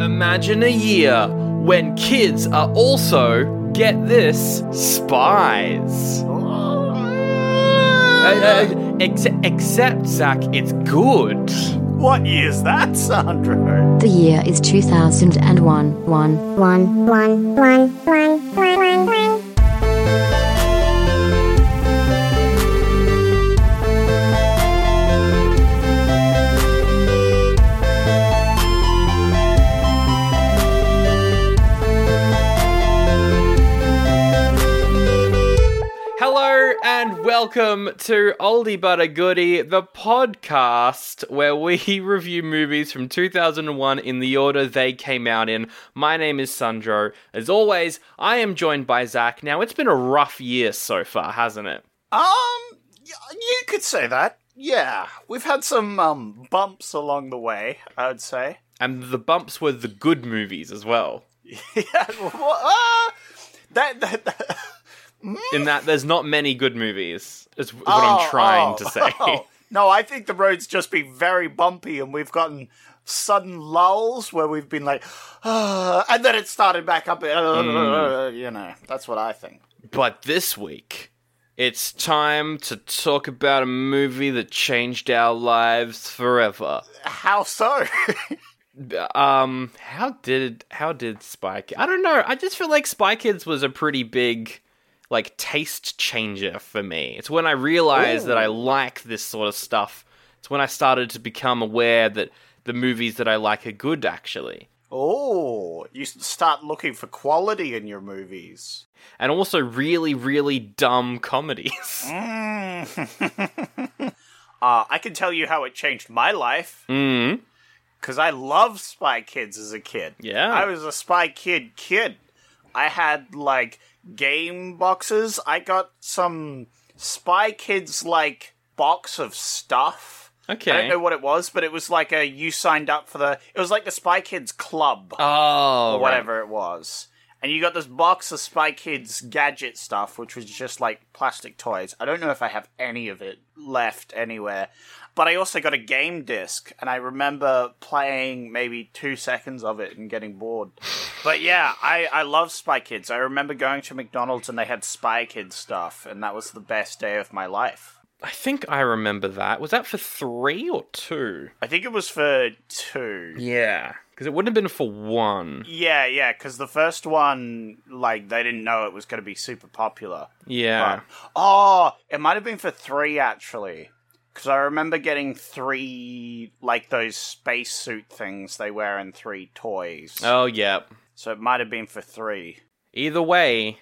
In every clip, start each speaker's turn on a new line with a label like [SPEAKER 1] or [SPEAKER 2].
[SPEAKER 1] Imagine a year when kids are also, get this, spies. Uh, uh, ex- except, Zach, it's good.
[SPEAKER 2] What year's that, Sandro?
[SPEAKER 3] The year is 2001. One.
[SPEAKER 4] One, one, one, one, one, one, one.
[SPEAKER 1] Hello and welcome to Oldie But a Goodie, the podcast where we review movies from 2001 in the order they came out in. My name is Sandro. As always, I am joined by Zach. Now, it's been a rough year so far, hasn't it?
[SPEAKER 2] Um, y- you could say that. Yeah, we've had some um, bumps along the way. I would say.
[SPEAKER 1] And the bumps were the good movies as well.
[SPEAKER 2] yeah. Well, uh, that, that, that-
[SPEAKER 1] In that, there's not many good movies, is, is what
[SPEAKER 2] Oh,
[SPEAKER 1] I'm trying
[SPEAKER 2] oh,
[SPEAKER 1] to say.
[SPEAKER 2] oh. No, I think the road's just been very bumpy, and we've gotten sudden lulls where we've been like, "Ah," and then it started back up. uh,
[SPEAKER 1] Mm.
[SPEAKER 2] You know, that's what I think.
[SPEAKER 1] But this week, it's time to talk about a movie that changed our lives forever.
[SPEAKER 2] How so?
[SPEAKER 1] Um, how did how did Spy Kids? I don't know. I just feel like Spy Kids was a pretty big like taste changer for me. It's when I realized that I like this sort of stuff. It's when I started to become aware that the movies that I like are good actually.
[SPEAKER 2] oh, you s- start looking for quality in your movies.
[SPEAKER 1] And also really, really dumb comedies.
[SPEAKER 2] Uh, I can tell you how it changed my life.
[SPEAKER 1] Mm.
[SPEAKER 2] because I loved Spy Kids as a kid.
[SPEAKER 1] Yeah.
[SPEAKER 2] I was a Spy Kid kid. I had like game boxes. I got some Spy Kids like box of stuff.
[SPEAKER 1] Okay.
[SPEAKER 2] I don't know what it was, but it was like a you signed up for the. It was like the Spy Kids club
[SPEAKER 1] Oh
[SPEAKER 2] or whatever it was. And you got this box of Spy Kids gadget stuff, which was just like plastic toys. I don't know if I have any of it left anywhere. But I also got a game disc, and I remember playing maybe two seconds of it and getting bored. But yeah, I, I love Spy Kids. I remember going to McDonald's and they had Spy Kids stuff, and that was the best day of my life.
[SPEAKER 1] I think I remember that. Was that for three or two?
[SPEAKER 2] I think it was for two.
[SPEAKER 1] Yeah. Because it wouldn't have been for one.
[SPEAKER 2] Yeah, yeah, because the first one, like, they didn't know it was going to be super popular.
[SPEAKER 1] Yeah.
[SPEAKER 2] But- oh, it might have been for three actually, because I remember getting three like those spacesuit things they wear in three toys.
[SPEAKER 1] Oh, yeah.
[SPEAKER 2] So it might have been for three.
[SPEAKER 1] Either way,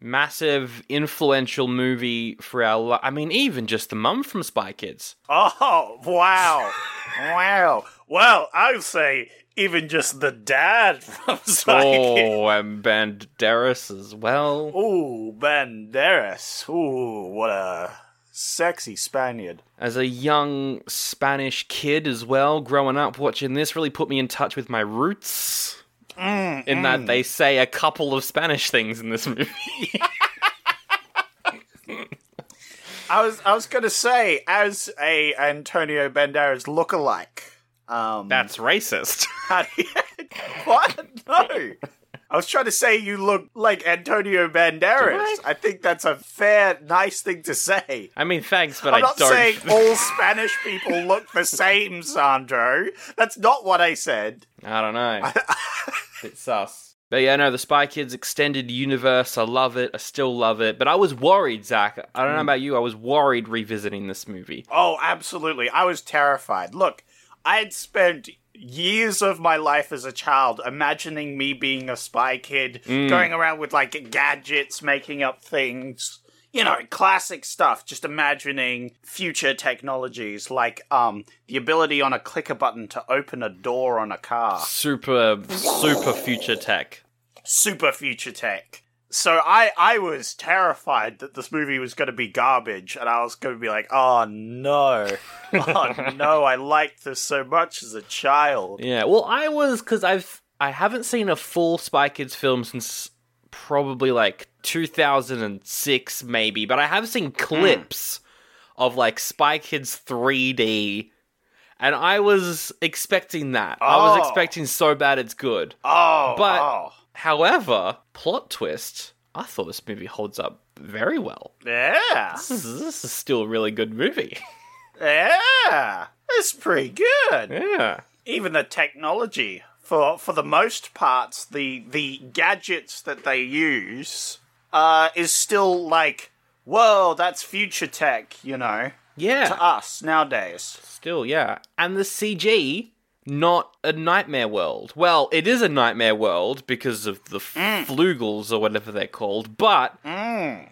[SPEAKER 1] massive, influential movie for our. Li- I mean, even just the mum from Spy Kids.
[SPEAKER 2] Oh wow, wow. Well, I would say even just the dad from Psychic.
[SPEAKER 1] Oh, and Banderas as well.
[SPEAKER 2] Ooh, Banderas. Ooh, what a sexy Spaniard.
[SPEAKER 1] As a young Spanish kid as well, growing up watching this really put me in touch with my roots.
[SPEAKER 2] Mm,
[SPEAKER 1] in that they say a couple of Spanish things in this movie.
[SPEAKER 2] I was I was gonna say as a Antonio Banderas lookalike. Um,
[SPEAKER 1] That's racist.
[SPEAKER 2] how do you- what? No, I was trying to say you look like Antonio Banderas. I think that's a fair, nice thing to say.
[SPEAKER 1] I mean, thanks, but
[SPEAKER 2] I'm
[SPEAKER 1] I
[SPEAKER 2] not
[SPEAKER 1] don't.
[SPEAKER 2] saying all Spanish people look the same, Sandro. That's not what I said.
[SPEAKER 1] I don't know. it's sus. But yeah, no, the Spy Kids extended universe. I love it. I still love it. But I was worried, Zach. I
[SPEAKER 2] Mm.
[SPEAKER 1] don't know about you. I was worried revisiting this movie.
[SPEAKER 2] Oh, absolutely. I was terrified. Look, I had spent years of my life as a child imagining me being a spy kid, going around with like gadgets, making up things. you know, classic stuff, just imagining future technologies like um the ability on a clicker button to open a door on a car.
[SPEAKER 1] Super, super future tech.
[SPEAKER 2] Super future tech. So I I was terrified that this movie was going to be garbage and I was going to be like, "Oh no. Oh no, I liked this so much as a child."
[SPEAKER 1] Yeah. Well, I was because I've I haven't seen a full Spy Kids film since probably like 2006, maybe. But I have
[SPEAKER 2] Hmm.
[SPEAKER 1] seen clips of like Spy Kids 3D, and I was expecting that. I
[SPEAKER 2] Oh.
[SPEAKER 1] was expecting so bad it's good.
[SPEAKER 2] Oh.
[SPEAKER 1] But-
[SPEAKER 2] oh.
[SPEAKER 1] However, plot twist. I thought this movie holds up very well.
[SPEAKER 2] yeah.
[SPEAKER 1] This is, this is still a really good movie.
[SPEAKER 2] Yeah. It's pretty good.
[SPEAKER 1] Yeah.
[SPEAKER 2] even the technology for for the most parts the the gadgets that they use uh is still like whoa that's future tech you know
[SPEAKER 1] Yeah.
[SPEAKER 2] to uh, us nowadays
[SPEAKER 1] Still, yeah. And the CG, not a nightmare world. Well, it is a nightmare world because of the f-
[SPEAKER 2] Mm.
[SPEAKER 1] flugels or whatever they're called, but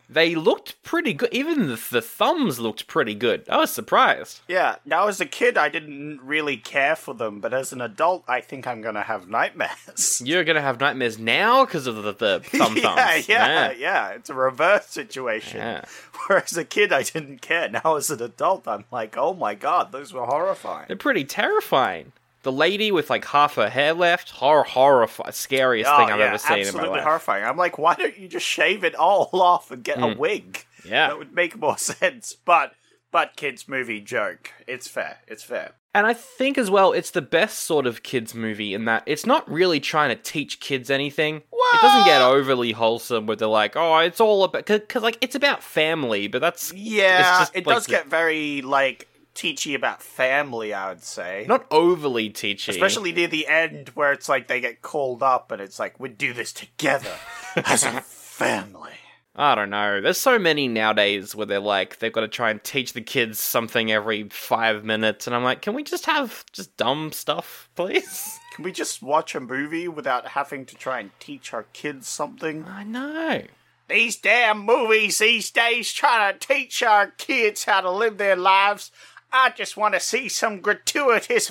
[SPEAKER 1] they looked pretty good. Even the, the thumbs looked pretty good. I was surprised.
[SPEAKER 2] yeah now as a kid i didn't really care for them but as an adult i think i'm gonna have nightmares
[SPEAKER 1] You're going to have nightmares now because of the, the thumb
[SPEAKER 2] yeah,
[SPEAKER 1] thumbs.
[SPEAKER 2] yeah, yeah. It's a reverse situation.
[SPEAKER 1] Yeah.
[SPEAKER 2] Whereas a kid, I didn't care. Now, as an adult, I'm like, oh my god, those were horrifying.
[SPEAKER 1] They're pretty terrifying. The lady with like half her hair left, horror, horrifying, scariest
[SPEAKER 2] Oh,
[SPEAKER 1] thing I've
[SPEAKER 2] yeah,
[SPEAKER 1] ever seen in
[SPEAKER 2] absolutely
[SPEAKER 1] my life.
[SPEAKER 2] horrifying. I'm like, why don't you just shave it all off and get a wig?
[SPEAKER 1] Hmm. Yeah.
[SPEAKER 2] that would make more sense. But but kids movie joke. It's fair. It's fair.
[SPEAKER 1] And I think as well, it's the best sort of kids movie in that it's not really trying to teach kids anything. It doesn't get overly wholesome where they're like, "Oh, it's all about," because like it's about family, but that's it's
[SPEAKER 2] Yeah,
[SPEAKER 1] just,
[SPEAKER 2] it
[SPEAKER 1] like,
[SPEAKER 2] does
[SPEAKER 1] the-
[SPEAKER 2] get very like teachy about family. I would say.
[SPEAKER 1] not overly teaching,
[SPEAKER 2] Especially near the end, where it's like they get called up, and it's like we do this together as a family.
[SPEAKER 1] I don't know. There's so many nowadays where they're like they've got to try and teach the kids something every five minutes, and I'm like, can we just have just dumb stuff, please?
[SPEAKER 2] Can we just watch a movie without having to try and teach our kids something?
[SPEAKER 1] I know.
[SPEAKER 2] These damn movies these days trying to teach our kids how to live their lives. I just want to see some gratuitous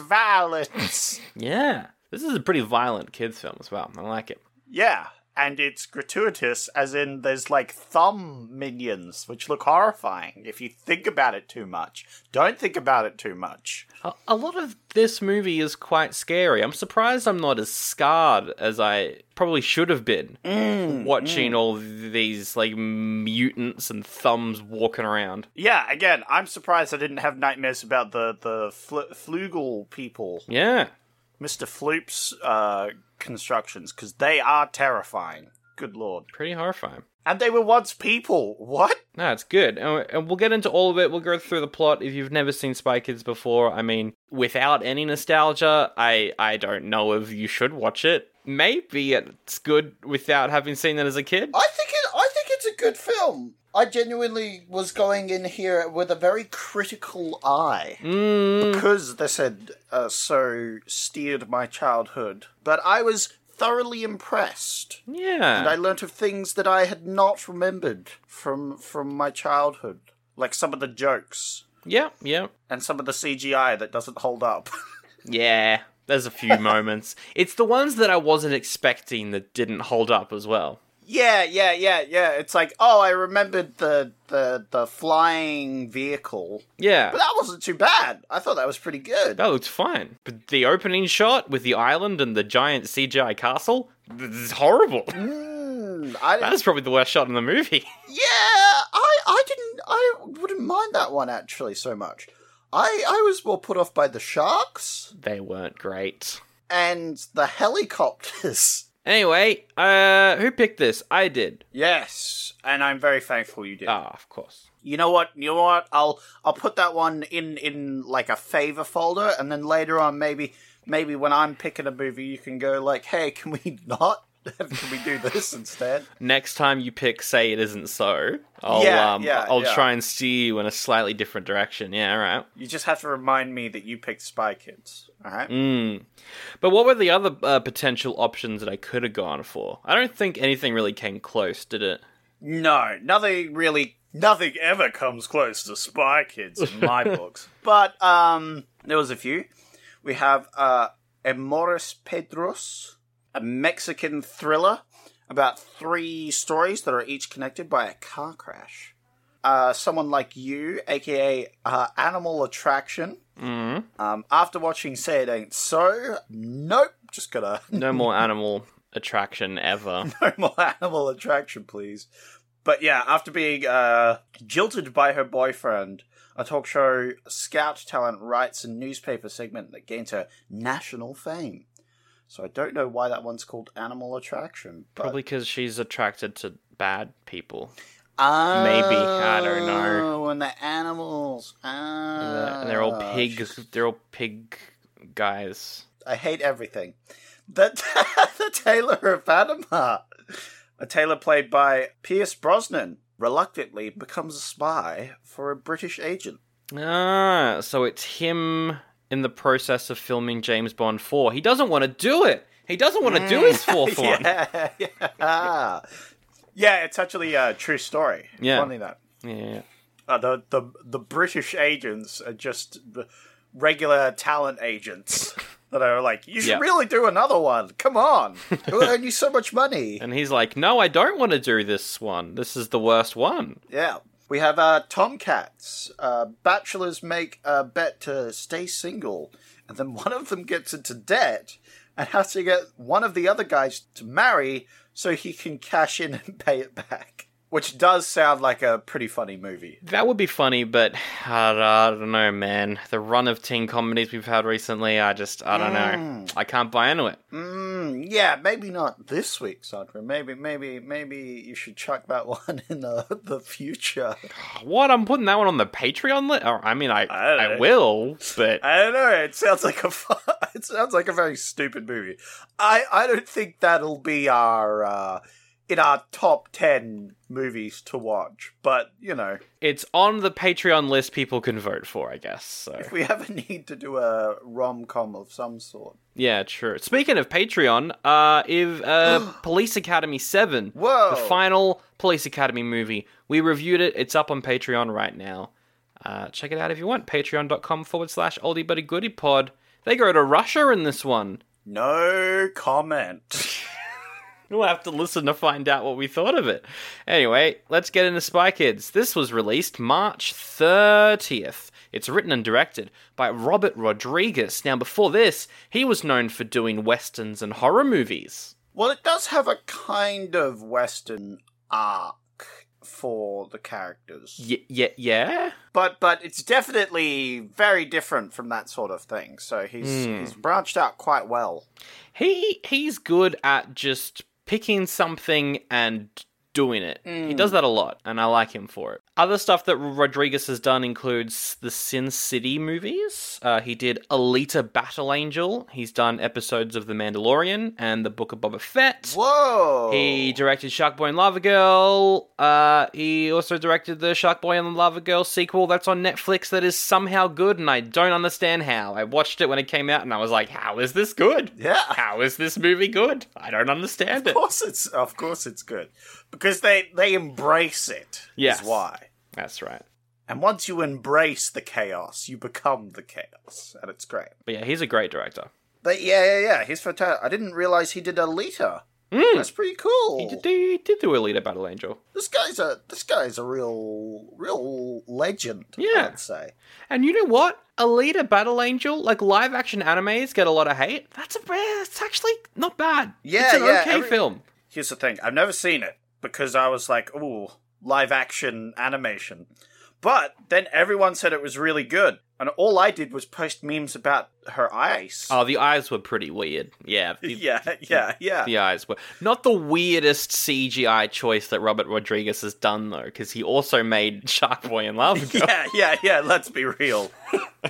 [SPEAKER 2] violence.
[SPEAKER 1] Yeah, this is a pretty violent kids film as well. I like it.
[SPEAKER 2] yeah, and it's gratuitous, as in there's like thumb minions, which look horrifying if you think about it too much. Don't think about it too much.
[SPEAKER 1] A- A lot of this movie is quite scary. I'm surprised I'm not as scarred as I probably should have been
[SPEAKER 2] Mm,
[SPEAKER 1] watching all these like mutants and thumbs walking around.
[SPEAKER 2] Yeah, again, I'm surprised I didn't have nightmares about the the fl- flugel people,
[SPEAKER 1] Yeah.
[SPEAKER 2] Mister Floop's uh, constructions, because they are terrifying. Good lord.
[SPEAKER 1] Pretty horrifying.
[SPEAKER 2] And they were once people. What?
[SPEAKER 1] No, it's good. And we- and we'll get into all of it. We'll go through the plot. If you've never seen Spy Kids before, I mean, without any nostalgia, I, I don't know if you should watch it. Maybe it's good without having seen it as a kid.
[SPEAKER 2] Oh,
[SPEAKER 5] I think it, I think it's a good film. I genuinely was going in here with a very critical eye.
[SPEAKER 2] Because this had uh, so steered my childhood. But I was thoroughly impressed.
[SPEAKER 1] Yeah.
[SPEAKER 2] And I learnt of things that I had not remembered from from my childhood, like some of the jokes
[SPEAKER 1] yeah, yeah.
[SPEAKER 2] and some of the CGI that doesn't hold up.
[SPEAKER 1] Yeah, there's a few moments. It's the ones that I wasn't expecting that didn't hold up as well.
[SPEAKER 2] yeah, yeah, yeah, yeah. It's like, oh, I remembered the the the flying vehicle,
[SPEAKER 1] Yeah,
[SPEAKER 2] but that wasn't too bad. I thought that was pretty good.
[SPEAKER 1] that looked fine. But the opening shot with the island and the giant CGI castle th- is horrible.
[SPEAKER 2] Hmm,
[SPEAKER 5] Mm, I
[SPEAKER 1] That is probably the worst shot in the movie.
[SPEAKER 5] Yeah, I, I didn't I wouldn't mind that one actually so much. I, I was more put off by the sharks
[SPEAKER 1] they weren't great.
[SPEAKER 5] and the helicopters.
[SPEAKER 1] Anyway, uh, who picked this? I did.
[SPEAKER 2] Yes, and I'm very thankful you did.
[SPEAKER 1] Ah, of course.
[SPEAKER 2] You know what? You know what? I'll I'll put that one in in like a favor folder, and then later on, maybe maybe when I'm picking a movie, you can go like, "Hey, can we not? can we do this instead?"
[SPEAKER 1] Next time you pick, say it isn't so. I'll
[SPEAKER 2] Yeah,
[SPEAKER 1] um,
[SPEAKER 2] yeah,
[SPEAKER 1] I'll
[SPEAKER 2] yeah.
[SPEAKER 1] try and steer you in a slightly different direction. Yeah, all right.
[SPEAKER 2] You just have to remind me that you picked Spy Kids. All right.
[SPEAKER 1] But what were the other uh, potential options that I could have gone for? I don't think anything really came close, did it?
[SPEAKER 2] No, nothing really, nothing ever comes close to Spy Kids in my books. But um, there was a few. We have uh, Amores Pedros, a Mexican thriller about three stories that are each connected by a car crash. Uh, someone like you, aka uh, Animal Attraction. Um, after watching Say It Ain't So, nope, just gonna
[SPEAKER 1] No more animal attraction ever.
[SPEAKER 2] no more animal attraction, please. But yeah, after being uh, jilted by her boyfriend, a talk show scout talent writes a newspaper segment that gains her national fame. So I don't know why that one's called Animal Attraction. But,
[SPEAKER 1] Probably because she's attracted to bad people.
[SPEAKER 2] Oh,
[SPEAKER 1] maybe. I don't know.
[SPEAKER 2] And the animals.
[SPEAKER 1] And they're- and they're
[SPEAKER 2] Ah,
[SPEAKER 1] all pigs. They're all pig guys.
[SPEAKER 2] I hate everything. The, the Tailor of Panama. A tailor played by Pierce Brosnan reluctantly becomes a spy for a British agent.
[SPEAKER 1] Ah, so it's him in the process of filming James Bond 4. He doesn't want to do it. He doesn't want to do his fourth one. Yeah.
[SPEAKER 2] yeah, yeah. Yeah, it's actually a true story.
[SPEAKER 1] Yeah.
[SPEAKER 2] Funny that.
[SPEAKER 1] yeah.
[SPEAKER 2] Uh, the, the, the British agents are just the regular talent agents that are like, you should
[SPEAKER 1] Yeah.
[SPEAKER 2] really do another one. Come on. It'll earn you so much money.
[SPEAKER 1] And he's like, no, I don't want to do this one. This is the worst one.
[SPEAKER 2] Yeah. We have uh, Tomcats. Uh, bachelors make a bet to stay single, and then one of them gets into debt and has to get one of the other guys to marry so he can cash in and pay it back. Which does sound like a pretty funny movie.
[SPEAKER 1] That would be funny, but I don't know, man. The run of teen comedies we've had recently, I just, I don't know. I can't buy into it.
[SPEAKER 2] Mm, yeah, maybe not this week, Sandra. Maybe, maybe, maybe you should chuck that one in the, the future.
[SPEAKER 1] What? I'm putting that one on the Patreon list? Or, I mean, I,
[SPEAKER 2] don't
[SPEAKER 1] I,
[SPEAKER 2] know.
[SPEAKER 1] will, but
[SPEAKER 2] I don't know. It sounds like a fu- it sounds like a very stupid movie. I I don't think that'll be our uh, in our top ten movies to watch. But you know,
[SPEAKER 1] it's on the Patreon list people can vote for, I guess. So.
[SPEAKER 2] if we ever need to do a rom com of some sort,
[SPEAKER 1] Yeah, true. Speaking of Patreon, uh, if uh, Police Academy Seven,
[SPEAKER 2] Whoa.
[SPEAKER 1] the final Police Academy movie, we reviewed it. It's up on Patreon right now. Uh, check it out if you want. Patreon.com forward slash oldie buddy goody pod. They go to Russia in this one.
[SPEAKER 2] no comment.
[SPEAKER 1] We'll have to listen to find out what we thought of it. Anyway, let's get into Spy Kids. This was released March 30th. It's written and directed by Robert Rodriguez. Now, before this, he was known for doing westerns and horror movies.
[SPEAKER 2] well, it does have a kind of western arc for the characters.
[SPEAKER 1] Y- yeah, yeah.
[SPEAKER 2] but but it's definitely very different from that sort of thing. So he's he's branched out quite well.
[SPEAKER 1] He he's good at just picking something and doing it. He does that a lot, and I like him for it. Other stuff that Rodriguez has done includes the Sin City movies. Uh, he did Alita: Battle Angel. He's done episodes of The Mandalorian and The Book of Boba Fett.
[SPEAKER 2] Whoa!
[SPEAKER 1] He directed Sharkboy and Lava Girl. Uh, he also directed the Sharkboy and Lava Girl sequel that's on Netflix that is somehow good, and I don't understand how. I watched it when it came out, and I was like, "How is this good?
[SPEAKER 2] Yeah.
[SPEAKER 1] how is this movie good? I don't understand
[SPEAKER 2] Of
[SPEAKER 1] it."
[SPEAKER 2] course it's of course it's good because they they embrace it.
[SPEAKER 1] Yes.
[SPEAKER 2] Is why.
[SPEAKER 1] That's right.
[SPEAKER 2] And once you embrace the chaos, you become the chaos, and it's great.
[SPEAKER 1] But yeah, he's a great director.
[SPEAKER 2] But yeah, yeah, yeah, he's fantastic. I didn't realize he did Alita. That's pretty
[SPEAKER 1] Hmm.
[SPEAKER 2] cool.
[SPEAKER 1] He did, he did do Alita: Battle Angel,
[SPEAKER 2] This guy's a this guy's a real real legend.
[SPEAKER 1] Yeah.
[SPEAKER 2] I'd say.
[SPEAKER 1] and you know what? Alita: Battle Angel, like live action animes, get a lot of hate. That's a it's actually not bad.
[SPEAKER 2] Yeah,
[SPEAKER 1] it's an
[SPEAKER 2] yeah,
[SPEAKER 1] okay
[SPEAKER 2] every-
[SPEAKER 1] film.
[SPEAKER 2] Here's the thing: I've never seen it because I was like, "Ooh, live action animation." But then everyone said it was really good, and all I did was post memes about her eyes.
[SPEAKER 1] Oh, the eyes were pretty weird. Yeah, the-
[SPEAKER 2] yeah, yeah, yeah.
[SPEAKER 1] the eyes were not the weirdest CGI choice that Robert Rodriguez has done though, because he also made Sharkboy and Lava Girl.
[SPEAKER 2] yeah, yeah, yeah. Let's be real.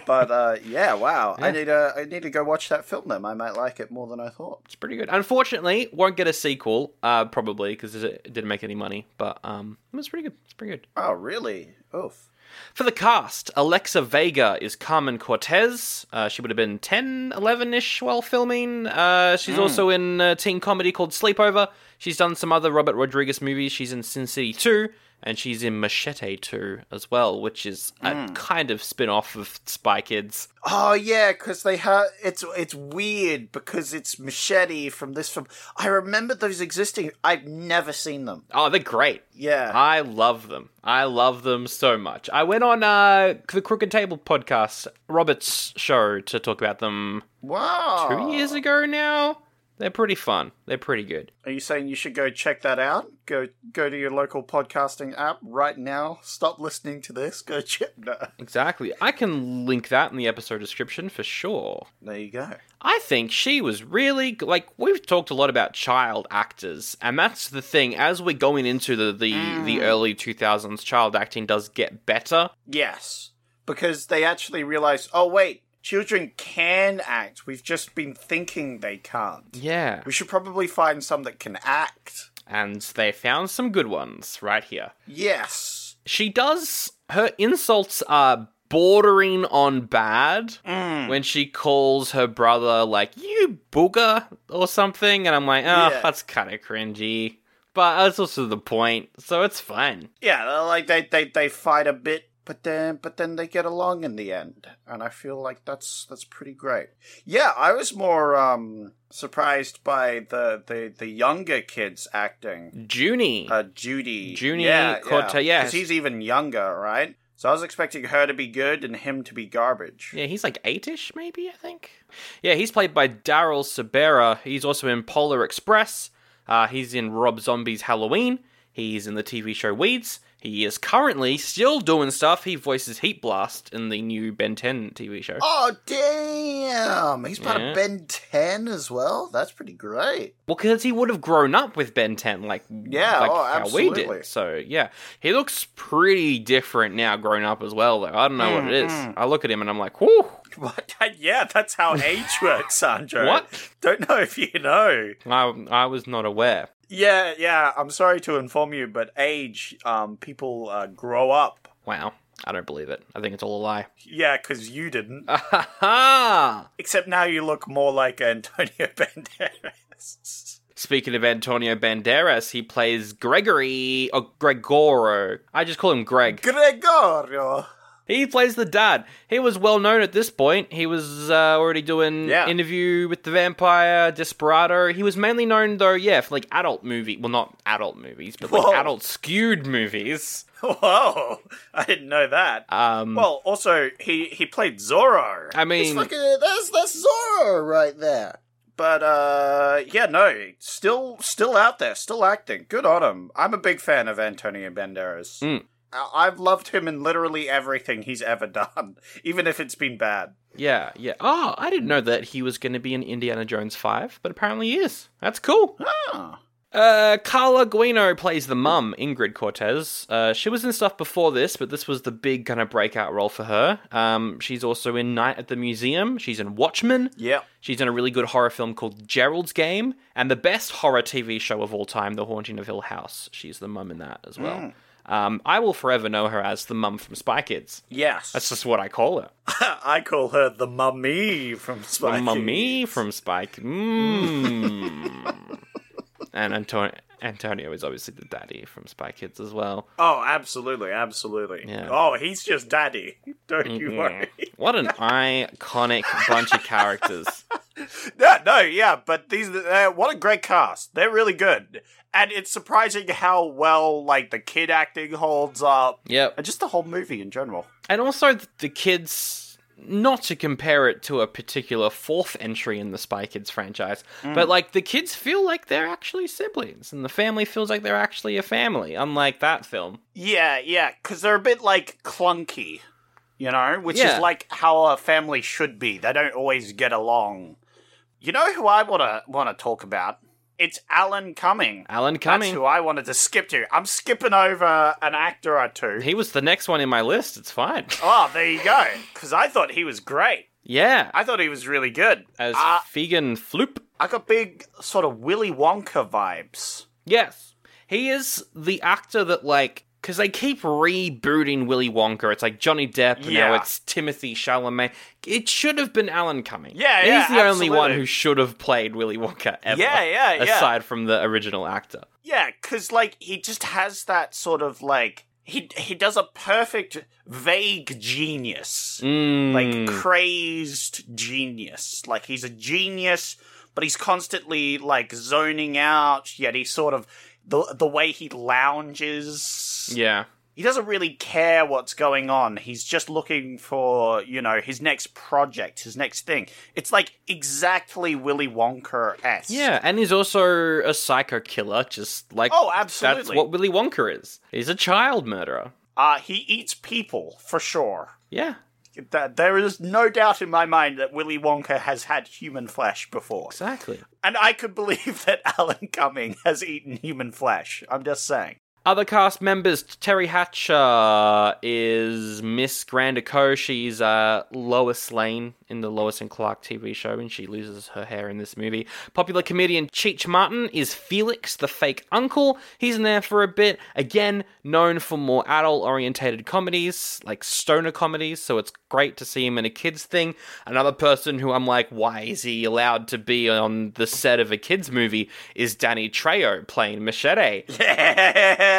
[SPEAKER 2] but uh, yeah, wow. I need uh, I need to go watch that film. Then I might like it more than I thought.
[SPEAKER 1] It's pretty good. Unfortunately, won't get a sequel, uh, probably because it didn't make any money. But um, it was pretty good. It's pretty good.
[SPEAKER 2] Oh, really? Oof.
[SPEAKER 1] For the cast, Alexa Vega is Carmen Cortez. Uh, she would have been 10, 11 ish while filming. Uh, she's also in a teen comedy called Sleepover. She's done some other Robert Rodriguez movies. She's in Sin City 2, and she's in Machete 2 as well, which is a kind of spin off of Spy Kids.
[SPEAKER 2] Oh yeah, because they have it's it's weird because it's machete from this film. I remember those existing. I've never seen them.
[SPEAKER 1] Oh, they're great.
[SPEAKER 2] Yeah.
[SPEAKER 1] I love them. I love them so much. I went on uh, the Crooked Table podcast, Robert's show, to talk about them
[SPEAKER 2] Wow.
[SPEAKER 1] two years ago now. They're pretty fun. They're pretty good.
[SPEAKER 2] Are you saying you should go check that out? Go go to your local podcasting app right now. Stop listening to this. Go check. No.
[SPEAKER 1] Exactly. I can link that in the episode description for sure.
[SPEAKER 2] There you go.
[SPEAKER 1] I think she was really like we've talked a lot about child actors, and that's the thing. As we're going into the the, the early two thousands, child acting does get better.
[SPEAKER 2] Yes, because they actually realize. Oh wait, children can act. We've just been thinking they can't.
[SPEAKER 1] Yeah,
[SPEAKER 2] We should probably find some that can act.
[SPEAKER 1] and they found some good ones right here.
[SPEAKER 2] Yes.
[SPEAKER 1] she does her insults are bordering on bad when she calls her brother like you booger or something and i'm like oh
[SPEAKER 2] Yeah.
[SPEAKER 1] that's kind of cringy but that's also the point so it's fun
[SPEAKER 2] Yeah, they're like they, they they fight a bit, but then but then they get along in the end, and I feel like that's that's pretty great. Yeah, I was more um surprised by the the the younger kids acting.
[SPEAKER 1] junie
[SPEAKER 2] Uh, Judy,
[SPEAKER 1] Judy
[SPEAKER 2] yeah,
[SPEAKER 1] Cortez, yes.
[SPEAKER 2] because he's even younger, right? So I was expecting her to be good and him to be garbage.
[SPEAKER 1] yeah he's like eight-ish maybe i think yeah he's played by daryl sabera he's also in polar express uh, he's in rob zombie's halloween he's in the tv show weeds he is currently still doing stuff he voices heat blast in the new ben 10 tv show
[SPEAKER 2] Oh damn! He's part
[SPEAKER 1] Yeah.
[SPEAKER 2] of Ben Ten as well. That's pretty great.
[SPEAKER 1] Well, because he would have grown up with Ben 10, like
[SPEAKER 2] Yeah,
[SPEAKER 1] like
[SPEAKER 2] oh,
[SPEAKER 1] how we
[SPEAKER 2] absolutely.
[SPEAKER 1] did. So yeah, he looks pretty different now, grown up as well. Though I don't know what it is.
[SPEAKER 2] Mm-hmm.
[SPEAKER 1] I look at him and I'm like, whoo,
[SPEAKER 6] What? Yeah, that's how age works, Sandro.
[SPEAKER 1] What?
[SPEAKER 6] Don't know if you know.
[SPEAKER 1] I I was not aware.
[SPEAKER 6] Yeah, yeah. I'm sorry to inform you, but age, um, people uh, grow up.
[SPEAKER 1] Wow, I don't believe it. I think it's all a lie.
[SPEAKER 6] Yeah, because you didn't.
[SPEAKER 1] Ha ha!
[SPEAKER 6] Except now you look more like Antonio Banderas.
[SPEAKER 1] Speaking of Antonio Banderas, he plays Gregory or Gregoro. I just call him Greg.
[SPEAKER 2] Gregorio.
[SPEAKER 1] He plays the dad. He was well known at this point. He was uh, already doing
[SPEAKER 6] Yeah.
[SPEAKER 1] interview with the vampire, Desperado. He was mainly known though, yeah, for like adult movie. Well, not adult movies, but like
[SPEAKER 6] Whoa.
[SPEAKER 1] adult skewed movies.
[SPEAKER 6] Whoa, I didn't know that.
[SPEAKER 1] Um,
[SPEAKER 6] well, also he he played Zorro,
[SPEAKER 1] I
[SPEAKER 2] It's
[SPEAKER 1] mean,
[SPEAKER 2] fucking that's that's Zorro right there.
[SPEAKER 6] but uh, yeah, no, still still out there, still acting. Good on him. I'm a big fan of Antonio Banderas.
[SPEAKER 1] Mm.
[SPEAKER 6] I- I've loved him in literally everything he's ever done, even if it's been bad.
[SPEAKER 1] yeah, yeah. Oh, I didn't know that he was going to be in Indiana Jones Five, but apparently he is. That's cool.
[SPEAKER 6] Ah.
[SPEAKER 1] Uh, Carla Guino plays the mum, Ingrid Cortez. Uh, she was in stuff before this, but this was the big kind of breakout role for her. Um, she's also in Night at the Museum. She's in Watchmen.
[SPEAKER 6] Yep.
[SPEAKER 1] She's in a really good horror film called Gerald's Game, and the best horror TV show of all time, The Haunting of Hill House. She's the mum in that as
[SPEAKER 6] Hmm.
[SPEAKER 1] well. Um, I will forever know her as the mum from Spy Kids.
[SPEAKER 6] Yes.
[SPEAKER 1] That's just what I call her.
[SPEAKER 6] I call her the mummy from Spy
[SPEAKER 1] The mummy
[SPEAKER 6] Kids.
[SPEAKER 1] from Spy Kids. Mm. and Antonio, Antonio is obviously the daddy from Spy Kids as well.
[SPEAKER 6] Oh, absolutely, absolutely.
[SPEAKER 1] Yeah.
[SPEAKER 6] Oh, he's just daddy. Don't you worry.
[SPEAKER 1] What an iconic bunch of characters.
[SPEAKER 6] No, no, yeah, but these uh, what a great cast. They're really good, and it's surprising how well like the kid acting holds up,
[SPEAKER 1] Yep.
[SPEAKER 6] and just the whole movie in general.
[SPEAKER 1] And also th- the kids not to compare it to a particular fourth entry in the Spy Kids franchise,
[SPEAKER 6] Mm.
[SPEAKER 1] but like the kids feel like they're actually siblings and the family feels like they're actually a family, unlike that film.
[SPEAKER 6] Yeah, yeah, because they're a bit like clunky, you know, which
[SPEAKER 1] Yeah.
[SPEAKER 6] is like how a family should be. They don't always get along. You know who I wanna wanna talk about? It's Alan Cumming.
[SPEAKER 1] Alan
[SPEAKER 6] That's
[SPEAKER 1] Cumming.
[SPEAKER 6] who I wanted to skip to. I'm skipping over an actor or two.
[SPEAKER 1] He was the next one in my list. It's fine.
[SPEAKER 6] Oh, there you go. Because I thought he was great.
[SPEAKER 1] yeah.
[SPEAKER 6] I thought he was really good.
[SPEAKER 1] As
[SPEAKER 6] I-
[SPEAKER 1] Fegan Floop.
[SPEAKER 6] Uh, I got big sort of Willy Wonka vibes.
[SPEAKER 1] Yes. He is the actor that like because they keep rebooting Willy Wonka. It's like Johnny Depp. and Now
[SPEAKER 2] Yeah.
[SPEAKER 1] it's Timothy Chalamet. It should have been Alan Cumming.
[SPEAKER 2] Yeah,
[SPEAKER 1] he's
[SPEAKER 2] yeah,
[SPEAKER 1] the only one
[SPEAKER 2] absolutely.
[SPEAKER 1] who should have played Willy Wonka ever.
[SPEAKER 2] Yeah, yeah, yeah.
[SPEAKER 1] Aside from the original actor.
[SPEAKER 2] Yeah, because like he just has that sort of like he he does a perfect vague genius, like crazed genius. Like he's a genius, but he's constantly like zoning out. Yet he sort of the the way he lounges.
[SPEAKER 1] Yeah.
[SPEAKER 2] He doesn't really care what's going on. He's just looking for, you know, his next project, his next thing. It's like exactly Willy Wonka esque.
[SPEAKER 1] Yeah, and he's also a psycho killer, just like
[SPEAKER 2] Oh, absolutely.
[SPEAKER 1] That's what Willy Wonka is. He's a child murderer.
[SPEAKER 2] Uh, he eats people, for sure.
[SPEAKER 1] Yeah,
[SPEAKER 2] That there is no doubt in my mind that Willy Wonka has had human flesh before,
[SPEAKER 1] exactly.
[SPEAKER 2] and I could believe that Alan Cumming has eaten human flesh. I'm just saying.
[SPEAKER 1] Other cast members: Terry Hatcher is Miss Granda Co. She's uh, Lois Lane in the Lois and Clark TV show, and she loses her hair in this movie. Popular comedian Cheech Martin is Felix, the fake uncle. He's in there for a bit. Again, known for more adult-orientated comedies, like stoner comedies. So it's great to see him in a kids thing. Another person who I'm like, why is he allowed to be on the set of a kids movie? Is Danny Trejo playing Machete?
[SPEAKER 2] I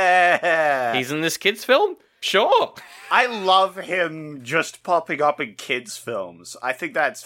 [SPEAKER 1] He's in this kids film? Sure.
[SPEAKER 2] love him just popping up in kids' films. I think that's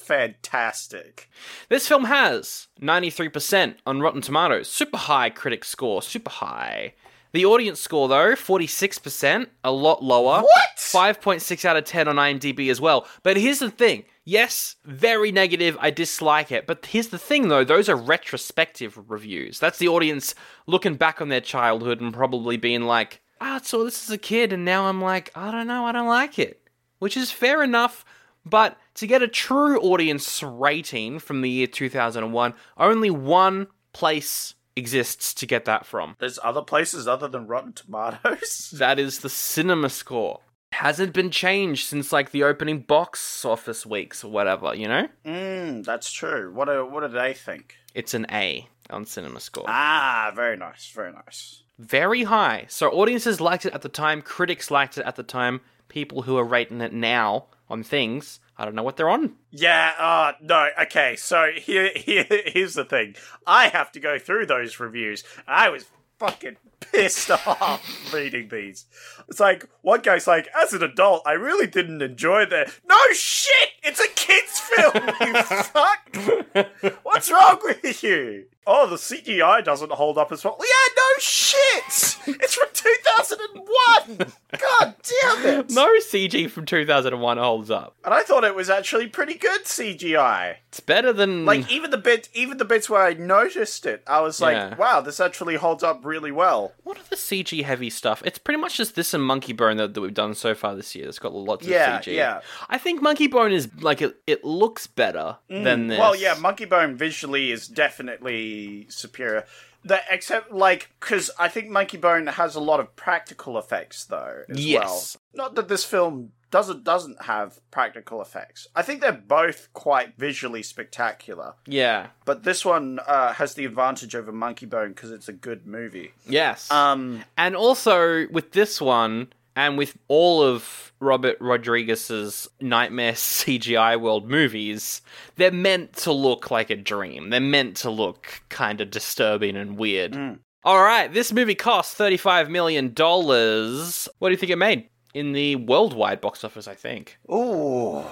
[SPEAKER 2] fantastic.
[SPEAKER 1] This film has 93% on Rotten Tomatoes. Super high critic score, super high. The audience score though, 46%, a lot lower.
[SPEAKER 2] What?
[SPEAKER 1] 5.6 out of 10 on IMDb as well. But here's the thing. Yes, very negative. I dislike it. But here's the thing though, those are retrospective reviews. That's the audience looking back on their childhood and probably being like, "Ah, I saw this as a kid and now I'm like, I don't know, I don't like it." which is fair enough, but to get a true audience rating from the year 2001, only one place exists to get that from.
[SPEAKER 2] There's other places other than Rotten Tomatoes.
[SPEAKER 1] That is the cinema score. Hasn't been changed since like the opening box office weeks or whatever, you know?
[SPEAKER 2] Mm, that's true. What do, what do they think?
[SPEAKER 1] It's an A on cinema score.
[SPEAKER 2] Ah, very nice, very nice.
[SPEAKER 1] Very high. So audiences liked it at the time, critics liked it at the time, people who are rating it now on things, I don't know what they're on.
[SPEAKER 2] Yeah, uh, no, okay, so here, here, here's the thing. I have to go through those reviews, and I was fucking pissed off reading these. It's like, one guy's like, as an adult, I really didn't enjoy the. No shit! It's a kid's film, you fuck! What's wrong with you? Oh, the CGI doesn't hold up as well. Yeah, no shit! It's from 2001! God damn it!
[SPEAKER 1] No CG from 2001 holds up.
[SPEAKER 2] And I thought it was actually pretty good CGI.
[SPEAKER 1] It's better than
[SPEAKER 2] Like even the bit, even the bits where I noticed it, I was like,
[SPEAKER 1] Yeah.
[SPEAKER 2] "Wow, this actually holds up really well."
[SPEAKER 1] What are the CG heavy stuff? It's pretty much just this and Monkey Bone that, that we've done so far this year. It's got lots
[SPEAKER 2] Yeah,
[SPEAKER 1] of CG.
[SPEAKER 2] yeah.
[SPEAKER 1] I think Monkey Bone is like it, it looks better than this.
[SPEAKER 2] Mm, Well, yeah, Monkey Bone visually is definitely superior. The, except like because I think Monkey Bone has a lot of practical effects though. As
[SPEAKER 1] Yes.
[SPEAKER 2] Well. Not that this film doesn't doesn't have practical effects. I think they're both quite visually spectacular,
[SPEAKER 1] yeah,
[SPEAKER 2] but this one uh, has the advantage over Monkey Bone because it's a good movie.
[SPEAKER 1] yes.
[SPEAKER 2] Um.
[SPEAKER 1] and also with this one, and with all of Robert Rodriguez's nightmare CGI world movies, they're meant to look like a dream. They're meant to look kind of disturbing and weird. All right, this movie cost thirty-five million dollars. What do you think it made in the worldwide box office? I think.
[SPEAKER 2] Ooh.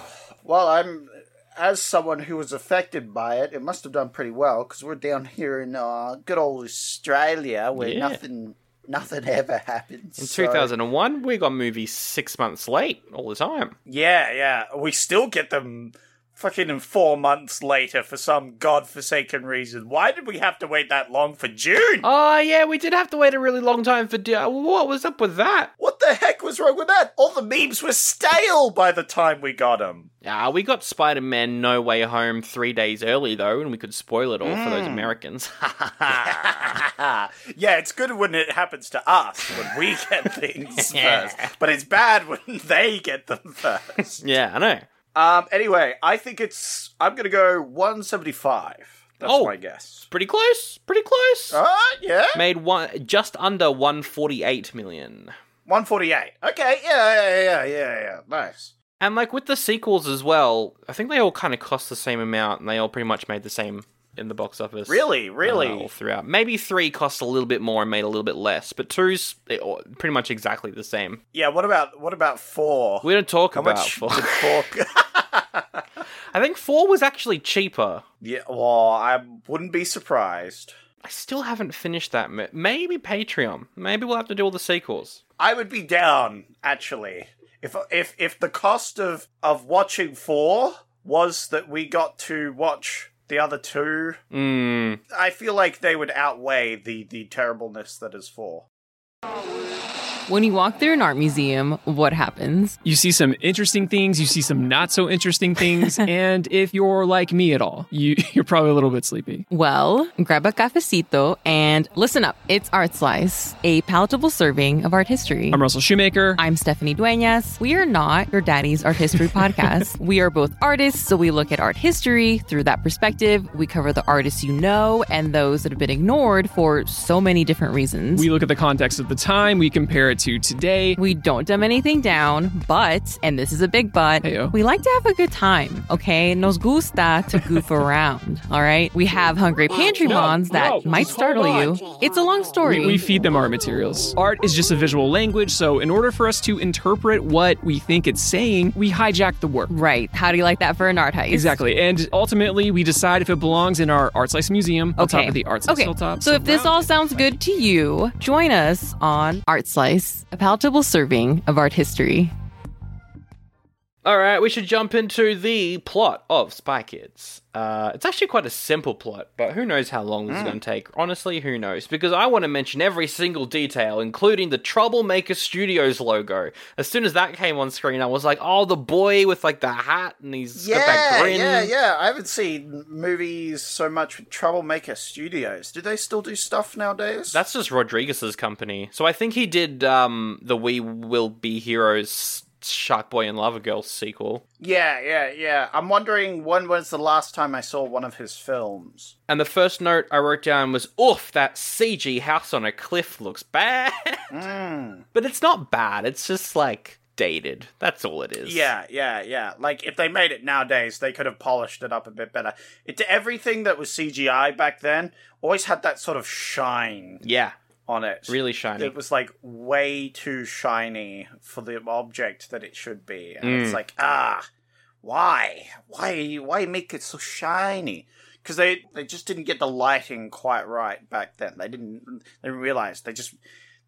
[SPEAKER 2] Well, I'm as someone who was affected by it, it must have done pretty well because we're down here in uh, good old Australia where
[SPEAKER 1] Yeah.
[SPEAKER 2] nothing nothing ever happens.
[SPEAKER 1] In 2001, we got movies six months late all the time.
[SPEAKER 2] Yeah, yeah. We still get them fucking four months later for some godforsaken reason. Why did we have to wait that long for June?
[SPEAKER 1] Oh, yeah, we did have to wait a really long time for. De- what was up with that?
[SPEAKER 2] What the heck was wrong with that? All the memes were stale by the time we got them.
[SPEAKER 1] Ah, we got Spider Man No Way Home three days early, though, and we could spoil it all for
[SPEAKER 2] Hmm.
[SPEAKER 1] those Americans.
[SPEAKER 2] yeah, it's good when it happens to us when we get things first, but it's bad when they get them first.
[SPEAKER 1] yeah, I know.
[SPEAKER 2] Um. Anyway, I think it's. I'm gonna go 175. That's
[SPEAKER 1] Oh.
[SPEAKER 2] my guess.
[SPEAKER 1] Pretty
[SPEAKER 2] Oh.
[SPEAKER 1] close. Pretty close.
[SPEAKER 2] Uh, yeah.
[SPEAKER 1] Made one just under 148 million.
[SPEAKER 2] 148. Okay, yeah, yeah, yeah, yeah, yeah. Nice.
[SPEAKER 1] And like with the sequels as well, I think they all kind of cost the same amount, and they all pretty much made the same in the box office.
[SPEAKER 2] Really, really.
[SPEAKER 1] uh, all throughout. Maybe three cost a little bit more and made a little bit less, but two's eh, or- pretty much exactly the same.
[SPEAKER 2] Yeah, what about what about 4?
[SPEAKER 1] We don't talk
[SPEAKER 2] How
[SPEAKER 1] about
[SPEAKER 2] much
[SPEAKER 1] four.
[SPEAKER 2] did 4
[SPEAKER 1] I think four was actually cheaper.
[SPEAKER 2] Yeah, well, I wouldn't be surprised.
[SPEAKER 1] I still haven't finished that. ma- Maybe Patreon. Maybe we'll have to do all the sequels.
[SPEAKER 2] I would be down actually if if if the cost of of watching four was that we got to watch the other two.
[SPEAKER 1] Mm.
[SPEAKER 2] I feel like they would outweigh the the terribleness that is four.
[SPEAKER 7] When you walk through an art museum, what happens?
[SPEAKER 8] You see some interesting things, you see some not so interesting things, and if you're like me at all, you, you're probably a little bit sleepy.
[SPEAKER 7] Well, grab a cafecito and listen up. It's Art Slice, a palatable serving of art history.
[SPEAKER 8] I'm Russell Shoemaker.
[SPEAKER 7] I'm Stephanie Duenas. We are not your daddy's art history podcast. we are both artists, so we look at art history through that perspective. We cover the artists you know and those that have been ignored for so many different reasons.
[SPEAKER 8] we look at the context of the time, we compare it to today.
[SPEAKER 7] We don't dumb anything down, but, and this is a big but,
[SPEAKER 8] Heyo.
[SPEAKER 7] we like to have a good time, okay? Nos gusta to goof around, all right? We have hungry pantry mons that
[SPEAKER 8] no,
[SPEAKER 7] might
[SPEAKER 8] just
[SPEAKER 7] startle
[SPEAKER 8] hold
[SPEAKER 7] you. It's a long story.
[SPEAKER 8] We, we feed them our materials. Art is just a visual language, so in order for us to interpret what we think it's saying, we hijack the work.
[SPEAKER 7] right. How do you like that for an art heist?
[SPEAKER 8] Exactly. And ultimately, we decide if it belongs in our Art Slice Museum on
[SPEAKER 7] Okay.
[SPEAKER 8] top of the Art Slice
[SPEAKER 7] Okay.
[SPEAKER 8] Hilltop.
[SPEAKER 7] So if this all sounds good to you, join us on Art Slice, a palatable serving of art history.
[SPEAKER 1] All right, we should jump into the plot of Spy Kids. Uh, it's actually quite a simple plot, but who knows how long this is
[SPEAKER 2] Hmm.
[SPEAKER 1] going to take? Honestly, who knows? Because I want to mention every single detail, including the Troublemaker Studios logo. As soon as that came on screen, I was like, "Oh, the boy with like the hat and he's got that
[SPEAKER 2] Yeah,
[SPEAKER 1] grin."
[SPEAKER 2] yeah, yeah. I haven't seen movies so much with Troublemaker Studios. Do they still do stuff nowadays?
[SPEAKER 1] That's just Rodriguez's company. So I think he did um, the We Will Be Heroes Shark Boy and Lava Girl sequel.
[SPEAKER 2] yeah, yeah, yeah. I'm wondering when was the last time I saw one of his films.
[SPEAKER 1] And the first note I wrote down was, oof, that CG house on a cliff looks bad. But it's not bad, it's just like dated. That's all it is.
[SPEAKER 2] Yeah, yeah, yeah. Like if they made it nowadays, they could have polished it up a bit better. It everything that was CGI back then always had that sort of shine
[SPEAKER 1] Yeah.
[SPEAKER 2] on it.
[SPEAKER 1] Really shiny.
[SPEAKER 2] It was like way too shiny for the object that it should be. And
[SPEAKER 1] Mm.
[SPEAKER 2] it's like, ah, why? Why why make it so shiny? Because they, they just didn't get the lighting quite right back then. They didn't they didn't realize they just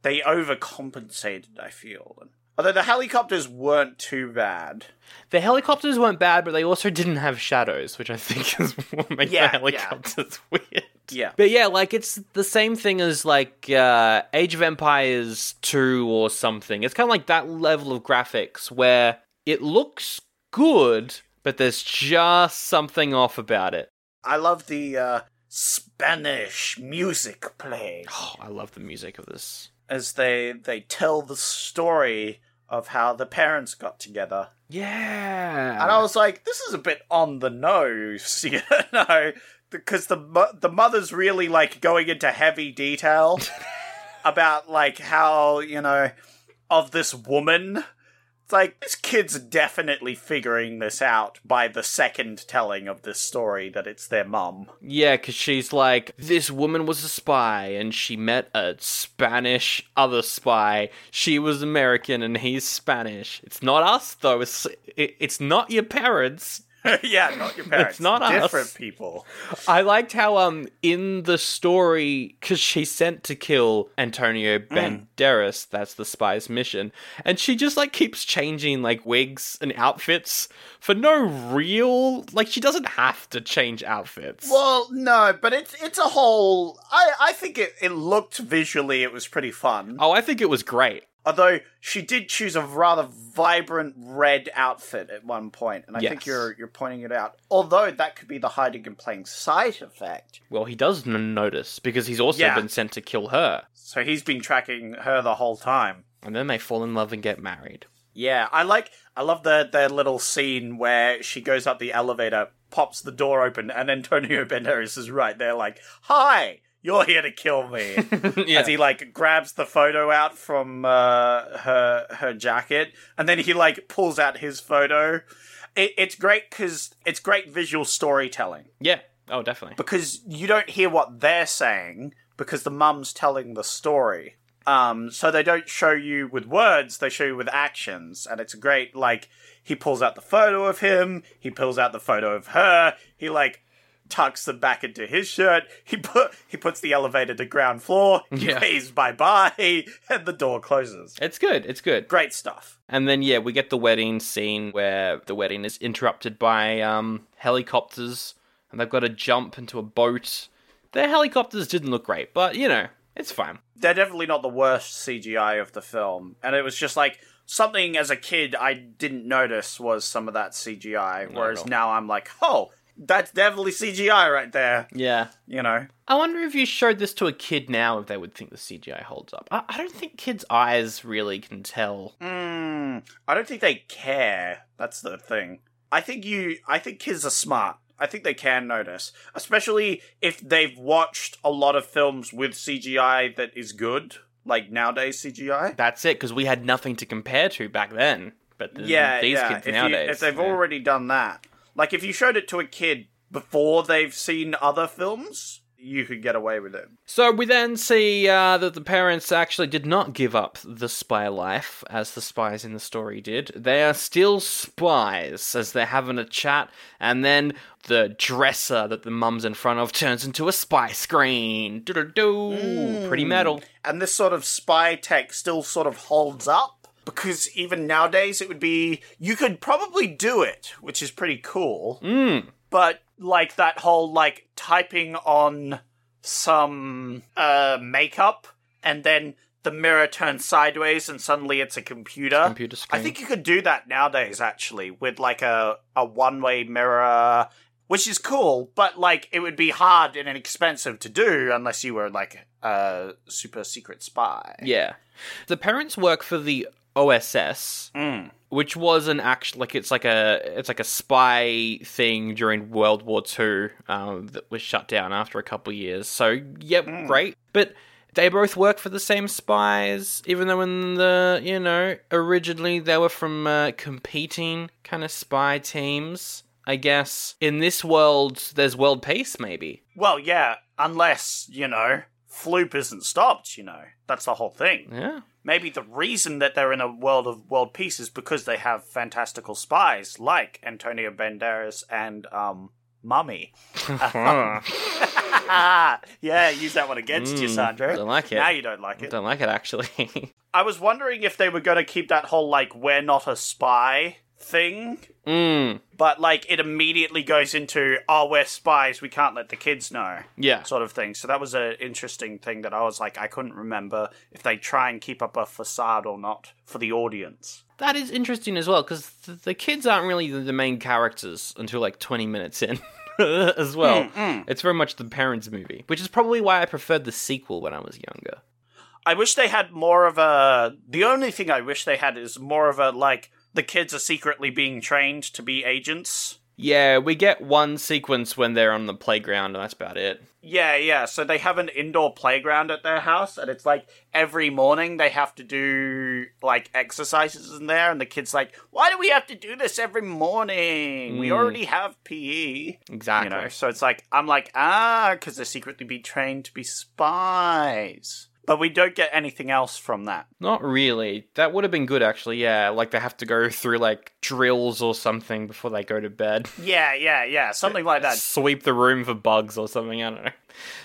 [SPEAKER 2] they overcompensated, I feel. Although the helicopters weren't too bad.
[SPEAKER 1] The helicopters weren't bad, but they also didn't have shadows, which I think is what makes
[SPEAKER 2] Yeah, yeah.
[SPEAKER 1] the helicopters weird.
[SPEAKER 2] Yeah.
[SPEAKER 1] But yeah, like it's the same thing as like uh, Age of Empires 2 or something. It's kind of like that level of graphics where it looks good, but there's just something off about it.
[SPEAKER 2] I love the uh, Spanish music playing
[SPEAKER 1] Oh, I love the music of this.
[SPEAKER 2] as they they tell the story of how the parents got together.
[SPEAKER 1] Yeah.
[SPEAKER 2] And I was like, this is a bit on the nose, you know, because the mo- the mother's really like going into heavy detail about like how you know of this woman. It's like this kid's definitely figuring this out by the second telling of this story that it's their mum.
[SPEAKER 1] Yeah, because she's like, this woman was a spy, and she met a Spanish other spy. She was American, and he's Spanish. It's not us, though. It's it, it's not your parents.
[SPEAKER 2] yeah, not your parents.
[SPEAKER 1] not us.
[SPEAKER 2] different people.
[SPEAKER 1] I liked how um in the story because she sent to kill Antonio Banderas. That's the spy's mission, and she just like keeps changing like wigs and outfits for no real. Like she doesn't have to change outfits.
[SPEAKER 2] Well, no, but it's it's a whole. I I think it it looked visually it was pretty fun.
[SPEAKER 1] Oh, I think it was great.
[SPEAKER 2] Although she did choose a rather vibrant red outfit at one point, and I think
[SPEAKER 1] Yes.
[SPEAKER 2] you're you're pointing it out. Although that could be the hiding in plain sight effect.
[SPEAKER 1] Well, he does n- notice because he's also
[SPEAKER 2] Yeah.
[SPEAKER 1] been sent to kill her.
[SPEAKER 2] So he's been tracking her the whole time.
[SPEAKER 1] And then they fall in love and get married.
[SPEAKER 2] Yeah, I like I love the the little scene where she goes up the elevator, pops the door open, and Antonio Banderas is right there, like, "Hi, "You're here to kill me."
[SPEAKER 1] Yeah.
[SPEAKER 2] As he like grabs the photo out from uh, her her jacket, and then he like pulls out his photo. It, it's great because it's great visual storytelling
[SPEAKER 1] Yeah. Oh, definitely.
[SPEAKER 2] because you don't hear what they're saying because the mum's telling the story. Um, so they don't show you with words; they show you with actions, and it's great. Like he pulls out the photo of him, he pulls out the photo of her. He like tucks them back into his shirt. He put he puts the elevator to ground floor. He
[SPEAKER 1] Yeah.
[SPEAKER 2] waves bye bye, and the door closes.
[SPEAKER 1] It's good. It's good.
[SPEAKER 2] Great stuff.
[SPEAKER 1] And then yeah, we get the wedding scene where the wedding is interrupted by um, helicopters, and they've got to jump into a boat. Their helicopters didn't look great, but you know it's fine.
[SPEAKER 2] they're definitely not the worst CGI of the film. And it was just like something as a kid I didn't notice was some of that CGI. Whereas
[SPEAKER 1] all.
[SPEAKER 2] now I'm like, oh, that's definitely CGI right there.
[SPEAKER 1] Yeah.
[SPEAKER 2] You know?
[SPEAKER 1] I wonder if you showed this to a kid now, if they would think the CGI holds up. I, I don't think kids' eyes really can tell.
[SPEAKER 2] Mm, I don't think they care. That's the thing. I think you I think kids are smart. I think they can notice. Especially if they've watched a lot of films with CGI that is good, like nowadays CGI.
[SPEAKER 1] That's it, because we had nothing to compare to back then. But th-
[SPEAKER 2] yeah,
[SPEAKER 1] these
[SPEAKER 2] yeah.
[SPEAKER 1] kids
[SPEAKER 2] if you-
[SPEAKER 1] nowadays,
[SPEAKER 2] if they've
[SPEAKER 1] yeah.
[SPEAKER 2] already done that, like if you showed it to a kid before they've seen other films, you could get away with it.
[SPEAKER 1] So we then see uh, that the parents actually did not give up the spy life as the spies in the story did. They are still spies as they're having a chat, and then the dresser that the mum's in front of turns into a spy screen. Doo doo doo. Pretty metal.
[SPEAKER 2] And this sort of spy tech still sort of holds up because even nowadays it would be you could probably do it, which is pretty cool. But like that whole like typing on some uh makeup and then the mirror turns sideways and suddenly it's a computer.
[SPEAKER 1] computer screen.
[SPEAKER 2] I think you could do that nowadays actually with like a a one-way mirror which is cool, but like it would be hard and expensive to do unless you were like a super secret spy.
[SPEAKER 1] Yeah. The parents work for the OSS, which was an act like it's like a it's like a spy thing during World War Two um, that was shut down after a couple of years. So yep, great. But they both work for the same spies, even though in the you know originally they were from uh, competing kind of spy teams. I guess in this world, there's world peace, maybe.
[SPEAKER 2] Well, yeah, unless, you know, Floop isn't stopped, you know. That's the whole thing.
[SPEAKER 1] Yeah.
[SPEAKER 2] Maybe the reason that they're in a world of world peace is because they have fantastical spies like Antonio Banderas and um Mummy. yeah, use that one against you,
[SPEAKER 1] Mm,
[SPEAKER 2] Sandra.
[SPEAKER 1] don't like it.
[SPEAKER 2] Now you don't like it.
[SPEAKER 1] Don't like it actually.
[SPEAKER 2] I was wondering if they were going to keep that whole like we're not a spy thing,
[SPEAKER 1] mm,
[SPEAKER 2] but like it immediately goes into oh we're spies, we can't let the kids know
[SPEAKER 1] yeah.
[SPEAKER 2] sort of thing. So that was an interesting thing that I was like I couldn't remember if they try and keep up a facade or not for the audience.
[SPEAKER 1] that is interesting as well because th- the kids aren't really the, the main characters until like 20 minutes in as well it's very much the parents movie which is probably why i preferred the sequel when i was younger
[SPEAKER 2] I wish they had more of a. The only thing I wish they had is more of a like the kids are secretly being trained to be agents.
[SPEAKER 1] yeah we get one sequence when they're on the playground and that's about it
[SPEAKER 2] Yeah, yeah. So they have an indoor playground at their house, and it's like every morning they have to do like exercises in there. And the kid's like, "Why do we have to do this every morning? We already have PE."
[SPEAKER 1] exactly
[SPEAKER 2] You know, so it's like I'm like, ah, because they're secretly be trained to be spies, but we don't get anything else from that.
[SPEAKER 1] not really that would have been good actually yeah like they have to go through like drills or something before they go to bed
[SPEAKER 2] Yeah, yeah, yeah, something like that.
[SPEAKER 1] sweep the room for bugs or something. I don't know.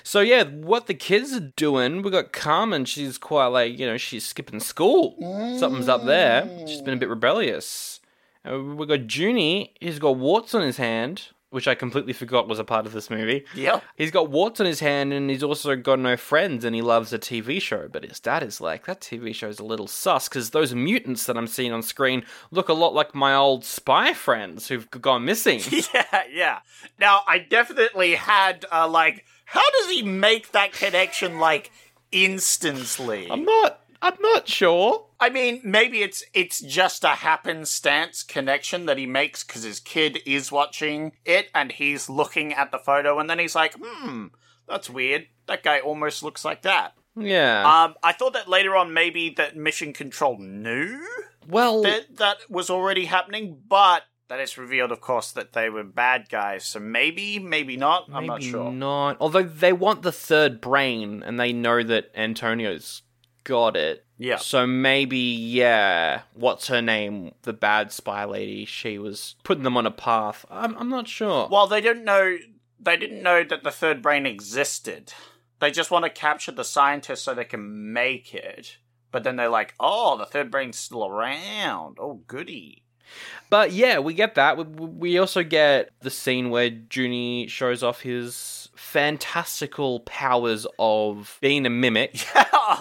[SPEAKER 1] So yeah, what the kids are doing? We got Carmen. She's quite like you know she's skipping school. Something's up there. She's been a bit rebellious. Uh, we got Junie. He's got warts on his hand, which I completely forgot was a part of this movie.
[SPEAKER 2] Yep.
[SPEAKER 1] He's got warts on his hand, and he's also got no friends, and he loves a TV show. But his dad is like, that TV show's a little sus, because those mutants that I'm seeing on screen look a lot like my old spy friends who've gone missing.
[SPEAKER 2] Yeah, yeah. Now I definitely had uh, like, how does he make that connection like instantly?
[SPEAKER 1] I'm not. I'm not sure.
[SPEAKER 2] I mean, maybe it's it's just a happenstance connection that he makes because his kid is watching it and he's looking at the photo and then he's like, hmm,
[SPEAKER 6] that's weird. That guy almost looks like that.
[SPEAKER 1] Yeah.
[SPEAKER 6] Um, I thought that later on maybe that Mission Control knew
[SPEAKER 1] well,
[SPEAKER 6] that that was already happening, but that it's revealed, of course, that they were bad guys. So maybe, maybe not. I'm not
[SPEAKER 1] Maybe
[SPEAKER 6] sure.
[SPEAKER 1] not. Although they want the third brain, and they know that Antonio's got it.
[SPEAKER 6] Yeah.
[SPEAKER 1] So maybe, yeah. What's her name? The bad spy lady. She was putting them on a path. I'm, I'm not sure.
[SPEAKER 6] Well, they didn't know. They didn't know that the third brain existed. They just want to capture the scientist so they can make it. But then they're like, "Oh, the third brain's still around. Oh, goody."
[SPEAKER 1] But yeah, we get that. We, we also get the scene where Junie shows off his fantastical powers of being a mimic.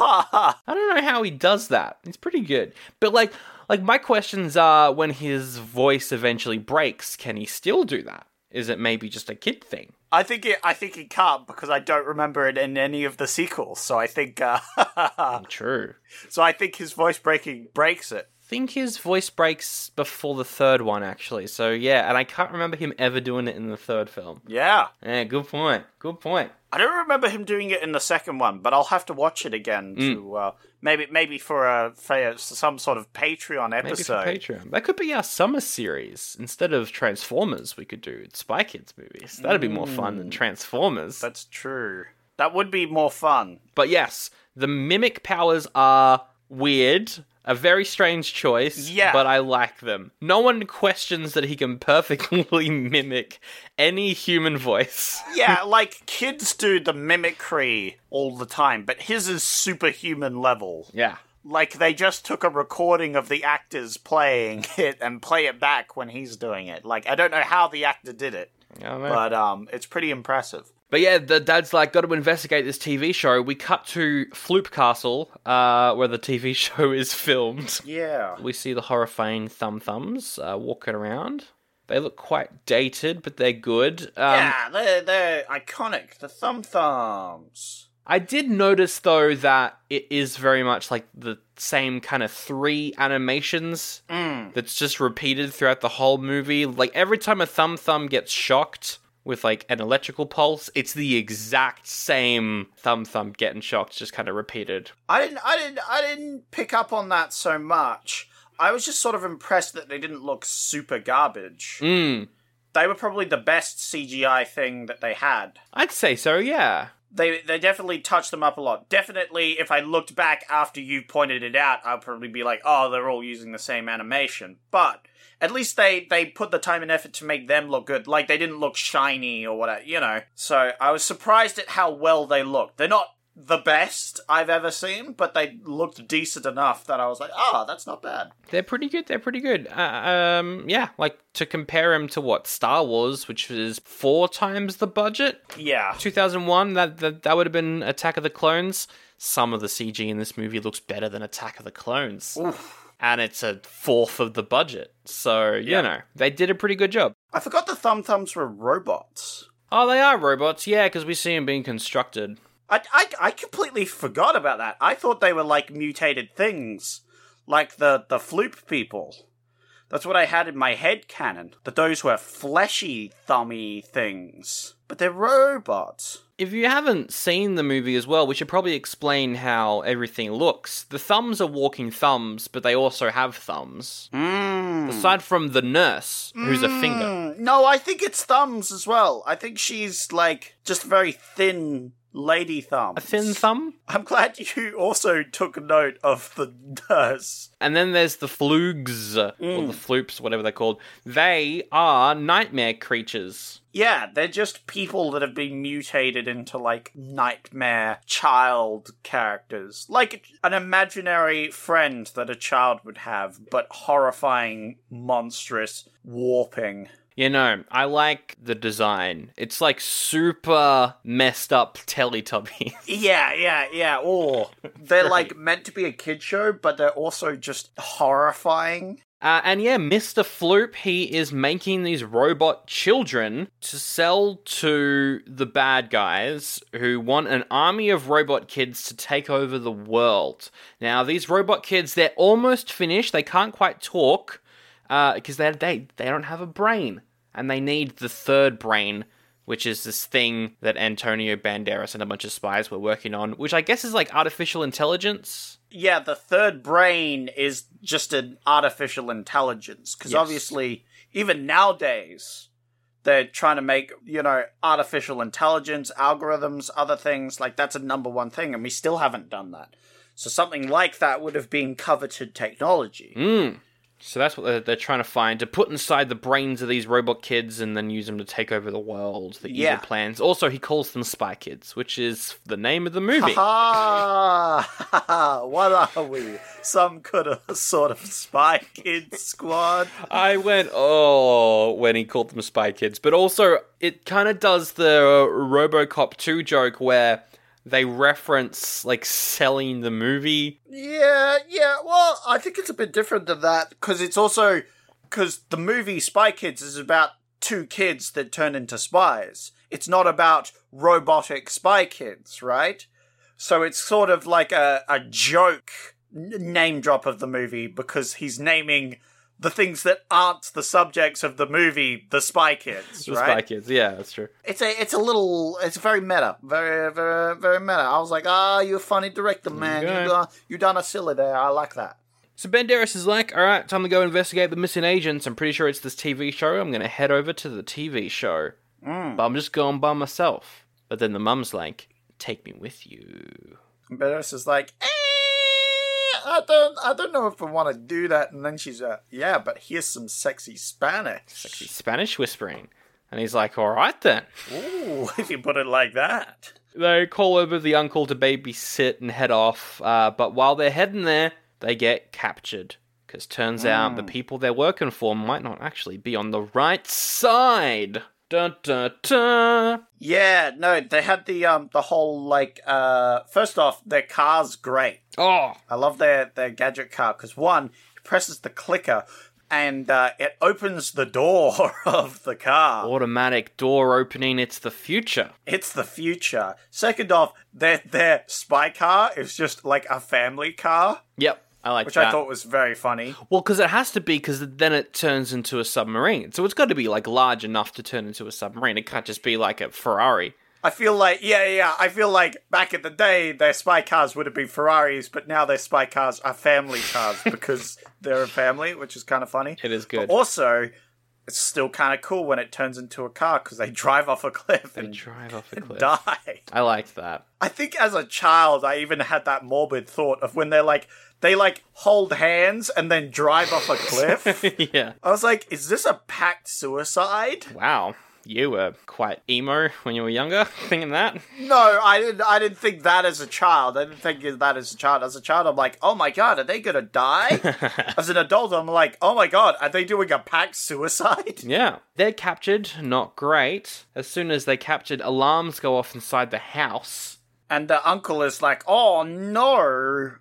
[SPEAKER 1] I don't know how he does that. It's pretty good. But like like my questions are when his voice eventually breaks, can he still do that? Is it maybe just a kid thing?
[SPEAKER 6] I think it. I think it can't because I don't remember it in any of the sequels. So I think. Uh,
[SPEAKER 1] True.
[SPEAKER 6] so I think his voice breaking breaks it.
[SPEAKER 1] think his voice breaks before the third one actually. So yeah, and I can't remember him ever doing it in the third film.
[SPEAKER 6] Yeah.
[SPEAKER 1] Yeah, good point. Good point.
[SPEAKER 6] I don't remember him doing it in the second one, but I'll have to watch it again
[SPEAKER 1] Mm.
[SPEAKER 6] to uh, maybe maybe for a for some sort of Patreon
[SPEAKER 1] Maybe
[SPEAKER 6] episode.
[SPEAKER 1] for Patreon. That could be our summer series. Instead of Transformers, we could do Spy Kids movies. That'd be more fun than Transformers.
[SPEAKER 6] That's true. That would be more fun.
[SPEAKER 1] But yes, the mimic powers are weird. A very strange choice,
[SPEAKER 6] Yeah.
[SPEAKER 1] but I like them. No one questions that he can perfectly mimic any human voice.
[SPEAKER 6] Yeah, like kids do the mimicry all the time, but his is superhuman level.
[SPEAKER 1] Yeah.
[SPEAKER 6] Like they just took a recording of the actors playing it and play it back when he's doing it. Like I don't know how the actor did it,
[SPEAKER 1] But,
[SPEAKER 6] but um it's pretty impressive.
[SPEAKER 1] but yeah, the dad's like, got to investigate this TV show. We cut to Floop Castle, uh, where the TV show is filmed.
[SPEAKER 2] Yeah.
[SPEAKER 1] We see the horrifying thumb thumbs uh, walking around. They look quite dated, but they're good. Um,
[SPEAKER 2] yeah, they're, they're iconic. The thumb thumbs.
[SPEAKER 1] I did notice though that it is very much like the same kind of three animations that's just repeated throughout the whole movie. Like every time a thumb thumb gets shocked with like an electrical pulse, it's the exact same thumb thumb getting shocked, just kind of repeated.
[SPEAKER 2] I didn't I didn't I didn't pick up on that so much. I was just sort of impressed that they didn't look super garbage.
[SPEAKER 1] Mm.
[SPEAKER 2] They were probably the best CGI thing that they had.
[SPEAKER 1] I'd say so, yeah.
[SPEAKER 2] They they definitely touched them up a lot. Definitely if I looked back after you pointed it out, I'll probably be like, "Oh, they're all using the same animation." But at least they they put the time and effort to make them look good. Like they didn't look shiny or whatever, you know. So, I was surprised at how well they looked. They're not the best I've ever seen, but they looked decent enough that I was like, "Oh, that's not bad."
[SPEAKER 1] They're pretty good. They're pretty good. Uh, um, yeah, like to compare him to what Star Wars, which is four times the budget.
[SPEAKER 2] Yeah.
[SPEAKER 1] 2001 that, that that would have been attack of the clones some of the cg in this movie looks better than attack of the clones and it's a fourth of the budget so you know they did a pretty good job
[SPEAKER 2] I forgot the thumb thumbs were robots.
[SPEAKER 1] oh they are robots yeah because we see them being constructed
[SPEAKER 2] I, I, I completely forgot about that. I thought they were like mutated things, like the, the floop people. That's what I had in my head canon, that those were fleshy, thummy things. But they're robots.
[SPEAKER 1] if you haven't seen the movie as well we should probably explain how everything looks the thumbs are walking thumbs but they also have thumbs
[SPEAKER 2] Mm.
[SPEAKER 1] aside from the nurse who's a finger
[SPEAKER 2] Mm, No, I think it's thumbs as well. I think she's like just very thin lady thumbs.
[SPEAKER 1] a thin thumb
[SPEAKER 2] I'm glad you also took note of the nurse.
[SPEAKER 1] And then there's the flugs, or the floops, whatever they're called. They are nightmare creatures.
[SPEAKER 2] Yeah, they're just people that have been mutated into like nightmare child characters. Like an imaginary friend that a child would have, but horrifying, monstrous, warping.
[SPEAKER 1] You know, I like the design. It's like super messed up Teletubby.
[SPEAKER 2] Yeah, yeah, yeah. Or they're like meant to be a kid show, but they're also just horrifying.
[SPEAKER 1] Uh, and yeah, Mr. Floop, he is making these robot children to sell to the bad guys who want an army of robot kids to take over the world. Now, these robot kids, they're almost finished. They can't quite uh, talk because they, they, they don't have a brain. And they need the third brain which is this thing that Antonio Banderas and a bunch of spies were working on, which I guess is like artificial intelligence.
[SPEAKER 2] Yeah, the third brain is just an artificial intelligence because
[SPEAKER 1] Yes.
[SPEAKER 2] obviously, even nowadays, they're trying to make you know artificial intelligence algorithms, other things like that's a number one thing, and we still haven't done that. So something like that would have been coveted technology.
[SPEAKER 1] So that's what they're, they're trying to find to put inside the brains of these robot kids and then use them to take over the world. The
[SPEAKER 2] Yeah.
[SPEAKER 1] evil plans. Also, he calls them Spy Kids, which is the name of the movie.
[SPEAKER 2] Ah, what are we? Some kind of sort of spy kid squad.
[SPEAKER 1] I went, oh, when he called them Spy Kids. But also, it kind of does the Robocop 2 joke where they reference, like, selling the movie.
[SPEAKER 2] Yeah, yeah. Well, I think it's a bit different than that because it's also because the movie Spy Kids is about two kids that turn into spies. It's not about robotic spy kids, right? So it's sort of like a, a joke n- name drop of the movie because he's naming the things that aren't the subjects of the movie the spy kids,
[SPEAKER 1] The
[SPEAKER 2] right?
[SPEAKER 1] Spy Kids, yeah, that's true.
[SPEAKER 2] It's a it's a little it's very meta, very very very meta. I was like, ah, you're a funny director, man.
[SPEAKER 1] Okay.
[SPEAKER 2] You done you done a silly there. I like that.
[SPEAKER 1] So Banderas is like, all right, time to go investigate the missing agents. I'm pretty sure it's this TV show. I'm going to head over to the TV show. But I'm just going by myself. But then the mum's like, take me with you.
[SPEAKER 2] And Beres is like, eh, I don't I don't know if I want to do that. And then she's like, yeah, but here's some sexy Spanish.
[SPEAKER 1] Sexy Spanish whispering. And he's like, all right then.
[SPEAKER 2] Ooh, if you put it like that.
[SPEAKER 1] They call over the uncle to babysit and head off, uh, but while they're heading there, they get captured. Because turns out the people they're working for might not actually be on the right side. Dun, dun, dun.
[SPEAKER 2] Yeah, no, they had the um the whole like uh first off their car's great.
[SPEAKER 1] Oh,
[SPEAKER 2] I love their their gadget car because one it presses the clicker and uh, it opens the door of the car.
[SPEAKER 1] automatic door opening, it's the future.
[SPEAKER 2] It's the future. Second off, their their spy car is just like a family car,
[SPEAKER 1] Yep, I like
[SPEAKER 2] which
[SPEAKER 1] that.
[SPEAKER 2] I thought was very funny.
[SPEAKER 1] well, because it has to be, because then it turns into a submarine. So it's got to be, like, large enough to turn into a submarine. It can't just be, like, a Ferrari.
[SPEAKER 2] I feel like yeah, yeah, yeah. I feel like back in the day, their spy cars would have been Ferraris, but now their spy cars are family cars because they're a family, which is kind of funny.
[SPEAKER 1] It is good.
[SPEAKER 2] But also, it's still kind of cool when it turns into a car because they drive off a cliff and
[SPEAKER 1] Drive off a cliff.
[SPEAKER 2] die.
[SPEAKER 1] I liked that.
[SPEAKER 2] I think as a child, I even had that morbid thought of when they're like, they like hold hands and then drive off a cliff.
[SPEAKER 1] yeah.
[SPEAKER 2] I was like, is this a packed suicide?
[SPEAKER 1] Wow, you were quite emo when you were younger, thinking that.
[SPEAKER 2] No, I didn't. I didn't think that as a child. I didn't think of that as a child. As a child, I'm like, oh my god, are they gonna die? as an adult, I'm like, oh my god, are they doing a packed suicide?
[SPEAKER 1] Yeah. They're captured, not great. As soon as they're captured, alarms go off inside the house.
[SPEAKER 2] And the uncle is like, oh no,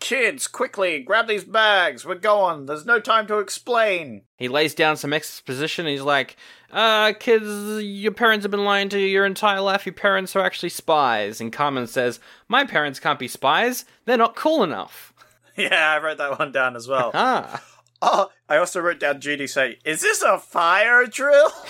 [SPEAKER 2] kids, quickly grab these bags. We're going. There's no time to explain.
[SPEAKER 1] He lays down some exposition and he's like, uh, kids, your parents have been lying to you your entire life. Your parents are actually spies. And Carmen says, My parents can't be spies. They're not cool enough.
[SPEAKER 2] Yeah, I wrote that one down as well.
[SPEAKER 1] Ah.
[SPEAKER 2] Oh, I also wrote down Judy saying, "Is this a fire drill?"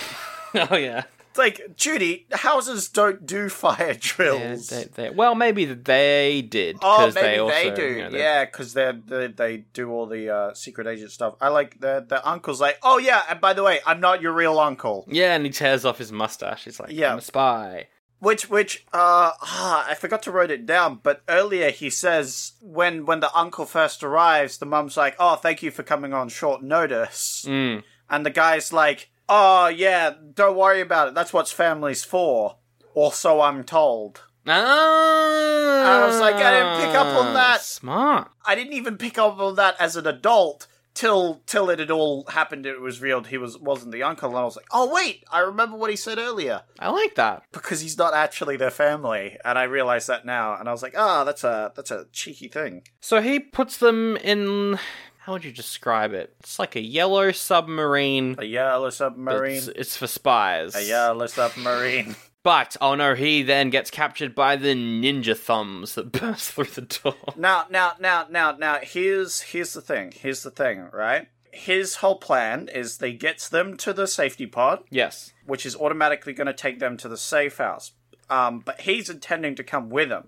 [SPEAKER 1] Oh, yeah.
[SPEAKER 2] It's like Judy, houses don't do fire
[SPEAKER 1] Yeah,
[SPEAKER 2] drills.
[SPEAKER 1] they, they, well, maybe they did.
[SPEAKER 2] oh,
[SPEAKER 1] 'cause
[SPEAKER 2] maybe they,
[SPEAKER 1] also,
[SPEAKER 2] do.
[SPEAKER 1] you know, they-
[SPEAKER 2] yeah, because they they they do all the uh, secret agent stuff. I like the the uncle's like, "Oh yeah, and by the way, I'm not your real uncle."
[SPEAKER 1] Yeah, and he tears off his mustache. He's like,
[SPEAKER 2] Yeah.
[SPEAKER 1] I'm a spy.
[SPEAKER 2] Which which uh ah, I forgot to write it down, but earlier he says when when the uncle first arrives, the mum's like, "Oh, thank you for coming on short notice."
[SPEAKER 1] Mm.
[SPEAKER 2] And the guy's like, oh, yeah, don't worry about it. That's what's family's for. Or so I'm told.
[SPEAKER 1] Ah,
[SPEAKER 2] I was like, I didn't pick up on that.
[SPEAKER 1] Smart.
[SPEAKER 2] I didn't even pick up on that as an adult till till it had all happened. It was revealed he was wasn't the uncle, and I was like, oh wait, I remember what he said earlier
[SPEAKER 1] I like that.
[SPEAKER 2] because he's not actually their family, and I realize that now. And I was like, ah, that's a that's a cheeky thing.
[SPEAKER 1] So he puts them in. How would you describe it? It's like a yellow submarine.
[SPEAKER 2] A yellow
[SPEAKER 1] but
[SPEAKER 2] submarine.
[SPEAKER 1] It's, it's for spies.
[SPEAKER 2] A yellow submarine.
[SPEAKER 1] But oh no, he then gets captured by the ninja thumbs that burst through the door.
[SPEAKER 2] Now, now, now, now, now. Here's here's the thing. Here's the thing. Right? His whole plan is they gets them to the safety pod,
[SPEAKER 1] Yes.
[SPEAKER 2] which is automatically going to take them to the safe house. Um, but he's intending to come with them.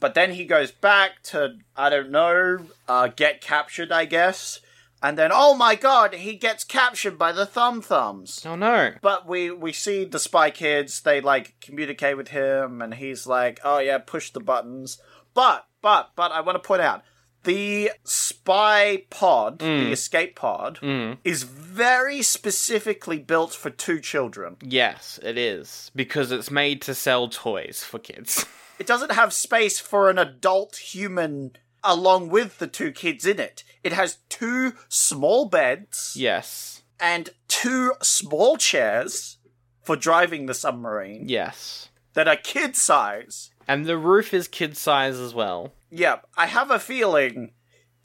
[SPEAKER 2] But then he goes back to, I don't know, uh, get captured, I guess. And then, oh my god, he gets captured by the Thumb Thumbs.
[SPEAKER 1] Oh no.
[SPEAKER 2] But we, we see the Spy Kids, they like communicate with him, and he's like, oh yeah, push the buttons. But, but, but I want to point out the spy pod, the escape pod, is very specifically built for two children.
[SPEAKER 1] Yes, it is because it's made to sell toys for kids.
[SPEAKER 2] it doesn't have space for an adult human along with the two kids in it. It has two small beds
[SPEAKER 1] yes.
[SPEAKER 2] and two small chairs for driving the submarine
[SPEAKER 1] Yes.
[SPEAKER 2] that are kid size.
[SPEAKER 1] And the roof is kid size as well.
[SPEAKER 2] Yep, I have a feeling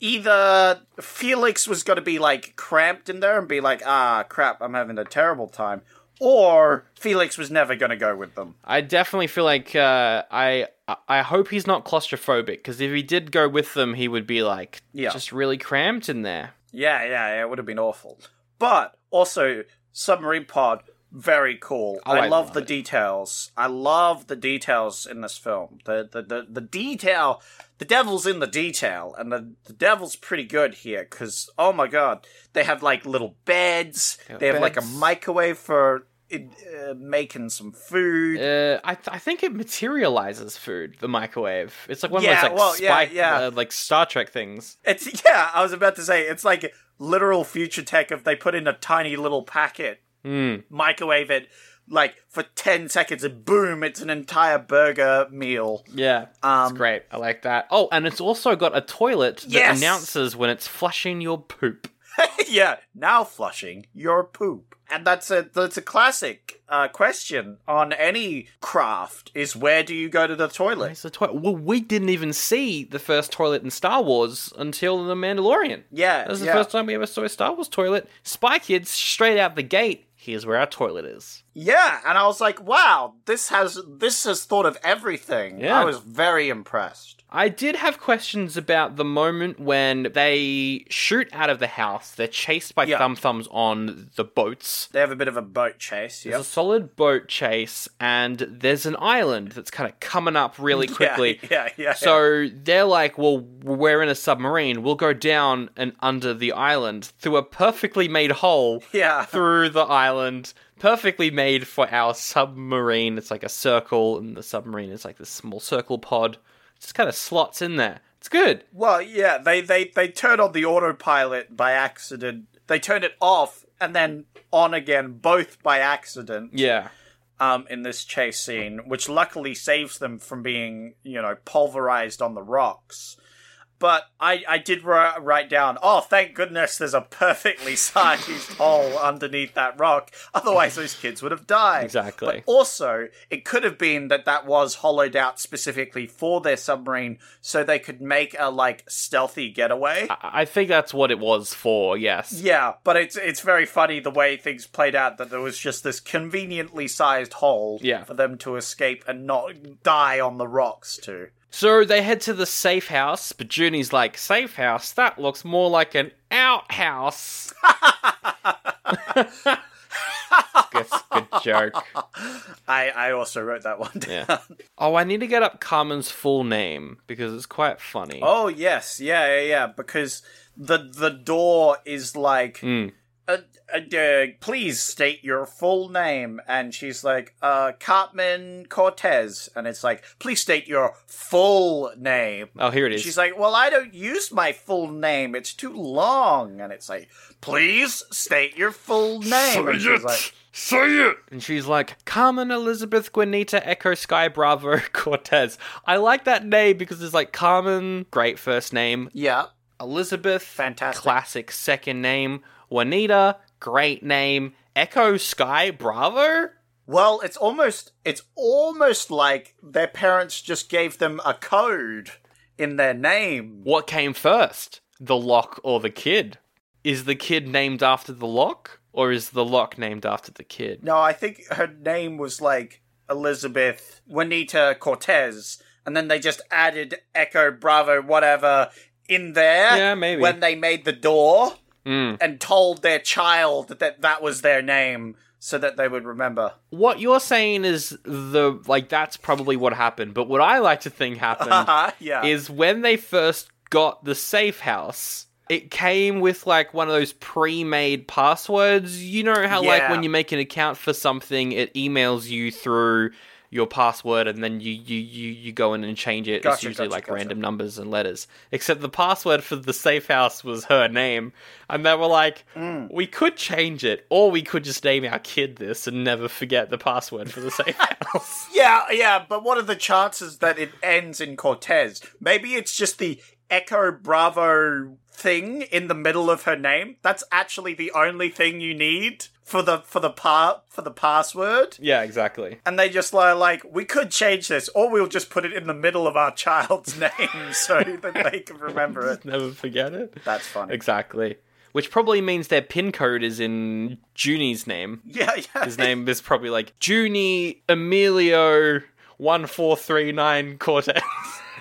[SPEAKER 2] either Felix was going to be like cramped in there and be like, ah, crap, I'm having a terrible time, or Felix was never going to go with them.
[SPEAKER 1] I definitely feel like uh, I I- I hope he's not claustrophobic because if he did go with them, he would be like
[SPEAKER 2] Yeah.
[SPEAKER 1] just really cramped in there.
[SPEAKER 2] Yeah, yeah, yeah, it would have been awful. But also, submarine pod, very cool.
[SPEAKER 1] Oh,
[SPEAKER 2] I,
[SPEAKER 1] I
[SPEAKER 2] love,
[SPEAKER 1] love
[SPEAKER 2] the
[SPEAKER 1] it.
[SPEAKER 2] details. I love the details in this film. The the the, the detail, the devil's in the detail, and the, the devil's pretty good here because oh my god, they have like little beds. They have like a
[SPEAKER 1] beds.
[SPEAKER 2] microwave for. In, uh, making some food.
[SPEAKER 1] Uh, I th- I think it materializes food. The microwave. It's like one
[SPEAKER 2] Yeah,
[SPEAKER 1] of those like
[SPEAKER 2] well, yeah,
[SPEAKER 1] spike
[SPEAKER 2] yeah.
[SPEAKER 1] Uh, like Star Trek things.
[SPEAKER 2] It's yeah. I was about to say it's like literal future tech if they put in a tiny little packet
[SPEAKER 1] Hmm.
[SPEAKER 2] microwave it like for 10 seconds and boom it's an entire burger meal
[SPEAKER 1] Yeah,
[SPEAKER 2] Um,
[SPEAKER 1] it's great. I like that. Oh, and it's also got a toilet that
[SPEAKER 2] Yes!
[SPEAKER 1] announces when it's flushing your poop.
[SPEAKER 2] yeah now flushing your poop and that's a that's a classic uh, question on any craft is where do you go to the toilet
[SPEAKER 1] It's the toilet. Well, we didn't even see the first toilet in Star Wars until The Mandalorian.
[SPEAKER 2] Yeah,
[SPEAKER 1] that was the
[SPEAKER 2] yeah.
[SPEAKER 1] first time we ever saw a Star Wars toilet. Spy Kids straight out the gate. Here's where our toilet is.
[SPEAKER 2] yeah and i was like wow this has this has thought of everything
[SPEAKER 1] Yeah.
[SPEAKER 2] i was very impressed
[SPEAKER 1] I did have questions about the moment when they shoot out of the house. They're chased by
[SPEAKER 2] Yeah.
[SPEAKER 1] Thumb Thumbs on the boats.
[SPEAKER 2] they have a bit of a boat chase
[SPEAKER 1] There's
[SPEAKER 2] yep.
[SPEAKER 1] a solid boat chase, and there's an island that's kind of coming up really quickly.
[SPEAKER 2] yeah, yeah.
[SPEAKER 1] So they're like, well, we're in a submarine. We'll go down and under the island through a perfectly made hole
[SPEAKER 2] Yeah.
[SPEAKER 1] through the island, perfectly made for our submarine. It's like a circle, and the submarine is like this small circle pod. It just kind of slots in there. It's good.
[SPEAKER 2] Well, yeah, they, they, they turn on the autopilot by accident. They turn it off and then on again, both by accident,
[SPEAKER 1] Yeah.
[SPEAKER 2] um, in this chase scene, which luckily saves them from being, you know, pulverized on the rocks. But I, I did ri- write down, oh, thank goodness there's a perfectly sized hole underneath that rock. Otherwise, those kids would have died.
[SPEAKER 1] Exactly.
[SPEAKER 2] But also, it could have been that that was hollowed out specifically for their submarine so they could make a, like, stealthy getaway.
[SPEAKER 1] I I think that's what it was for, yes.
[SPEAKER 2] yeah, but it's it's very funny the way things played out that there was just this conveniently sized hole
[SPEAKER 1] Yeah.
[SPEAKER 2] for them to escape and not die on the rocks to.
[SPEAKER 1] So they head to the safe house, but Junie's like, safe house? That looks more like an outhouse. That's a good joke.
[SPEAKER 2] I, I also wrote that one down.
[SPEAKER 1] Yeah. Oh, I need to get up Carmen's full name because it's quite funny.
[SPEAKER 2] Oh yes, yeah, yeah, yeah. Because the the door is like,
[SPEAKER 1] Hmm.
[SPEAKER 2] uh, uh, uh, please state your full name, and she's like, uh, Cartman Cortez, and it's like, please state your full name.
[SPEAKER 1] Oh, here it is.
[SPEAKER 2] She's like, well, I don't use my full name; it's too long, and it's like, please state your full name. And she's like,
[SPEAKER 1] and she's like, Carmen Elizabeth Guanita Echo Sky Bravo Cortez. I like that name because it's like Carmen, great first name.
[SPEAKER 2] yeah,
[SPEAKER 1] Elizabeth,
[SPEAKER 2] Fantastic.
[SPEAKER 1] classic second name. Juanita, great name. Echo Sky Bravo?
[SPEAKER 2] Well, it's almost it's almost like their parents just gave them a code in their name.
[SPEAKER 1] What came first, the lock or the kid? Is the kid named after the lock, or is the lock named after the kid?
[SPEAKER 2] No, I think her name was like Elizabeth Juanita Cortez, and then they just added Echo Bravo whatever in there.
[SPEAKER 1] Yeah, maybe. Hmm.
[SPEAKER 2] when they made the door. and told their child that that was their name so that they would remember.
[SPEAKER 1] What you're saying is the like that's probably what happened, but what I like to think happened
[SPEAKER 2] yeah.
[SPEAKER 1] is when they first got the safe house, it came with like one of those pre-made passwords. You know how like
[SPEAKER 2] Yeah.
[SPEAKER 1] when you make an account for something, it emails you through your password and then you you you, you go in and change it. it's
[SPEAKER 2] Gotcha,
[SPEAKER 1] usually
[SPEAKER 2] gotcha,
[SPEAKER 1] like
[SPEAKER 2] gotcha.
[SPEAKER 1] random numbers and letters. Except the password for the safe house was her name. And they were like,
[SPEAKER 2] Mm.
[SPEAKER 1] we could change it or we could just name our kid this and never forget the password for the safe house.
[SPEAKER 2] Yeah, yeah, but what are the chances that it ends in Cortez? Maybe it's just the Echo Bravo thing in the middle of her name. That's actually the only thing you need for the for the pa- for the password.
[SPEAKER 1] yeah, exactly.
[SPEAKER 2] And they just are like, we could change this, or we'll just put it in the middle of our child's name so that they can remember it.
[SPEAKER 1] Never forget it.
[SPEAKER 2] That's funny.
[SPEAKER 1] Exactly. Which probably means their pin code is in Junie's name.
[SPEAKER 2] Yeah, yeah.
[SPEAKER 1] His name is probably like Junie Emilio one four three nine Cortez.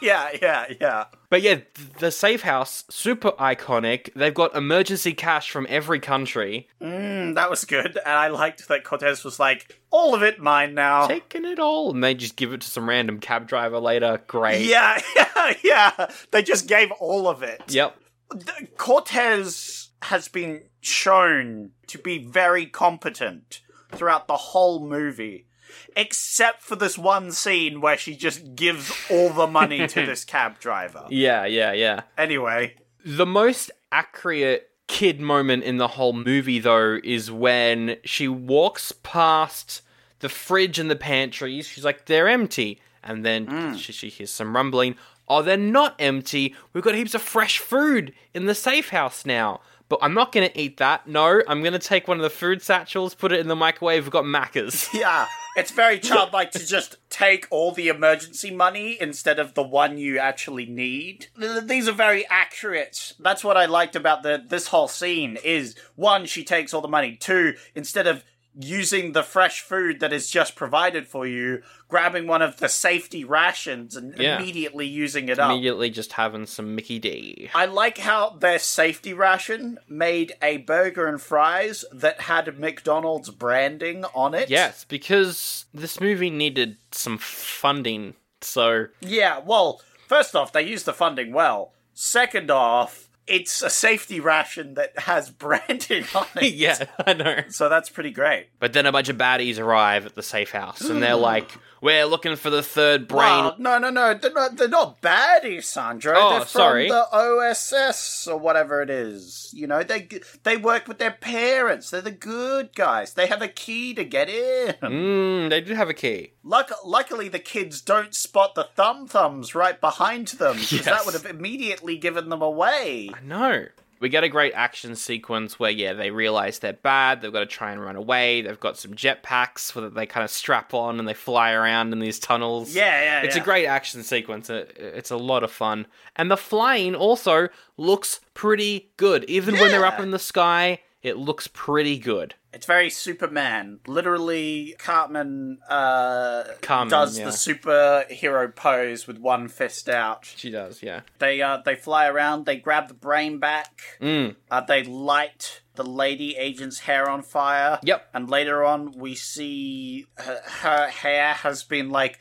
[SPEAKER 2] Yeah, yeah, yeah.
[SPEAKER 1] But yeah, th- the safe house super iconic. They've got emergency cash from every country.
[SPEAKER 2] Mm, that was good. And I liked that Cortez was like, all of it mine now.
[SPEAKER 1] Taking it all, and they just give it to some random cab driver later. Great.
[SPEAKER 2] yeah, yeah, yeah. They just gave all of it.
[SPEAKER 1] Yep.
[SPEAKER 2] The- Cortez has been shown to be very competent throughout the whole movie, except for this one scene where she just gives all the money to this cab driver.
[SPEAKER 1] Yeah, yeah, yeah.
[SPEAKER 2] Anyway,
[SPEAKER 1] The most accurate kid moment in the whole movie, though, is when she walks past the fridge and the pantries. She's like, they're empty. And then she, she hears some rumbling. Oh, they're not empty. We've got heaps of fresh food in the safe house now. But I'm not going to eat that. No, I'm going to take one of the food satchels, put it in the microwave. We've got Macca's.
[SPEAKER 2] yeah, it's very childlike to just take all the emergency money instead of the one you actually need. Th- These are very accurate. That's what I liked about the this whole scene is one, she takes all the money. Two, instead of using the fresh food that is just provided for you, grabbing one of the safety rations and
[SPEAKER 1] Yeah.
[SPEAKER 2] immediately using it up.
[SPEAKER 1] Immediately just having some Mickey D.
[SPEAKER 2] I like how their safety ration made a burger and fries that had McDonald's branding on it.
[SPEAKER 1] Yes, because this movie needed some funding. So
[SPEAKER 2] Yeah, well, first off, they use the funding well. Second off, it's a safety ration that has branding on it.
[SPEAKER 1] yeah, I know.
[SPEAKER 2] So that's pretty great.
[SPEAKER 1] But then a bunch of baddies arrive at the safe house and they're like, we're looking for the third brain.
[SPEAKER 2] Wow, no, no, no. They're not, they're not baddies, Sandro.
[SPEAKER 1] Oh,
[SPEAKER 2] they're from
[SPEAKER 1] sorry.
[SPEAKER 2] the OSS or whatever it is. You know, they they work with their parents. They're the good guys. They have a key to get in.
[SPEAKER 1] Mm, they did have a key.
[SPEAKER 2] Luck- luckily, the kids don't spot the thumb thumbs right behind them because
[SPEAKER 1] Yes.
[SPEAKER 2] that would have immediately given them away.
[SPEAKER 1] No. We get a great action sequence where, yeah, they realize they're bad. They've got to try and run away. They've got some jetpacks that they kind of strap on and they fly around in these tunnels.
[SPEAKER 2] Yeah, yeah,
[SPEAKER 1] It's a
[SPEAKER 2] yeah.
[SPEAKER 1] great action sequence. It- It's a lot of fun. And the flying also looks pretty good. Even when they're up in the sky, it looks pretty good.
[SPEAKER 2] It's very Superman. Literally, Cartman, uh,
[SPEAKER 1] Cartman,
[SPEAKER 2] does
[SPEAKER 1] yeah.
[SPEAKER 2] the superhero pose with one fist out.
[SPEAKER 1] She does, yeah.
[SPEAKER 2] They uh, they fly around. They grab the brain back.
[SPEAKER 1] Mm.
[SPEAKER 2] Uh, they light the lady agent's hair on fire.
[SPEAKER 1] Yep.
[SPEAKER 2] And later on, we see her, her hair has been like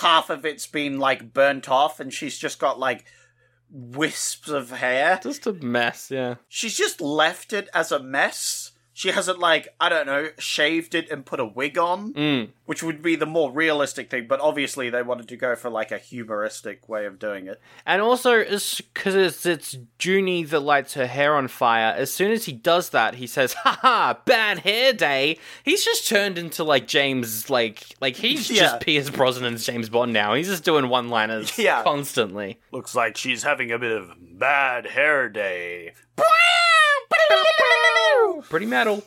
[SPEAKER 2] half of it's been like burnt off, and she's just got like wisps of hair.
[SPEAKER 1] Just a mess, yeah.
[SPEAKER 2] She's just left it as a mess. She hasn't like I don't know shaved it and put a wig on,
[SPEAKER 1] Mm.
[SPEAKER 2] which would be the more realistic thing. But obviously, they wanted to go for like a humoristic way of doing it.
[SPEAKER 1] And also, because it's, it's Junie that lights her hair on fire, as soon as he does that, he says, "Ha ha, bad hair day. He's just turned into like James, like, like he's
[SPEAKER 2] Yeah.
[SPEAKER 1] just Pierce Brosnan's James Bond now. He's just doing one liners
[SPEAKER 2] Yeah.
[SPEAKER 1] constantly.
[SPEAKER 6] Looks like she's having a bit of bad hair day.
[SPEAKER 1] Pretty metal.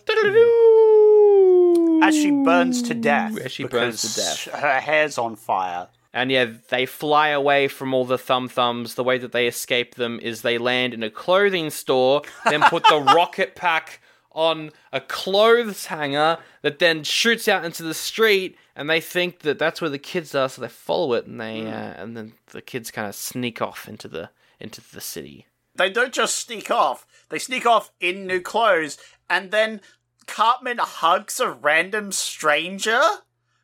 [SPEAKER 6] As she burns to death.
[SPEAKER 1] As she burns to
[SPEAKER 6] because Her hair's on fire.
[SPEAKER 1] And yeah, they fly away from all the thumb thumbs. The way that they escape them is they land in a clothing store, then put the rocket pack on a clothes hanger that then shoots out into the street. And they think that that's where the kids are,
[SPEAKER 2] Hmm.
[SPEAKER 1] so they follow it, and they uh, and then the kids kind of sneak off into the into the city.
[SPEAKER 2] They don't just sneak off. They sneak off in new clothes, and then Cartman hugs a random stranger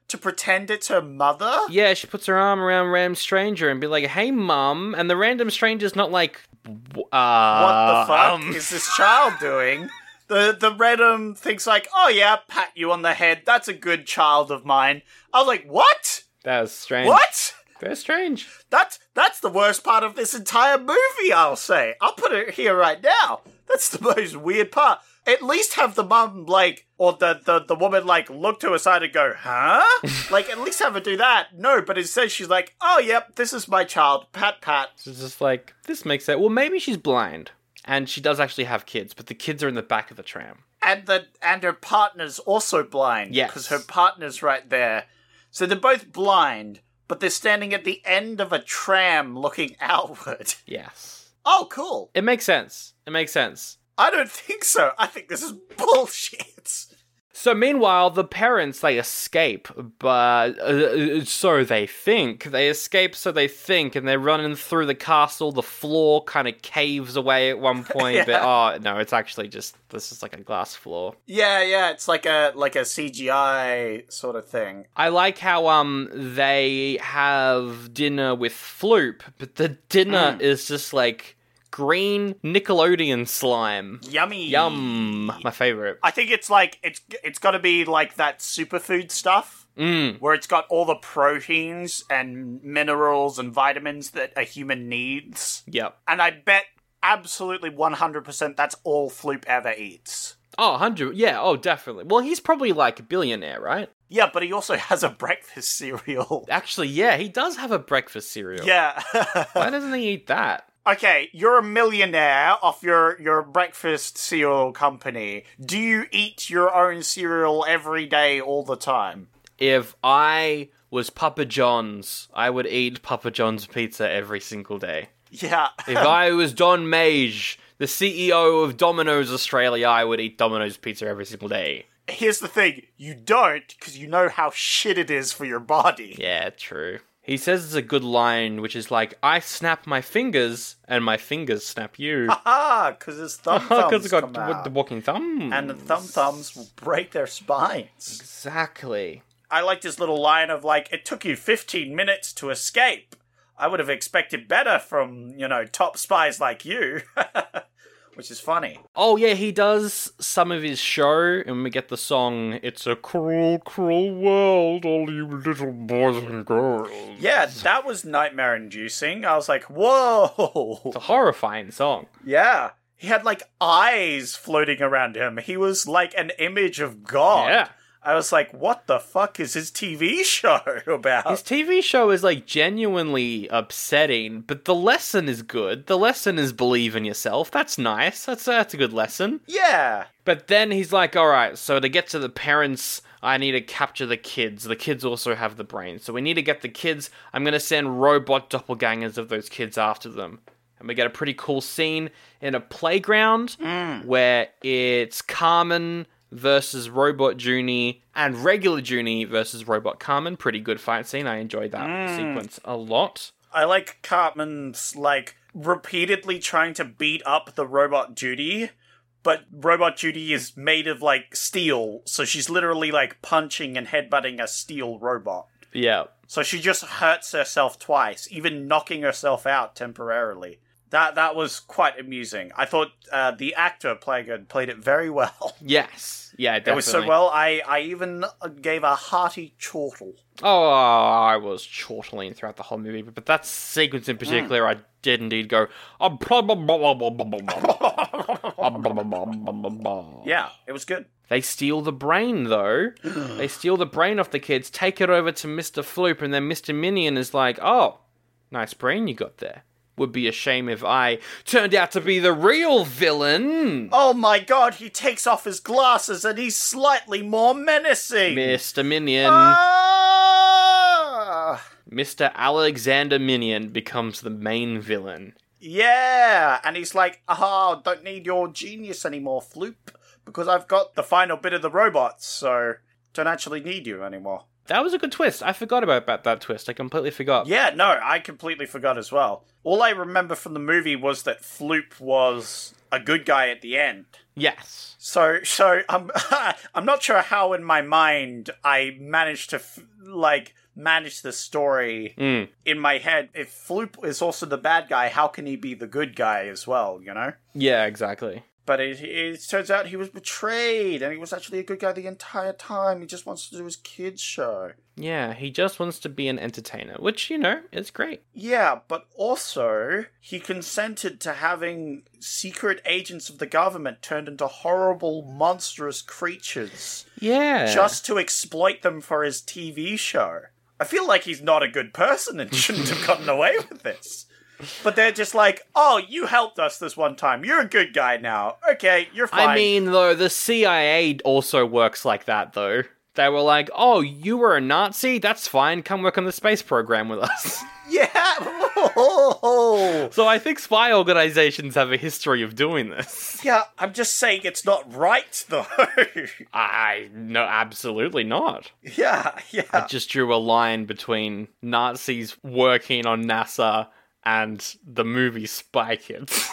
[SPEAKER 2] to pretend it's her mother.
[SPEAKER 1] Yeah, she puts her arm around random stranger and be like, "Hey, mum," and the random stranger's not like, "W-
[SPEAKER 2] What
[SPEAKER 1] uh,
[SPEAKER 2] the fuck
[SPEAKER 1] um."
[SPEAKER 2] is this child doing? The the random thing's like, oh yeah, pat you on the head. That's a good child of mine. I was like, what?
[SPEAKER 1] That was strange.
[SPEAKER 2] What?
[SPEAKER 1] That's strange.
[SPEAKER 2] That's that's the worst part of this entire movie, I'll say. I'll put it here right now. That's the most weird part. At least have the mum like or the, the, the woman like look to her side and go, huh? like at least have her do that. No, but instead she's like, Oh yep, this is my child, pat pat.
[SPEAKER 1] So It's just like this makes sense. Well, maybe she's blind and she does actually have kids, but the kids are in the back of the tram.
[SPEAKER 2] And the and her partner's also blind.
[SPEAKER 1] Yes.
[SPEAKER 2] Because her partner's right there. So they're both blind, but they're standing at the end of a tram looking outward.
[SPEAKER 1] Yes,
[SPEAKER 2] Oh, cool.
[SPEAKER 1] it makes sense. It makes sense.
[SPEAKER 2] I don't think so. I think this is bullshit.
[SPEAKER 1] So meanwhile, the parents they escape, but uh, uh, so they think they escape. So they think, and they're running through the castle. The floor kind of caves away at one point, but oh no, it's actually just this is like a glass floor.
[SPEAKER 2] Yeah, yeah, it's like a like a CGI sort of thing.
[SPEAKER 1] I like how um they have dinner with Floop, but the dinner
[SPEAKER 6] Mm.
[SPEAKER 1] is just like green Nickelodeon slime.
[SPEAKER 2] Yummy.
[SPEAKER 1] Yum, my favorite.
[SPEAKER 6] I think it's like it's it's got to be like that superfood stuff where it's got all the proteins and minerals and vitamins that a human needs.
[SPEAKER 1] Yep.
[SPEAKER 6] And I bet absolutely 100% that's all Floop ever eats.
[SPEAKER 1] Oh, 100. Yeah, oh, definitely. Well, he's probably like a billionaire, right?
[SPEAKER 6] Yeah, but he also has a breakfast cereal.
[SPEAKER 1] Actually, yeah, he does have a breakfast cereal.
[SPEAKER 6] Yeah.
[SPEAKER 1] Why doesn't he eat that?
[SPEAKER 6] okay, you're a millionaire off your your breakfast cereal company. Do you eat your own cereal every day all the time?
[SPEAKER 1] If I was Papa John's, I would eat Papa John's pizza every single day.
[SPEAKER 6] Yeah.
[SPEAKER 1] If I was Don Mage, the CEO of Domino's Australia, I would eat Domino's pizza every single day.
[SPEAKER 6] Here's the thing, you don't because you know how shit it is for your body.
[SPEAKER 1] Yeah, true. He says it's a good line, which is like, I snap my fingers, and my fingers snap you.
[SPEAKER 2] Ah, because his thumb thumbs
[SPEAKER 1] Because I got
[SPEAKER 2] come
[SPEAKER 1] the,
[SPEAKER 2] out,
[SPEAKER 1] the walking thumb.
[SPEAKER 2] and the thumb thumbs will break their spines.
[SPEAKER 1] exactly.
[SPEAKER 2] I liked his little line of like, "It took you 15 minutes to escape. I would have expected better from you know top spies like you," which is funny.
[SPEAKER 1] Oh, yeah, he does some of his show, and we get the song, It's a Cruel, Cruel World, All You Little Boys and Girls.
[SPEAKER 2] Yeah, that was nightmare inducing. I was like, "Whoa!"
[SPEAKER 1] It's a horrifying song.
[SPEAKER 2] Yeah. He had like eyes floating around him. He was like an image of God.
[SPEAKER 1] Yeah.
[SPEAKER 2] I was like, what the fuck is his TV show about?
[SPEAKER 1] His TV show is like genuinely upsetting, but the lesson is good. The lesson is believe in yourself. That's nice. That's that's a good lesson.
[SPEAKER 2] yeah.
[SPEAKER 1] But then he's like, "All right, so to get to the parents, I need to capture the kids. The kids also have the brain, so we need to get the kids. I'm gonna send robot doppelgangers of those kids after them." And we get a pretty cool scene in a playground where it's Carmen versus Robot Junie and regular Junie versus Robot Carmen. Pretty good fight scene. I enjoyed that sequence a lot.
[SPEAKER 2] I like Cartman's like repeatedly trying to beat up the robot Judy, but robot Judy is made of like steel, so she's literally like punching and headbutting a steel robot.
[SPEAKER 1] Yeah.
[SPEAKER 2] So she just hurts herself twice, even knocking herself out temporarily. That that was quite amusing. I thought uh, the actor playing it played it very well.
[SPEAKER 1] Yes. Yeah, definitely.
[SPEAKER 2] It was so well. I I even gave a hearty chortle.
[SPEAKER 1] Oh, I was chortling throughout the whole movie, but that sequence in particular, I did indeed go. "Ah, blah, blah, blah, blah, blah, blah, blah. Ah, blah, blah, blah, blah, blah, blah."
[SPEAKER 2] Yeah, it was good.
[SPEAKER 1] They steal the brain, though. they steal the brain off the kids, take it over to Mr. Floop, and then Mr. Minion is like, oh, nice brain you got there. Would be a shame if I turned out to be the real villain.
[SPEAKER 2] Oh my god, he takes off his glasses and he's slightly more menacing.
[SPEAKER 1] Mr. Minion.
[SPEAKER 2] Ah!
[SPEAKER 1] Mr. Alexander Minion becomes the main villain.
[SPEAKER 2] Yeah, and he's like, "Ah, don't need your genius anymore, Floop, because I've got the final bit of the robots, so don't actually need you anymore."
[SPEAKER 1] That was a good twist. I forgot about, about that twist. I completely forgot.
[SPEAKER 2] Yeah, no, I completely forgot as well. All I remember from the movie was that Floop was a good guy at the end.
[SPEAKER 1] Yes.
[SPEAKER 2] So, so I'm I'm not sure how in my mind I managed to f- like manage the story in my head. If Floop is also the bad guy, how can he be the good guy as well? You know.
[SPEAKER 1] Yeah, exactly.
[SPEAKER 2] But it, it turns out he was betrayed, and he was actually a good guy the entire time. He just wants to do his kids show.
[SPEAKER 1] Yeah, he just wants to be an entertainer, which, you know, is great.
[SPEAKER 2] Yeah, but also he consented to having secret agents of the government turned into horrible, monstrous creatures
[SPEAKER 1] Yeah.
[SPEAKER 2] just to exploit them for his TV show. I feel like he's not a good person and shouldn't have gotten away with this. But they're just like, oh, you helped us this one time. You're a good guy now. Okay, you're fine.
[SPEAKER 1] I mean, though, the CIA also works like that, though. They were like, oh, you were a Nazi? That's fine. Come work on the space program with us.
[SPEAKER 2] yeah. Oh.
[SPEAKER 1] so I think spy organizations have a history of doing this.
[SPEAKER 2] yeah, I'm just saying it's not right, though.
[SPEAKER 1] I, no, absolutely not.
[SPEAKER 2] yeah, yeah.
[SPEAKER 1] I just drew a line between Nazis working on NASA and the movie Spy Kids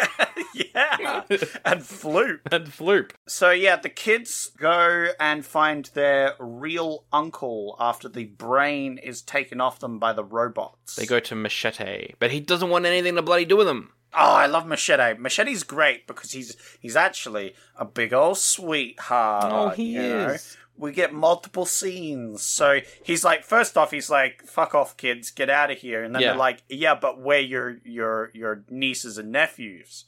[SPEAKER 2] yeah. and Floop.
[SPEAKER 1] and Floop.
[SPEAKER 2] So yeah, the kids go and find their real uncle after the brain is taken off them by the robots.
[SPEAKER 1] They go to Machete, but he doesn't want anything to bloody do with them.
[SPEAKER 2] Oh, I love Machete. Machete's great because he's he's actually a big old sweetheart.
[SPEAKER 1] Oh, he
[SPEAKER 2] you know?
[SPEAKER 1] is.
[SPEAKER 2] We get multiple scenes. So he's like, first off, he's like, fuck off, kids, get out of here. And then
[SPEAKER 1] Yeah.
[SPEAKER 2] they're like, yeah, but we're your, your, your nieces and nephews.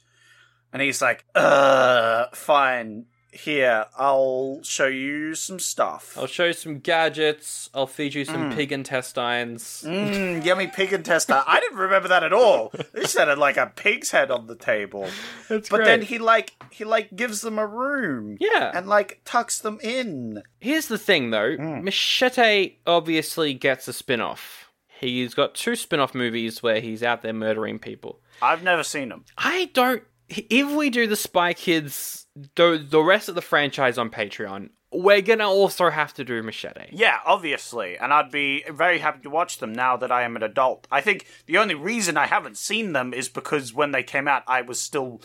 [SPEAKER 2] And he's like, uh, fine. Here, I'll show you some stuff.
[SPEAKER 1] I'll show you some gadgets. I'll feed you some pig intestines.
[SPEAKER 2] Mm, yummy pig intestine. I didn't remember that at all. This sounded like a pig's head on the table. but then
[SPEAKER 1] great.
[SPEAKER 2] he like he like gives them a room.
[SPEAKER 1] Yeah.
[SPEAKER 2] And like tucks them in.
[SPEAKER 1] Here's the thing, though. Machete obviously gets a spin off. He's got two spin off movies where he's out there murdering people.
[SPEAKER 6] I've never seen them.
[SPEAKER 1] I don't. If we do the Spy Kids, the, the rest of the franchise on Patreon, we're gonna also have to do Machete.
[SPEAKER 6] Yeah, obviously, and I'd be very happy to watch them now that I am an adult. I think the only reason I haven't seen them is because when they came out, I was still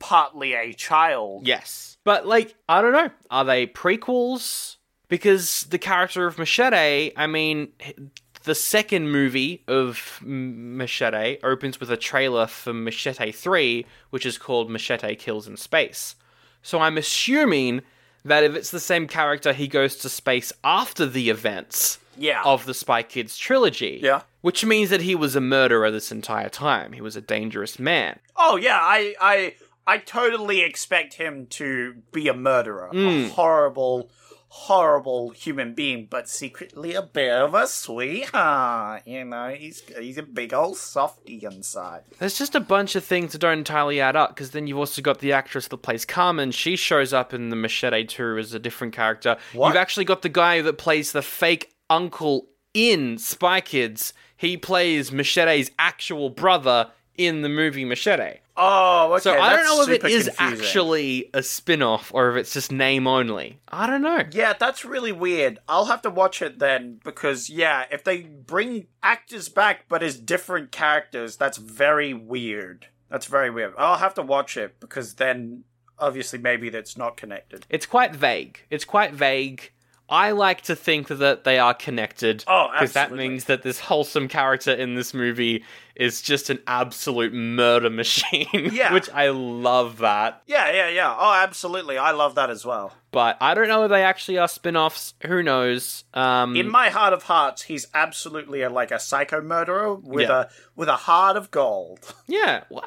[SPEAKER 6] partly a child.
[SPEAKER 1] Yes. But, like, I don't know. Are they prequels? Because the character of Machete, I mean, h- the second movie of M- Machete opens with a trailer for Machete 3, which is called Machete Kills in Space. So I'm assuming that if it's the same character, he goes to space after the events
[SPEAKER 6] Yeah.
[SPEAKER 1] of the Spy Kids trilogy.
[SPEAKER 2] Yeah.
[SPEAKER 1] Which means that he was a murderer this entire time. He was a dangerous man.
[SPEAKER 2] Oh yeah, I I I totally expect him to be a murderer.
[SPEAKER 1] Hmm.
[SPEAKER 2] A horrible horrible human being but secretly a bit of a sweetheart you know he's he's a big old softy inside
[SPEAKER 1] There's just a bunch of things that don't entirely add up because then you've also got the actress that plays Carmen. She shows up in the Machete 2 as a different character.
[SPEAKER 2] What?
[SPEAKER 1] You've actually got the guy that plays the fake uncle in Spy Kids. He plays Machete's actual brother in the movie Machete.
[SPEAKER 2] oh okay
[SPEAKER 1] So I don't
[SPEAKER 2] that's
[SPEAKER 1] know if it
[SPEAKER 2] super
[SPEAKER 1] is
[SPEAKER 2] confusing.
[SPEAKER 1] actually a spin off or if it's just name only. I don't know.
[SPEAKER 2] Yeah, that's really weird. I'll have to watch it then because yeah, if they bring actors back but as different characters, that's very weird. That's very weird. I'll have to watch it because then obviously maybe that's not connected.
[SPEAKER 1] It's quite vague. It's quite vague. I like to think that they are connected.
[SPEAKER 2] Oh,
[SPEAKER 1] that
[SPEAKER 2] absolutely.
[SPEAKER 1] means that this wholesome character in this movie is just an absolute murder machine.
[SPEAKER 2] Yeah.
[SPEAKER 1] which I love that.
[SPEAKER 2] Yeah, yeah, yeah. Oh, absolutely. I love that as well.
[SPEAKER 1] But I don't know if they actually are spin offs. Who knows? Um,
[SPEAKER 2] In my heart of hearts, he's absolutely a, like a psycho murderer with
[SPEAKER 1] Yeah.
[SPEAKER 2] a with a heart of gold.
[SPEAKER 1] yeah. Well,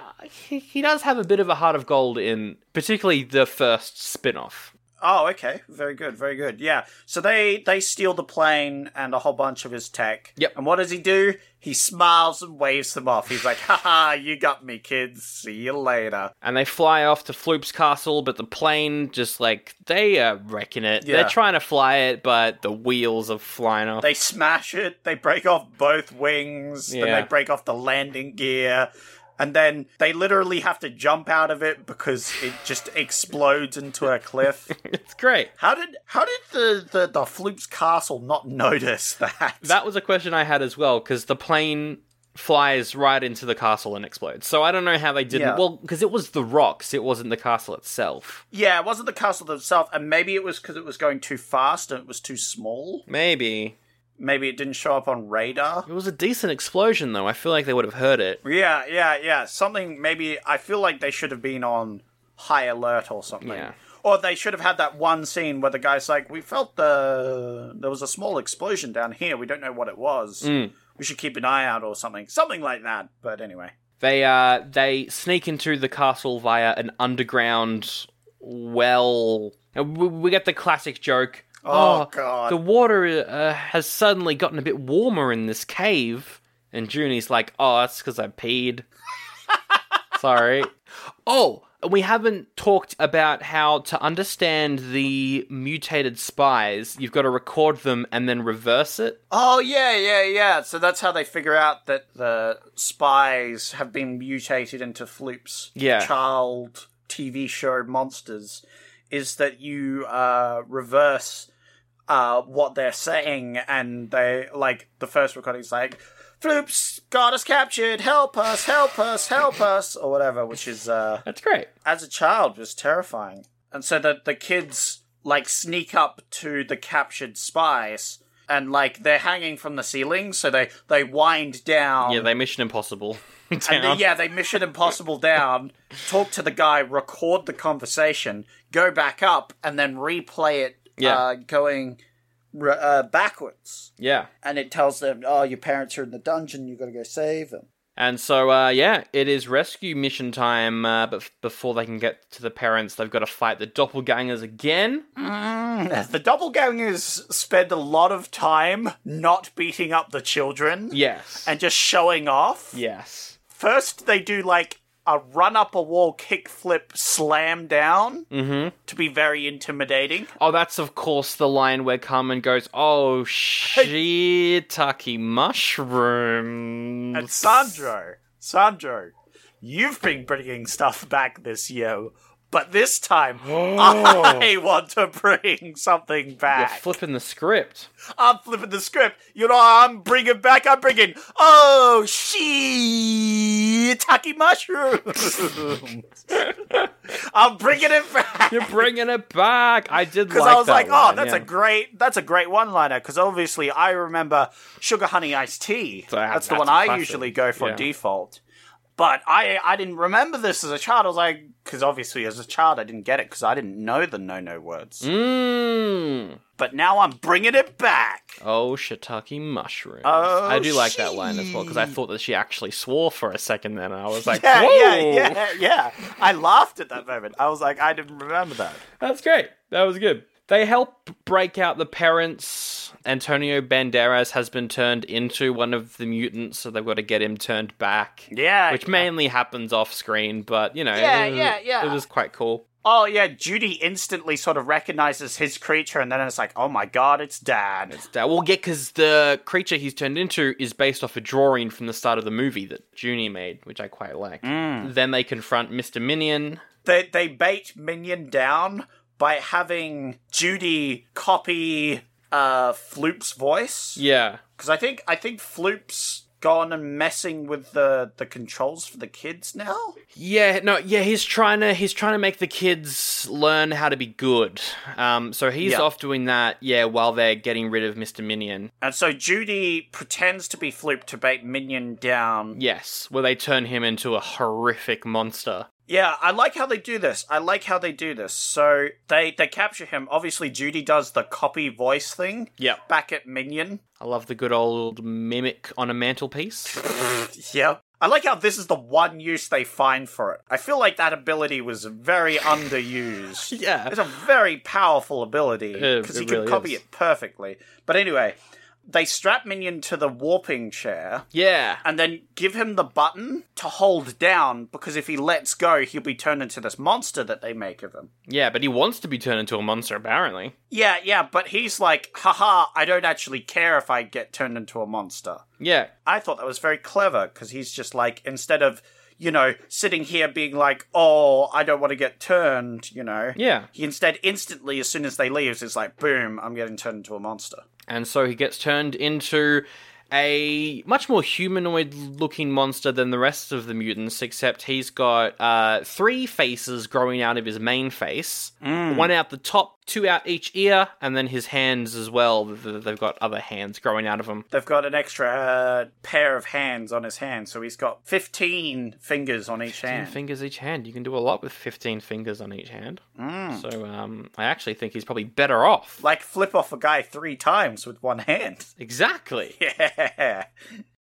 [SPEAKER 1] he, he does have a bit of a heart of gold in particularly the first spin off.
[SPEAKER 2] Oh, okay. Very good. Very good. Yeah. So they they steal the plane and a whole bunch of his tech.
[SPEAKER 1] Yep.
[SPEAKER 2] And what does he do? He smiles and waves them off. He's like, "Ha ha! You got me, kids. See you later."
[SPEAKER 1] and they fly off to Floop's castle, but the plane just like they are wrecking it.
[SPEAKER 2] Yeah.
[SPEAKER 1] They're trying to fly it, but the wheels are flying off.
[SPEAKER 2] They smash it. They break off both wings. Then
[SPEAKER 1] Yeah.
[SPEAKER 2] they break off the landing gear. and then they literally have to jump out of it because it just explodes into a cliff.
[SPEAKER 1] It's great.
[SPEAKER 2] How did how did the the, the Floop's castle not notice that?
[SPEAKER 1] That was a question I had as well because the plane flies right into the castle and explodes. So I don't know how they didn't.
[SPEAKER 2] Yeah.
[SPEAKER 1] Well, because it was the rocks, it wasn't the castle itself.
[SPEAKER 2] yeah, it wasn't the castle itself, and maybe it was because it was going too fast and it was too small.
[SPEAKER 1] Maybe
[SPEAKER 2] Maybe it didn't show up on radar.
[SPEAKER 1] it was a decent explosion though. I feel like they would have heard it.
[SPEAKER 2] Yeah, yeah, yeah. Something maybe I feel like they should have been on high alert or something.
[SPEAKER 1] Yeah.
[SPEAKER 2] Or they should have had that one scene where the guy's like, "We felt the there was a small explosion down here. We don't know what it was.
[SPEAKER 1] Mm.
[SPEAKER 2] We should keep an eye out or something, something like that." But anyway,
[SPEAKER 1] They uh they sneak into the castle via an underground well. And we, we get the classic joke.
[SPEAKER 2] Oh, God.
[SPEAKER 1] The water uh, has suddenly gotten a bit warmer in this cave, and Junie's like, "Oh, that's because I peed." Sorry. Oh, and we haven't talked about how to understand the mutated spies. You've got to record them and then reverse it.
[SPEAKER 2] oh yeah, yeah, yeah. So that's how they figure out that the spies have been mutated into Floop's
[SPEAKER 1] Yeah.
[SPEAKER 2] child TV show monsters. Is that you uh, reverse uh, what they're saying, and they like the first recording's like, "Floops got us captured, help us, help us, help us," or whatever, which is uh,
[SPEAKER 1] That's great.
[SPEAKER 2] as a child was terrifying. And so the the kids like sneak up to the captured spies, and like they're hanging from the ceiling, so they they wind down.
[SPEAKER 1] Yeah, they Mission Impossible.
[SPEAKER 2] And
[SPEAKER 1] down.
[SPEAKER 2] then, yeah, they Mission Impossible down, talk to the guy, record the conversation, go back up, and then replay it
[SPEAKER 1] Yeah.
[SPEAKER 2] uh, going re- uh, backwards.
[SPEAKER 1] yeah.
[SPEAKER 2] And it tells them, oh, your parents are in the dungeon, you gotta go save them.
[SPEAKER 1] And so, uh, yeah, it is rescue mission time. Uh, but f- before they can get to the parents, they've got to fight the doppelgangers again.
[SPEAKER 6] The doppelgangers spend a lot of time not beating up the children
[SPEAKER 1] Yes.
[SPEAKER 6] and just showing off.
[SPEAKER 1] yes.
[SPEAKER 6] First, they do like a run up a wall, kickflip, slam down to be very intimidating.
[SPEAKER 1] Oh, that's of course the line where Carmen goes, "Oh shiitake mushrooms."
[SPEAKER 6] And Sandro, Sandro, you've been bringing stuff back this year, but this time I want to bring something
[SPEAKER 1] You're
[SPEAKER 6] back.
[SPEAKER 1] flipping the script.
[SPEAKER 6] I'm flipping the script. You know, I'm bringing back. I'm bringing. Oh, shiitake mushrooms. I'm bringing it back.
[SPEAKER 1] You're bringing it back. I did
[SPEAKER 6] Because I
[SPEAKER 1] like
[SPEAKER 6] was
[SPEAKER 1] that
[SPEAKER 6] like,
[SPEAKER 1] line,
[SPEAKER 6] oh, that's
[SPEAKER 1] yeah.
[SPEAKER 6] a great, that's a great one-liner. Because obviously, I remember sugar honey iced tea.
[SPEAKER 1] So, ah,
[SPEAKER 6] that's the
[SPEAKER 1] that's
[SPEAKER 6] one
[SPEAKER 1] a
[SPEAKER 6] I
[SPEAKER 1] classic.
[SPEAKER 6] usually go for
[SPEAKER 1] Yeah.
[SPEAKER 6] default. But I, I didn't remember this as a child. I was like, because obviously, as a child, I didn't get it because I didn't know the no-no words.
[SPEAKER 1] Mm.
[SPEAKER 6] But now I'm bringing it back.
[SPEAKER 1] Oh, shiitake mushrooms.
[SPEAKER 6] Oh,
[SPEAKER 1] I do like that line as well because I thought that she actually swore for a second. Then and I was like,
[SPEAKER 6] yeah,
[SPEAKER 1] "Whoa,
[SPEAKER 6] yeah, yeah, yeah. I laughed at that moment. I was like, I didn't remember that.
[SPEAKER 1] That's great. That was good. They help break out the parents. Antonio Banderas has been turned into one of the mutants, so they've got to get him turned back.
[SPEAKER 6] Yeah.
[SPEAKER 1] Which mainly happens off screen, but you know,
[SPEAKER 6] Yeah,
[SPEAKER 1] it was,
[SPEAKER 6] yeah, yeah.
[SPEAKER 1] It was quite cool.
[SPEAKER 6] Oh yeah, Judy instantly sort of recognizes his creature, and then it's like, oh my god, it's Dad.
[SPEAKER 1] That- Well, yeah, because the creature he's turned into is based off a drawing from the start of the movie that Junie made, which I quite like.
[SPEAKER 6] Mm.
[SPEAKER 1] Then they confront Mr. Minion.
[SPEAKER 2] They, they bait Minion down by having Judy copy uh, Floop's voice.
[SPEAKER 1] Yeah.
[SPEAKER 2] Because I think I think Floop's gone and messing with the the controls for the kids now.
[SPEAKER 1] Yeah, no, yeah, he's trying to he's trying to make the kids learn how to be good. Um, so he's
[SPEAKER 2] Yeah.
[SPEAKER 1] off doing that, yeah, while they're getting rid of Mr. Minion.
[SPEAKER 2] And so Judy pretends to be Floop to bait Minion down.
[SPEAKER 1] Yes, where they turn him into a horrific monster.
[SPEAKER 2] Yeah, I like how they do this. I like how they do this. So they they capture him. Obviously, Judy does the copy voice thing.
[SPEAKER 1] Yep.
[SPEAKER 2] Back at Minion.
[SPEAKER 1] I love the good old mimic on a mantelpiece.
[SPEAKER 2] Yep. I like how this is the one use they find for it. I feel like that ability was very underused.
[SPEAKER 1] Yeah.
[SPEAKER 2] It's a very powerful ability
[SPEAKER 1] It-
[SPEAKER 2] because
[SPEAKER 1] it
[SPEAKER 2] he can
[SPEAKER 1] really
[SPEAKER 2] copy
[SPEAKER 1] is.
[SPEAKER 2] it perfectly. But anyway, they strap Minion to the warping chair.
[SPEAKER 1] yeah.
[SPEAKER 2] and then give him the button to hold down because if he lets go, he'll be turned into this monster that they make of him.
[SPEAKER 1] Yeah, but he wants to be turned into a monster apparently.
[SPEAKER 2] Yeah, yeah, but he's like, haha, I don't actually care if I get turned into a monster.
[SPEAKER 1] Yeah.
[SPEAKER 2] I thought that was very clever because he's just like, instead of you know, sitting here being like, oh, I don't want to get turned, you know.
[SPEAKER 1] Yeah.
[SPEAKER 2] He instead instantly, as soon as they leaves, is like, boom, I'm getting turned into a monster.
[SPEAKER 1] and so he gets turned into a much more humanoid looking monster than the rest of the mutants except he's got uh, three faces growing out of his main face one out the top two out each ear and then his hands as well th- th- they've got other hands growing out of him
[SPEAKER 2] They've got an extra uh, pair of hands on his hand, so he's got 15 fingers on each
[SPEAKER 1] 15
[SPEAKER 2] hand.
[SPEAKER 1] fingers each hand you can do a lot with 15 fingers on each hand so um, i actually think he's probably better off
[SPEAKER 2] like flip off a guy three times with one hand.
[SPEAKER 1] exactly
[SPEAKER 2] Yeah.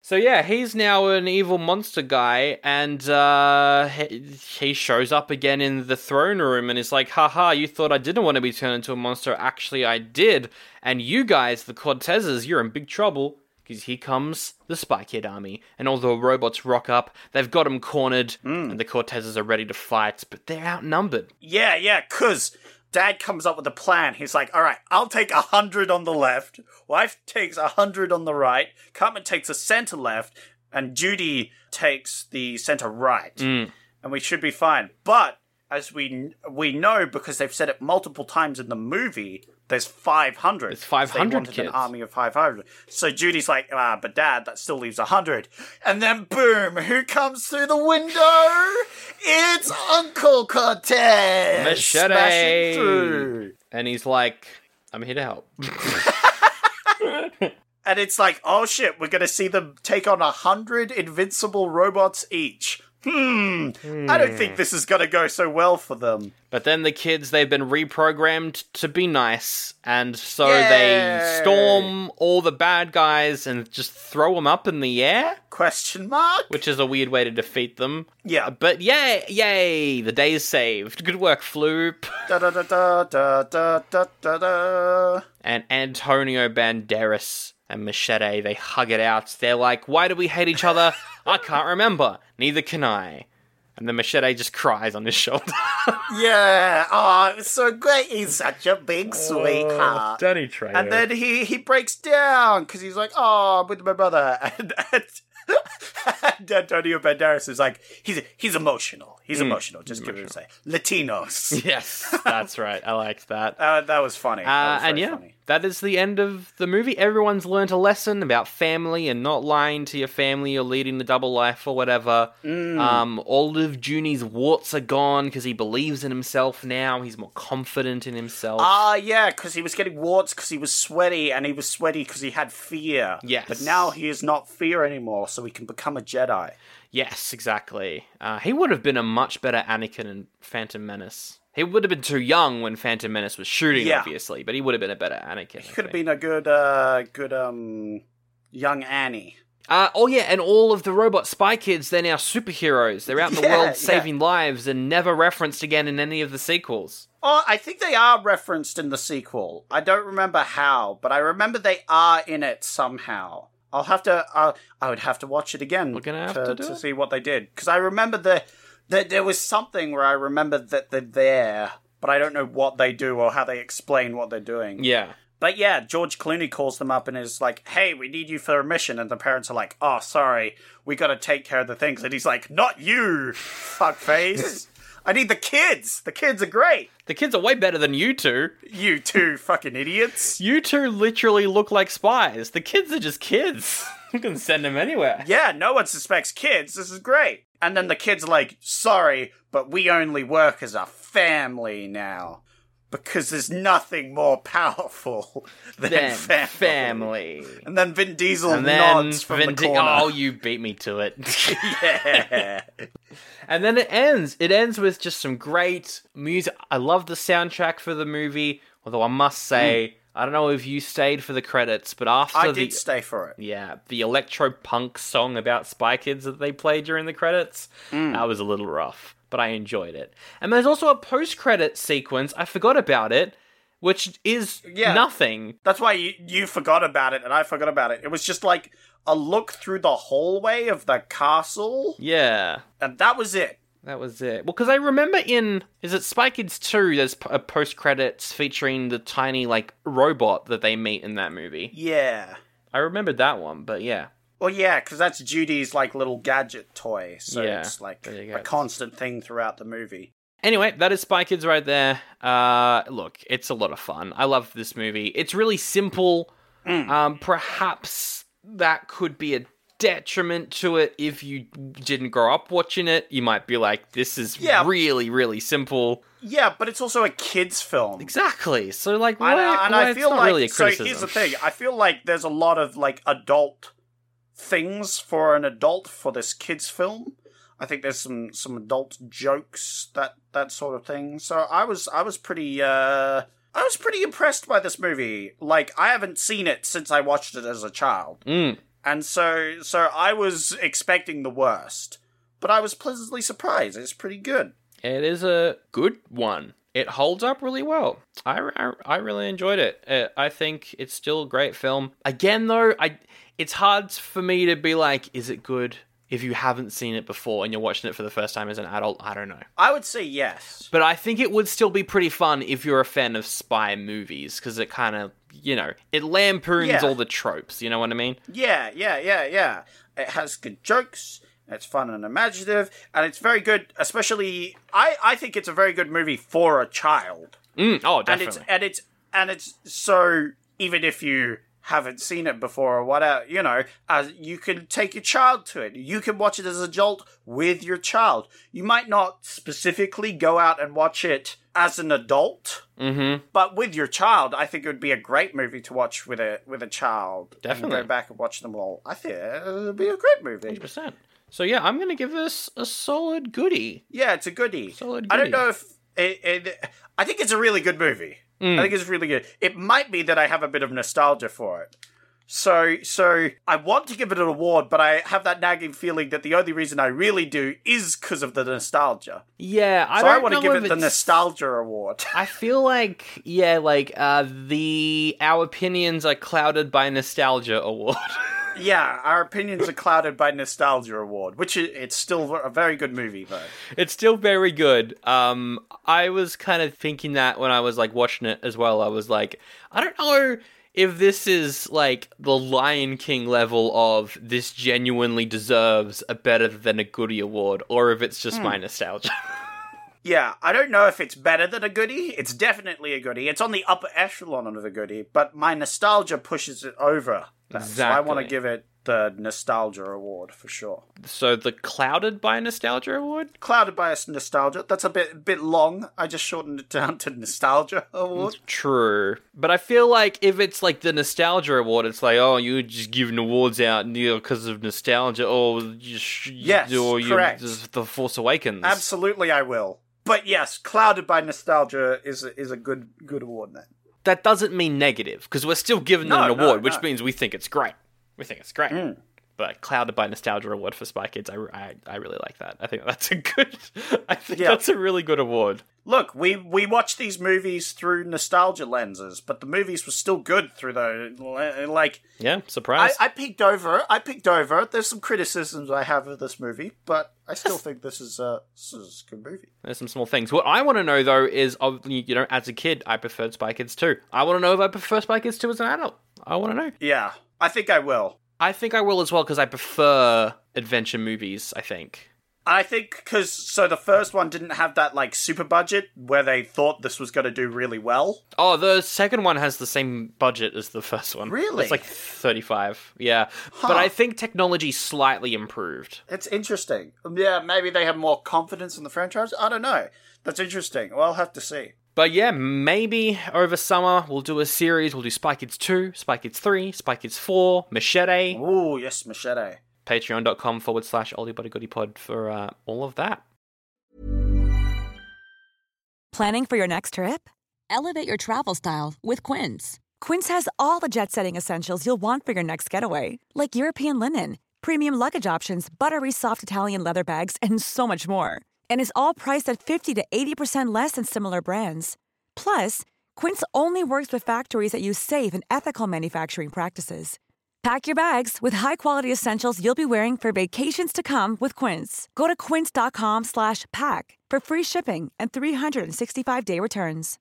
[SPEAKER 1] So yeah, he's now an evil monster guy, and uh, he, he shows up again in the throne room and is like, "Haha, you thought I didn't want to be turned into a monster? Actually, I did. And you guys, the Cortezes, you're in big trouble." Because here comes the Spy Kid army, and all the robots rock up. They've got them cornered, and the Cortezes are ready to fight, but they're outnumbered.
[SPEAKER 2] Yeah, yeah, because dad comes up with a plan. He's like, all right, I'll take a hundred on the left, wife takes a hundred on the right, Cartman takes a center left, and Judy takes the center right. And we should be fine. But as we we know, because they've said it multiple times in the movie, there's 500.
[SPEAKER 1] There's 500
[SPEAKER 2] They wanted an
[SPEAKER 1] kids.
[SPEAKER 2] army of 500. So Judy's like, ah, but dad, that still leaves 100. And then boom, who comes through the window? It's Uncle Cortez!
[SPEAKER 1] Machete.
[SPEAKER 2] smashing through.
[SPEAKER 1] And he's like, "I'm here to help."
[SPEAKER 2] And it's like, oh shit, we're gonna see them take on a hundred invincible robots each. Hmm. I don't think this is gonna go so well for them.
[SPEAKER 1] But then the kids, they've been reprogrammed to be nice, and so
[SPEAKER 2] Yay.
[SPEAKER 1] they storm all the bad guys and just throw them up in the air,
[SPEAKER 2] Question mark?
[SPEAKER 1] which is a weird way to defeat them.
[SPEAKER 2] Yeah.
[SPEAKER 1] But yay, yay, the day's saved. Good work, Floop.
[SPEAKER 2] Da da da da da da da da da.
[SPEAKER 1] And Antonio Banderas and Machete, they hug it out. They're like, why do we hate each other? I can't remember. Neither can I. And the Machete just cries on his shoulder.
[SPEAKER 2] Yeah. Oh, it's so great. He's such a big
[SPEAKER 1] Oh,
[SPEAKER 2] sweetheart.
[SPEAKER 1] Danny Trejo.
[SPEAKER 2] And then he he breaks down because he's like, "Oh, I'm with my brother." And, and, and Antonio Banderas is like, "He's he's emotional. He's
[SPEAKER 1] Mm,
[SPEAKER 2] emotional. Just give it a say. Latinos."
[SPEAKER 1] Yes, that's right. I liked that.
[SPEAKER 2] Uh, that was funny. That
[SPEAKER 1] Uh,
[SPEAKER 2] was
[SPEAKER 1] and
[SPEAKER 2] very
[SPEAKER 1] yeah,
[SPEAKER 2] funny.
[SPEAKER 1] that is the end of the movie. Everyone's learnt a lesson about family and not lying to your family or leading the double life or whatever.
[SPEAKER 2] Mm.
[SPEAKER 1] Um, all of Junie's warts are gone because he believes in himself now. He's more confident in himself.
[SPEAKER 2] Ah, yeah, because he was getting warts because he was sweaty, and he was sweaty because he had fear.
[SPEAKER 1] Yes.
[SPEAKER 2] But now he is not fear anymore, so he can become a Jedi.
[SPEAKER 1] yes, exactly. Uh, he would have been a much better Anakin in Phantom Menace. He would have been too young when Phantom Menace was shooting,
[SPEAKER 2] Yeah.
[SPEAKER 1] obviously, but he would have been a better Anakin.
[SPEAKER 2] He could have been a good, uh, good, um, young Annie.
[SPEAKER 1] Uh, oh yeah, and all of the robot spy kids, they're now superheroes. They're out in the
[SPEAKER 2] Yeah, yeah.
[SPEAKER 1] world saving lives and never referenced again in any of the sequels.
[SPEAKER 2] Oh, I think they are referenced in the sequel. I don't remember how, but I remember they are in it somehow. I'll have to. Uh, I would have to watch it again
[SPEAKER 1] We're gonna have to do it.
[SPEAKER 2] see what they did because I remember the that there was something where I remember that they're there, but I don't know what they do or how they explain what they're doing.
[SPEAKER 1] Yeah.
[SPEAKER 2] But yeah, George Clooney calls them up and is like, "Hey, we need you for a mission," and the parents are like, "Oh, sorry, we got to take care of the things," and he's like, "Not you, fuckface." I need the kids. The kids are great.
[SPEAKER 1] The kids are way better than you two.
[SPEAKER 2] You two fucking idiots.
[SPEAKER 1] You two literally look like spies. The kids are just kids. you can send them anywhere.
[SPEAKER 2] Yeah, no one suspects kids. This is great. And then the kids are like, sorry, but we only work as a family now. Because there's nothing more powerful than
[SPEAKER 1] Then
[SPEAKER 2] family.
[SPEAKER 1] family.
[SPEAKER 2] And then Vin Diesel
[SPEAKER 1] And then
[SPEAKER 2] nods from
[SPEAKER 1] Vin
[SPEAKER 2] the
[SPEAKER 1] Di-
[SPEAKER 2] corner.
[SPEAKER 1] Oh, you beat me to it.
[SPEAKER 2] yeah.
[SPEAKER 1] And then it ends. It ends with just some great music. I love the soundtrack for the movie. Although I must say, I don't know if you stayed for the credits, but after
[SPEAKER 2] Hmm. I
[SPEAKER 1] the
[SPEAKER 2] did stay for it.
[SPEAKER 1] yeah the electro punk song about Spy Kids that they played during the credits,
[SPEAKER 2] Hmm.
[SPEAKER 1] that was a little rough, but I enjoyed it. And there's also a post credit sequence. I forgot about it, which is
[SPEAKER 2] Yeah.
[SPEAKER 1] nothing.
[SPEAKER 2] That's why you, you forgot about it and I forgot about it. It was just like a look through the hallway of the castle,
[SPEAKER 1] Yeah.
[SPEAKER 2] and that was it.
[SPEAKER 1] That was it. Well, because I remember in is it Spy Kids two? There's p- a post credits featuring the tiny like robot that they meet in that movie.
[SPEAKER 2] Yeah.
[SPEAKER 1] I remembered that one, but yeah,
[SPEAKER 2] Well, yeah, because that's Judy's like little gadget toy, so
[SPEAKER 1] Yeah,
[SPEAKER 2] it's like
[SPEAKER 1] there you
[SPEAKER 2] a
[SPEAKER 1] go.
[SPEAKER 2] constant thing throughout the movie.
[SPEAKER 1] Anyway, that is Spy Kids right there. Uh, look, it's a lot of fun. I love this movie. It's really simple.
[SPEAKER 2] Mm.
[SPEAKER 1] Um, perhaps that could be a detriment to it if you didn't grow up watching it. You might be like, "This is
[SPEAKER 2] Yeah.
[SPEAKER 1] really, really simple."
[SPEAKER 2] Yeah, but it's also a kids' film.
[SPEAKER 1] Exactly. So, like, why,
[SPEAKER 2] And, I- and
[SPEAKER 1] why-
[SPEAKER 2] I
[SPEAKER 1] it's
[SPEAKER 2] feel
[SPEAKER 1] not
[SPEAKER 2] like
[SPEAKER 1] really a
[SPEAKER 2] so.
[SPEAKER 1] criticism.
[SPEAKER 2] Here's the thing: I feel like there's a lot of like adult things for an adult for this kids' film. I think there's some some adult jokes that that sort of thing. So I was I was pretty uh I was pretty impressed by this movie. Like I haven't seen it since I watched it as a child,
[SPEAKER 1] Mm.
[SPEAKER 2] and so so I was expecting the worst, but I was pleasantly surprised. It's pretty good.
[SPEAKER 1] It is a good one. It holds up really well. I, I, I really enjoyed it. Uh, I think it's still a great film. Again, though, I it's hard for me to be like, is it good if you haven't seen it before and you're watching it for the first time as an adult? I don't know.
[SPEAKER 2] I would say yes.
[SPEAKER 1] But I think it would still be pretty fun if you're a fan of spy movies because it kind of, you know, it lampoons
[SPEAKER 2] Yeah.
[SPEAKER 1] all the tropes. You know what I mean?
[SPEAKER 2] Yeah, yeah, yeah, yeah. It has good jokes. It's fun and imaginative, and it's very good. Especially, I I think it's a very good movie for a child,
[SPEAKER 1] Mm, oh,
[SPEAKER 2] and it's
[SPEAKER 1] definitely.
[SPEAKER 2] and it's and it's so even if you haven't seen it before or whatever, you know, as you can take your child to it. You can watch it as an adult with your child. You might not specifically go out and watch it as an adult,
[SPEAKER 1] mm-hmm.
[SPEAKER 2] but with your child, I think it would be a great movie to watch with a with a child. and
[SPEAKER 1] Definitely.
[SPEAKER 2] go back and watch them all. I think it would be a great movie.
[SPEAKER 1] 100%. So, yeah, I'm going to give this a solid goodie.
[SPEAKER 2] Yeah, it's a goodie.
[SPEAKER 1] Solid
[SPEAKER 2] I
[SPEAKER 1] goodie.
[SPEAKER 2] don't know if it, it, I think it's a really good movie. I think it's really good. It might be that I have a bit of nostalgia for it. So, so I want to give it an award, but I have that nagging feeling that the only reason I really do is because of the nostalgia.
[SPEAKER 1] Yeah, I
[SPEAKER 2] So
[SPEAKER 1] don't
[SPEAKER 2] I, want
[SPEAKER 1] know
[SPEAKER 2] to give
[SPEAKER 1] if
[SPEAKER 2] it the
[SPEAKER 1] it's-
[SPEAKER 2] nostalgia award.
[SPEAKER 1] I feel like yeah, like uh the our opinions are clouded by nostalgia award.
[SPEAKER 2] Yeah, our opinions are clouded by nostalgia award, which i it's still a very good movie though.
[SPEAKER 1] it's still very good. Um I was kind of thinking that when I was like watching it as well. I was like, I don't know if this is like the Lion King level of this genuinely deserves a better than a goodie award or if it's just my nostalgia.
[SPEAKER 2] Yeah, I don't know if it's better than a goodie. It's definitely a goodie. It's on the upper echelon of a goodie, but my nostalgia pushes it over. That. So I want to
[SPEAKER 1] Exactly.
[SPEAKER 2] give it the nostalgia award for sure.
[SPEAKER 1] so the clouded by nostalgia award?
[SPEAKER 2] Clouded by us nostalgia. That's a bit bit long. I just shortened it down to nostalgia award.
[SPEAKER 1] True, but I feel like if it's like the nostalgia award, it's like oh, you're just giving awards out because of nostalgia, or you sh-
[SPEAKER 2] Yes,
[SPEAKER 1] or you
[SPEAKER 2] correct.
[SPEAKER 1] just the Force Awakens.
[SPEAKER 2] Absolutely, I will. But yes, clouded by nostalgia is a, is a good good award then.
[SPEAKER 1] That doesn't mean negative because we're still giving them
[SPEAKER 2] No,
[SPEAKER 1] an
[SPEAKER 2] no,
[SPEAKER 1] award,
[SPEAKER 2] no. Mm.
[SPEAKER 1] which means we think it's great. We think it's great. But clouded by nostalgia award for Spy Kids, I, I, I really like that. I think that's a good. I think
[SPEAKER 2] Yeah.
[SPEAKER 1] that's a really good award.
[SPEAKER 2] Look, we we watch these movies through nostalgia lenses, but the movies were still good through the like.
[SPEAKER 1] Yeah,
[SPEAKER 2] I,
[SPEAKER 1] surprise.
[SPEAKER 2] I peeked over. it, I peeked over. it. There's some criticisms I have of this movie, but I still think this is a this is a good movie.
[SPEAKER 1] There's some small things. What I want to know though is, of- you know, as a kid, I preferred Spy Kids 2. I want to know if I prefer Spy Kids 2 as an adult. I want to know.
[SPEAKER 2] Yeah, I think I will.
[SPEAKER 1] I think I will as well because I prefer adventure movies. I think.
[SPEAKER 2] I think because so the first one didn't have that like super budget where they thought this was going to do really well.
[SPEAKER 1] Oh, the second one has the same budget as the first one.
[SPEAKER 2] Really?
[SPEAKER 1] It's like thirty-five. Yeah, but I think technology slightly improved.
[SPEAKER 2] It's interesting. Yeah, maybe they have more confidence in the franchise. I don't know. That's interesting. Well, I'll have to see.
[SPEAKER 1] But yeah, maybe over summer we'll do a series. We'll do Spy Kids 2, Spy Kids 3, Spy Kids 4, Machete.
[SPEAKER 2] Ooh, yes, machete.
[SPEAKER 1] Patreon.com forward slash oldie buddy goody pod for uh, all of that.
[SPEAKER 9] Planning for your next trip?
[SPEAKER 10] Elevate your travel style with Quince.
[SPEAKER 9] Quince has all the jet setting essentials you'll want for your next getaway, like European linen, premium luggage options, buttery soft Italian leather bags, and so much more. And is all priced at 50 to 80% less than similar brands. Plus, Quince only works with factories that use safe and ethical manufacturing practices. Pack your bags with high-quality essentials you'll be wearing for vacations to come with Quince. Go to quince.com/pack slash pack for free shipping and 365-day returns.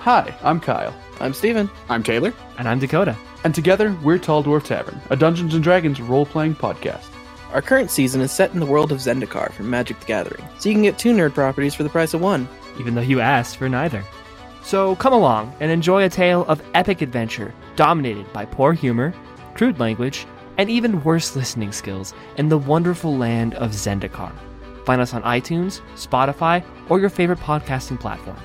[SPEAKER 11] Hi, I'm Kyle. I'm Steven. I'm Taylor.
[SPEAKER 8] And I'm Dakota.
[SPEAKER 11] And together, we're Tall Dwarf Tavern, a Dungeons & Dragons role-playing podcast.
[SPEAKER 4] Our current season is set in the world of Zendikar from Magic the Gathering, so you can get two nerd properties for the price of one.
[SPEAKER 8] Even though you asked for neither. So come along and enjoy a tale of epic adventure dominated by poor humor, crude language, and even worse listening skills in the wonderful land of Zendikar. Find us on iTunes, Spotify, or your favorite podcasting platform.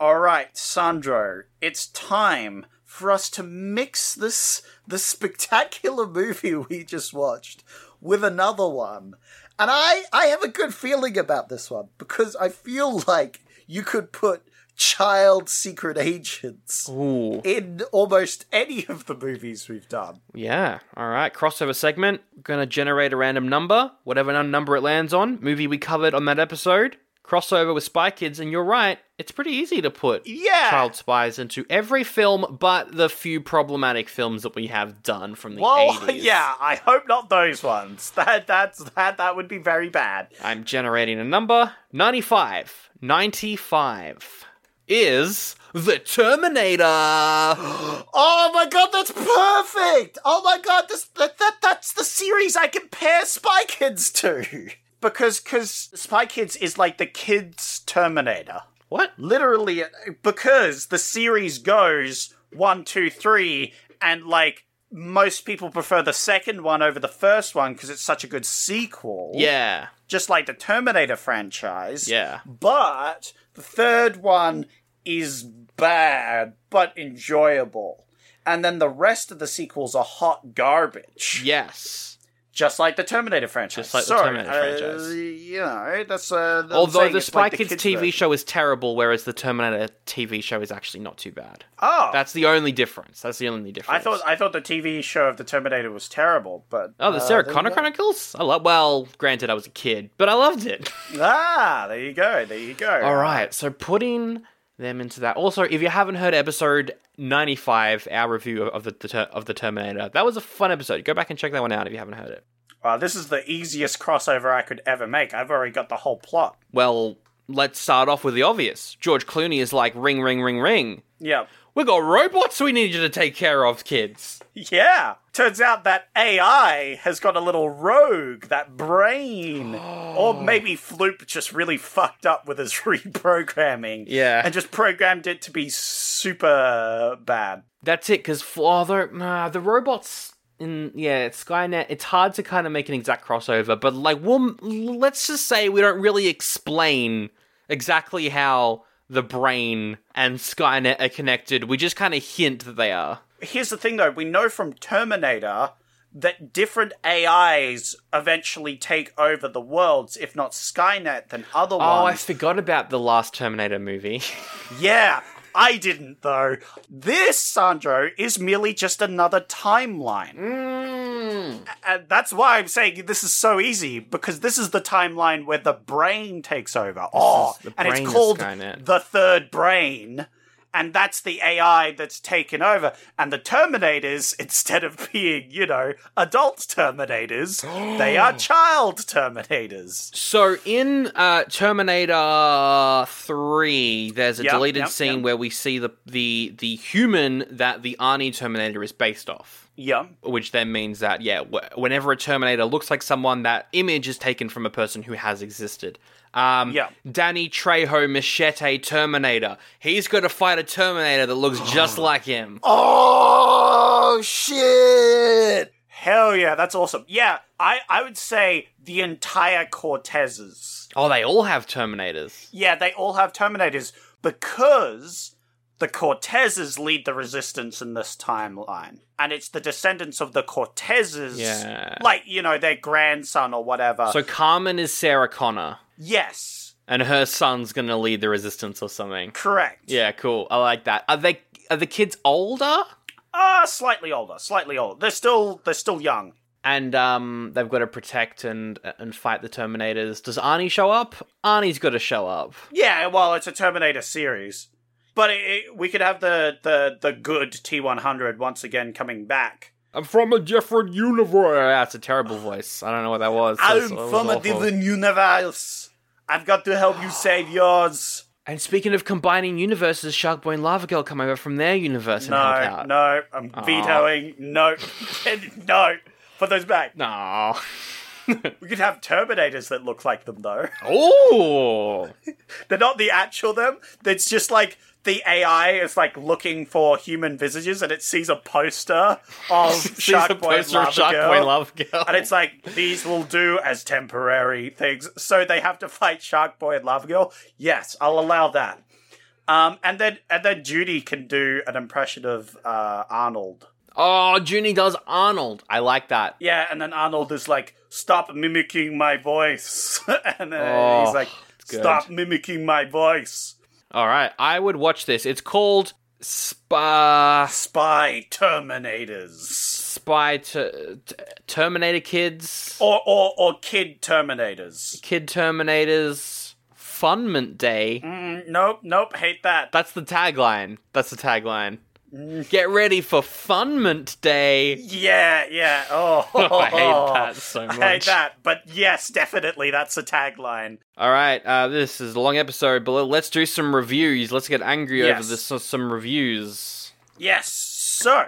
[SPEAKER 2] All right, Sandro, it's time for us to mix this the spectacular movie we just watched with another one. And I I have a good feeling about this one because I feel like you could put child secret agents
[SPEAKER 1] Ooh.
[SPEAKER 2] in almost any of the movies we've done.
[SPEAKER 1] Yeah. All right. Crossover segment. Gonna generate a random number. Whatever num- number it lands on, movie we covered on that episode. Crossover with Spy Kids, and you're right. It's pretty easy to put
[SPEAKER 2] Yeah.
[SPEAKER 1] child spies into every film, but the few problematic films that we have done from the
[SPEAKER 2] Well,
[SPEAKER 1] 80s.
[SPEAKER 2] yeah, I hope not those ones. That that's that that would be very bad.
[SPEAKER 1] I'm generating a number. 95. 95 is the Terminator.
[SPEAKER 2] Oh my god, that's perfect! Oh my god, this, that, that that's the series I compare Spy Kids to! Because cause Spy Kids is like the kids' Terminator.
[SPEAKER 1] What?
[SPEAKER 2] Literally, because the series goes one, two, three, and like most people prefer the second one over the first one because it's such a good sequel.
[SPEAKER 1] Yeah.
[SPEAKER 2] Just like the Terminator franchise.
[SPEAKER 1] Yeah.
[SPEAKER 2] But the third one is bad, but enjoyable. And then the rest of the sequels are hot garbage.
[SPEAKER 1] Yes.
[SPEAKER 2] Just like the Terminator franchise.
[SPEAKER 1] Just like the
[SPEAKER 2] Sorry,
[SPEAKER 1] Terminator
[SPEAKER 2] uh,
[SPEAKER 1] franchise.
[SPEAKER 2] You know, that's. Uh, I'm
[SPEAKER 1] Although
[SPEAKER 2] saying
[SPEAKER 1] the
[SPEAKER 2] it's
[SPEAKER 1] Spy
[SPEAKER 2] like
[SPEAKER 1] Kids
[SPEAKER 2] kids'
[SPEAKER 1] TV
[SPEAKER 2] version.
[SPEAKER 1] show is terrible, whereas the Terminator TV show is actually not too bad.
[SPEAKER 2] Oh.
[SPEAKER 1] That's the only difference. That's the only difference.
[SPEAKER 2] I thought I thought the TV show of the Terminator was terrible, but
[SPEAKER 1] Oh, the
[SPEAKER 2] uh,
[SPEAKER 1] Sarah
[SPEAKER 2] there you
[SPEAKER 1] Connor
[SPEAKER 2] go.
[SPEAKER 1] Chronicles? I love. Well, granted, I was a kid, but I loved it.
[SPEAKER 2] Ah, there you go, there you go.
[SPEAKER 1] All right, so putting them into that. Also, if you haven't heard episode ninety-five, our review of the, the ter- of the Terminator, that was a fun episode. Go back and check that one out if you haven't heard it.
[SPEAKER 2] Wow, this is the easiest crossover I could ever make. I've already got the whole plot.
[SPEAKER 1] Well, let's start off with the obvious. George Clooney is like, ring, ring, ring, ring.
[SPEAKER 2] Yep.
[SPEAKER 1] We got robots we need you to take care of, kids.
[SPEAKER 2] Yeah. Turns out that AI has got a little rogue, that brain. or maybe Floop just really fucked up with his reprogramming.
[SPEAKER 1] Yeah.
[SPEAKER 2] And just programmed it to be super bad.
[SPEAKER 1] That's it, because although nah, the robots in yeah Skynet, it's hard to kind of make an exact crossover. But like, we'll let's just say we don't really explain exactly how the brain and Skynet are connected. We just kind of hint that they are.
[SPEAKER 2] Here's the thing though, we know from Terminator that different AIs eventually take over the worlds, if not Skynet, than other
[SPEAKER 1] Oh, I
[SPEAKER 2] ones.
[SPEAKER 1] forgot about the last Terminator movie.
[SPEAKER 2] Yeah, I didn't though. This, Sandro, is merely just another timeline.
[SPEAKER 1] Hmm.
[SPEAKER 2] And that's why I'm saying this is so easy, because this is the timeline where the brain takes over. oh,
[SPEAKER 1] the
[SPEAKER 2] and
[SPEAKER 1] brain
[SPEAKER 2] it's
[SPEAKER 1] is
[SPEAKER 2] called
[SPEAKER 1] Skynet.
[SPEAKER 2] the third brain. And that's the AI that's taken over. And the Terminators, instead of being, you know, adult Terminators, they are child Terminators.
[SPEAKER 1] So in uh, Terminator Three, there's a
[SPEAKER 2] Yep,
[SPEAKER 1] deleted
[SPEAKER 2] yep,
[SPEAKER 1] scene
[SPEAKER 2] yep.
[SPEAKER 1] where we see the the the human that the Arnie Terminator is based off.
[SPEAKER 2] Yeah.
[SPEAKER 1] which then means that yeah wh- whenever a terminator looks like someone that image is taken from a person who has existed um
[SPEAKER 2] Yeah.
[SPEAKER 1] danny trejo machete terminator he's got to fight a terminator that looks just like him
[SPEAKER 2] Oh shit! Hell yeah, that's awesome. Yeah, I I would say the entire Cortezes.
[SPEAKER 1] oh they all have terminators
[SPEAKER 2] Yeah, they all have Terminators because the Cortezes lead the resistance in this timeline, and it's the descendants of the Cortezes,
[SPEAKER 1] Yeah.
[SPEAKER 2] like you know their grandson or whatever.
[SPEAKER 1] so carmen is sarah connor
[SPEAKER 2] yes,
[SPEAKER 1] and her son's gonna lead the resistance or something
[SPEAKER 2] correct.
[SPEAKER 1] yeah cool i like that are they are the kids older
[SPEAKER 2] Ah, slightly older, slightly older. They're still they're still young.
[SPEAKER 1] and um, they've got to protect and and fight the Terminators. Does Arnie show up? Arnie's got to show up.
[SPEAKER 2] Yeah, well, it's a Terminator series, but it, it, we could have the the the good T one hundred once again coming back.
[SPEAKER 1] I'm from a different universe. Ah, That's a terrible voice. I don't know what that was. That's- that was awful.
[SPEAKER 2] universe. I've got to help you save yours.
[SPEAKER 1] And speaking of combining universes, Sharkboy and Lava Girl come over from their universe and help
[SPEAKER 2] No,
[SPEAKER 1] out.
[SPEAKER 2] no, I'm
[SPEAKER 1] Aw.
[SPEAKER 2] vetoing. No, no, put those back.
[SPEAKER 1] No.
[SPEAKER 2] we could have Terminators that look like them, though.
[SPEAKER 1] Oh,
[SPEAKER 2] they're not the actual them. It's just like the AI is like looking for human visages, and it sees a poster of
[SPEAKER 1] Sees
[SPEAKER 2] Sharkboy
[SPEAKER 1] a poster
[SPEAKER 2] and
[SPEAKER 1] of
[SPEAKER 2] Lava
[SPEAKER 1] Sharkboy
[SPEAKER 2] Girl,
[SPEAKER 1] and Lava Girl.
[SPEAKER 2] and it's like these will do as temporary things. So they have to fight Sharkboy and Lava Girl. Yes, I'll allow that. Um, and then and then Judy can do an impression of uh, Arnold.
[SPEAKER 1] Oh, Junie does Arnold. I like that.
[SPEAKER 2] Yeah, and then Arnold is like, "Stop mimicking my voice," and then
[SPEAKER 1] Oh,
[SPEAKER 2] he's like,
[SPEAKER 1] it's good.
[SPEAKER 2] "Stop mimicking my voice."
[SPEAKER 1] All right, I would watch this. It's called Spa
[SPEAKER 2] Spy Terminators
[SPEAKER 1] Spy ter- t- Terminator Kids
[SPEAKER 2] or or or Kid Terminators.
[SPEAKER 1] Kid Terminators Funment Day.
[SPEAKER 2] Mm, nope, nope, hate that.
[SPEAKER 1] That's the tagline. That's the tagline.
[SPEAKER 2] Mm.
[SPEAKER 1] Get ready for Funment Day.
[SPEAKER 2] Yeah, yeah. Oh,
[SPEAKER 1] I hate that so
[SPEAKER 2] I hate
[SPEAKER 1] much.
[SPEAKER 2] that. But yes, definitely, that's a tagline.
[SPEAKER 1] All right, uh, this is a long episode, but le- let's do some reviews. Let's get angry
[SPEAKER 2] Yes.
[SPEAKER 1] over this. so- Some reviews.
[SPEAKER 2] Yes, so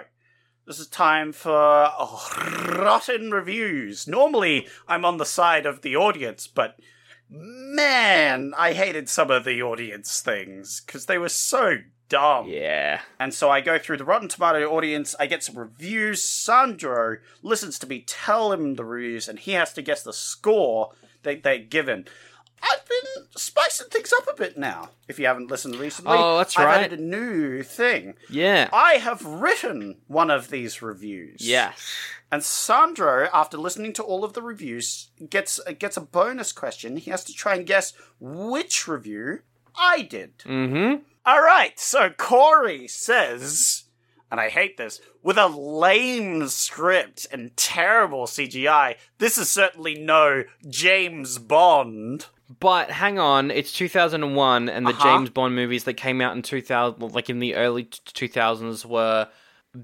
[SPEAKER 2] this is time for oh, rotten reviews. Normally, I'm on the side of the audience, but man, I hated some of the audience things because they were so dumb.
[SPEAKER 1] Yeah.
[SPEAKER 2] And so I go through the Rotten Tomato audience, I get some reviews. Sandro listens to me tell him the reviews, and he has to guess the score that they give him. I've been spicing things up a bit now. If you haven't listened recently,
[SPEAKER 1] Oh, that's
[SPEAKER 2] I've
[SPEAKER 1] right.
[SPEAKER 2] added a new thing.
[SPEAKER 1] Yeah.
[SPEAKER 2] I have written one of these reviews.
[SPEAKER 1] Yes.
[SPEAKER 2] And Sandro, after listening to all of the reviews, gets uh, gets a bonus question. He has to try and guess which review I did.
[SPEAKER 1] Mm-hmm.
[SPEAKER 2] All right, so Corey says, and I hate this, with a lame script and terrible CGI, this is certainly no James Bond.
[SPEAKER 1] But hang on, it's 2001, and the James Bond movies that came out in 2000, well, like in the early t- 2000s, were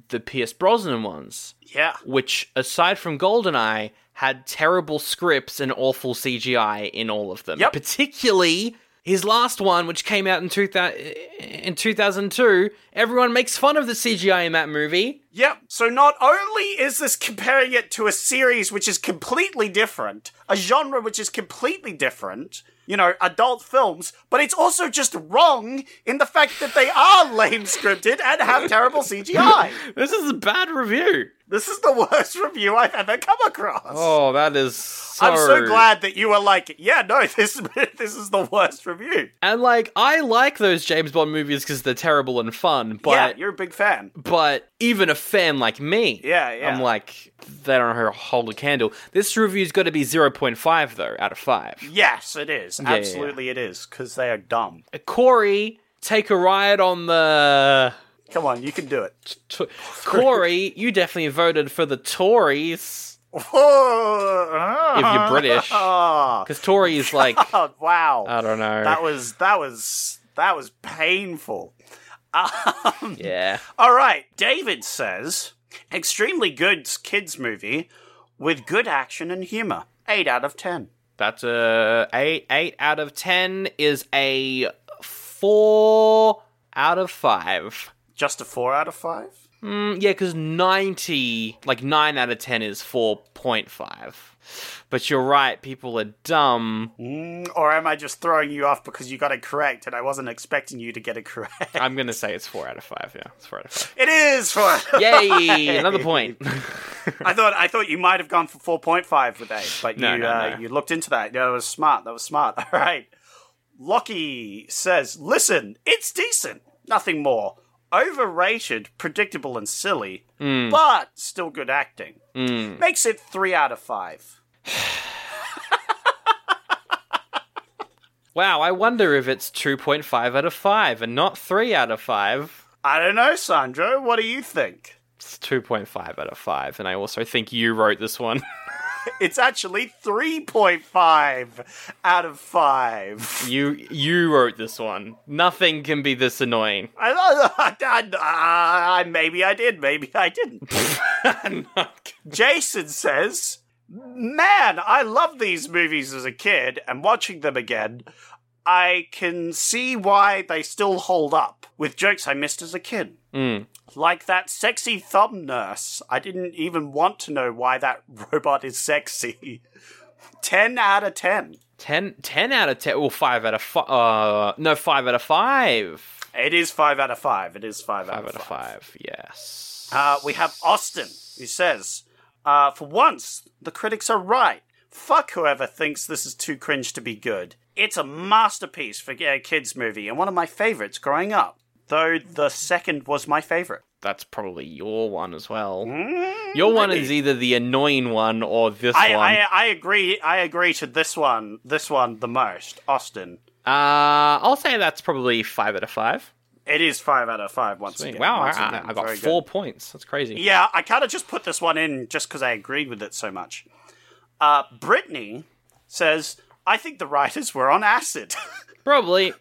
[SPEAKER 1] the Pierce Brosnan ones,
[SPEAKER 2] Yeah.
[SPEAKER 1] which, aside from Goldeneye, had terrible scripts and awful CGI in all of them.
[SPEAKER 2] Yep.
[SPEAKER 1] Particularly his last one, which came out in, 2000, in 2002. Everyone makes fun of the CGI in that movie.
[SPEAKER 2] Yep, so not only is this comparing it to a series which is completely different, a genre which is completely different, you know, adult films, but it's also just wrong in the fact that they are lame scripted and have terrible CGI.
[SPEAKER 1] This is a bad review.
[SPEAKER 2] This is the worst review I've ever come across.
[SPEAKER 1] Oh, that is so...
[SPEAKER 2] I'm so glad that you were like, yeah, no, this this is the worst review.
[SPEAKER 1] And like, I like those James Bond movies because they're terrible and fun, but
[SPEAKER 2] yeah, you're a big fan.
[SPEAKER 1] but even a fan like me,
[SPEAKER 2] Yeah, yeah.
[SPEAKER 1] I'm like, they don't hold a candle. This review's got to be 0.5 though, out of five.
[SPEAKER 2] Yes, it is.
[SPEAKER 1] Yeah, yeah, yeah.
[SPEAKER 2] Absolutely, it is because they are dumb.
[SPEAKER 1] Corey, take a ride on the.
[SPEAKER 2] Come on, you can do it.
[SPEAKER 1] T- Corey, you definitely voted for the Tories
[SPEAKER 2] Oh,
[SPEAKER 1] if you're British,
[SPEAKER 2] oh,
[SPEAKER 1] because Tory is like,
[SPEAKER 2] God, wow,
[SPEAKER 1] I don't know.
[SPEAKER 2] that was that was that was painful. Um,
[SPEAKER 1] yeah.
[SPEAKER 2] All right, David says, extremely good kids movie with good action and humor. Eight out of ten.
[SPEAKER 1] That's a eight. Eight out of ten is a four out of five.
[SPEAKER 2] Just a four out of five.
[SPEAKER 1] Mm, yeah, because ninety, like nine out of ten, is four point five. But you're right. People are dumb.
[SPEAKER 2] Mm, or am I just throwing you off because you got it correct and I wasn't expecting you to get it correct?
[SPEAKER 1] I'm gonna say it's four out of five. Yeah, it's four out of five.
[SPEAKER 2] It is for
[SPEAKER 1] Yay! Another point.
[SPEAKER 2] I thought I thought you might have gone for four point five with that, but
[SPEAKER 1] No,
[SPEAKER 2] you
[SPEAKER 1] no,
[SPEAKER 2] uh,
[SPEAKER 1] no.
[SPEAKER 2] you looked into that. That was smart. That was smart. All right. Lockie says, "Listen, it's decent. Nothing more. Overrated, predictable, and silly,
[SPEAKER 1] Mm.
[SPEAKER 2] but still good acting.
[SPEAKER 1] Mm.
[SPEAKER 2] Makes it three out of five.
[SPEAKER 1] Wow. I wonder if it's two point five out of five and not three out of five.
[SPEAKER 2] I don't know, Sandro. What do you think?
[SPEAKER 1] It's two point five out of five, and I also think you wrote this one.
[SPEAKER 2] It's actually three point five out of five.
[SPEAKER 1] You you wrote this one. Nothing can be this annoying.
[SPEAKER 2] I, I, I, I- maybe I did, maybe I didn't. Jason says, Man, I love these movies as a kid and watching them again. I can see why they still hold up with jokes I missed as a kid.
[SPEAKER 1] Mm.
[SPEAKER 2] Like that sexy thumb nurse. I didn't even want to know why that robot is sexy. 10 out of 10.
[SPEAKER 1] 10, 10 out of 10. Well, 5 out of 5. Uh, no, 5 out of 5.
[SPEAKER 2] It is 5 out of 5. It is 5 out
[SPEAKER 1] 5
[SPEAKER 2] of 5.
[SPEAKER 1] out of 5, yes.
[SPEAKER 2] Uh, we have Austin, who says, uh, For once, the critics are right. Fuck whoever thinks this is too cringe to be good. It's a masterpiece for a kids' movie and one of my favorites growing up, though the second was my favorite.
[SPEAKER 1] That's probably your one as well. Your one is either the annoying one or this
[SPEAKER 2] Mm-hmm. I,
[SPEAKER 1] one.
[SPEAKER 2] I, I agree. I agree to this one. This one the most. Austin.
[SPEAKER 1] Uh, I'll say that's probably five out of five.
[SPEAKER 2] It is five out of five once
[SPEAKER 1] Sweet.
[SPEAKER 2] again.
[SPEAKER 1] Wow,
[SPEAKER 2] once
[SPEAKER 1] I,
[SPEAKER 2] again,
[SPEAKER 1] I, I got
[SPEAKER 2] very good.
[SPEAKER 1] four points. That's crazy.
[SPEAKER 2] Yeah, I kind of just put this one in just because I agreed with it so much. Uh, Brittany says, "I think the writers were on acid."
[SPEAKER 1] Probably.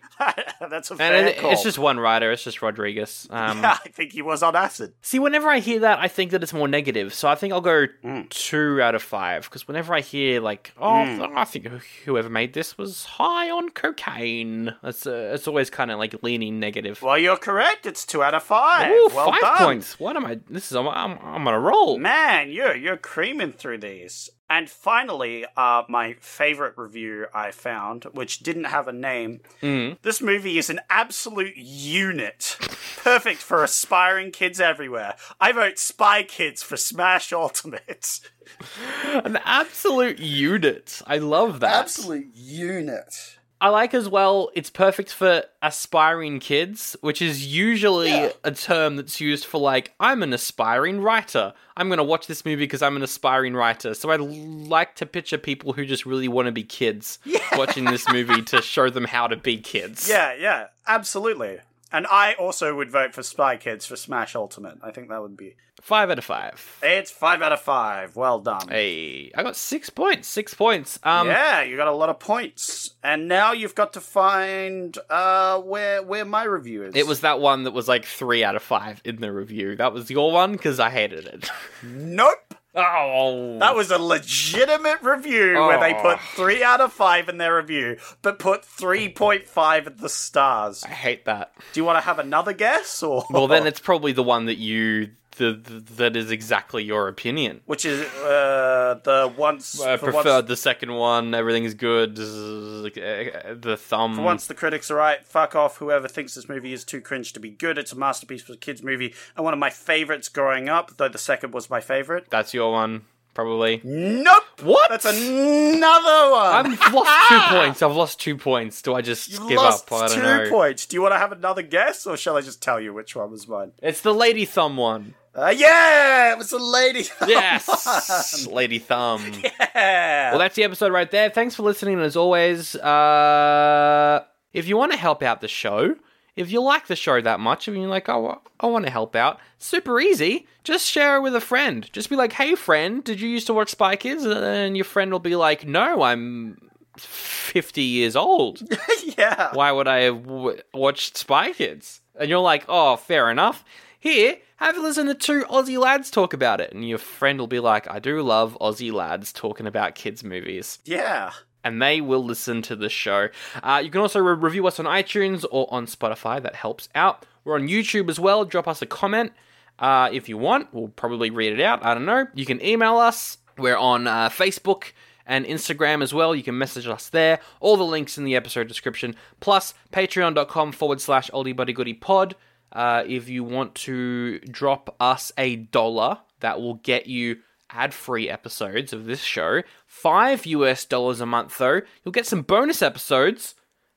[SPEAKER 2] That's a fair
[SPEAKER 1] And it-
[SPEAKER 2] call.
[SPEAKER 1] it's just one writer. It's just Rodriguez. Um,
[SPEAKER 2] yeah, I think he was on acid.
[SPEAKER 1] See, whenever I hear that, I think that it's more negative. So I think I'll go two out of five. Because whenever I hear like, oh,
[SPEAKER 2] Mm.
[SPEAKER 1] I think whoever made this was high on cocaine. It's uh, it's always kind of like leaning negative.
[SPEAKER 2] Well, you're correct. It's two out of five.
[SPEAKER 1] Ooh,
[SPEAKER 2] well
[SPEAKER 1] five
[SPEAKER 2] done.
[SPEAKER 1] points. What am I? This is I'm I'm, I'm on a roll.
[SPEAKER 2] Man, you're you're creaming through these. And finally, uh, my favorite review I found, which didn't have a name.
[SPEAKER 1] Mm.
[SPEAKER 2] This movie is an absolute unit, perfect for aspiring kids everywhere. I vote Spy Kids for Smash Ultimate.
[SPEAKER 1] An absolute unit. I love that.
[SPEAKER 12] Absolute unit.
[SPEAKER 1] I like as well, it's perfect for aspiring kids, which is usually a term that's used for, like, I'm an aspiring writer. I'm going to watch this movie because I'm an aspiring writer. So I l- like to picture people who just really want to be kids watching this movie to show them how to be kids.
[SPEAKER 2] Yeah, yeah, absolutely. And I also would vote for Spy Kids for Smash Ultimate. I think that would be.
[SPEAKER 1] Five out of five.
[SPEAKER 2] It's five out of five. Well done.
[SPEAKER 1] Hey, I got six points. Six points. Um,
[SPEAKER 2] yeah, you got a lot of points, and now you've got to find uh, where where my review is.
[SPEAKER 1] It was that one that was like three out of five in the review. That was your one because I hated it.
[SPEAKER 2] nope.
[SPEAKER 1] Oh,
[SPEAKER 2] that was a legitimate review where they
[SPEAKER 1] Oh.
[SPEAKER 2] put three out of five in their review, but put three point five at the stars. I
[SPEAKER 1] hate that.
[SPEAKER 2] Do you want to have another guess, or
[SPEAKER 1] well, then it's probably the one that you the, the that is exactly your opinion.
[SPEAKER 2] which is uh, the once
[SPEAKER 1] I
[SPEAKER 2] for
[SPEAKER 1] preferred
[SPEAKER 2] once,
[SPEAKER 1] the second one. Everything's good. eh, The thumb.
[SPEAKER 2] for once the critics are right. Fuck off, whoever thinks this movie is too cringe to be good. It's a masterpiece for a kids movie and one of my favorites growing up, though the second was my favorite.
[SPEAKER 1] That's your one, probably.
[SPEAKER 2] Nope.
[SPEAKER 1] What?
[SPEAKER 2] That's another one.
[SPEAKER 1] I've lost two points. I've lost two points. Do I just
[SPEAKER 2] You've
[SPEAKER 1] give
[SPEAKER 2] lost
[SPEAKER 1] up? I don't
[SPEAKER 2] two
[SPEAKER 1] know.
[SPEAKER 2] points. Do you want to have another guess, or shall I just tell you which one was mine?
[SPEAKER 1] It's the lady thumb one.
[SPEAKER 2] Uh, yeah, it was a lady.
[SPEAKER 1] Yes, lady thumb.
[SPEAKER 2] Yeah.
[SPEAKER 1] Well, that's the episode right there. Thanks for listening, and as always, uh, if you want to help out the show, if you like the show that much, and you're like, oh, I want to help out, super easy. Just share it with a friend. Just be like, hey, friend, did you used to watch Spy Kids? And your friend will be like, no, I'm 50 years old.
[SPEAKER 2] yeah.
[SPEAKER 1] Why would I have w- watched Spy Kids? And you're like, oh, fair enough. Here, have a listen to two Aussie lads talk about it. And your friend will be like, I do love Aussie lads talking about kids' movies.
[SPEAKER 2] Yeah.
[SPEAKER 1] And they will listen to the show. Uh, you can also re- review us on iTunes or on Spotify. That helps out. We're on YouTube as well. Drop us a comment uh, if you want. We'll probably read it out. I don't know. You can email us. We're on uh, Facebook and Instagram as well. You can message us there. All the links in the episode description. Plus, patreon.com forward slash oldiebuddygoodypod. Uh, if you want to drop us a dollar, that will get you ad-free episodes of this show. Five US dollars a month, though. You'll get some bonus episodes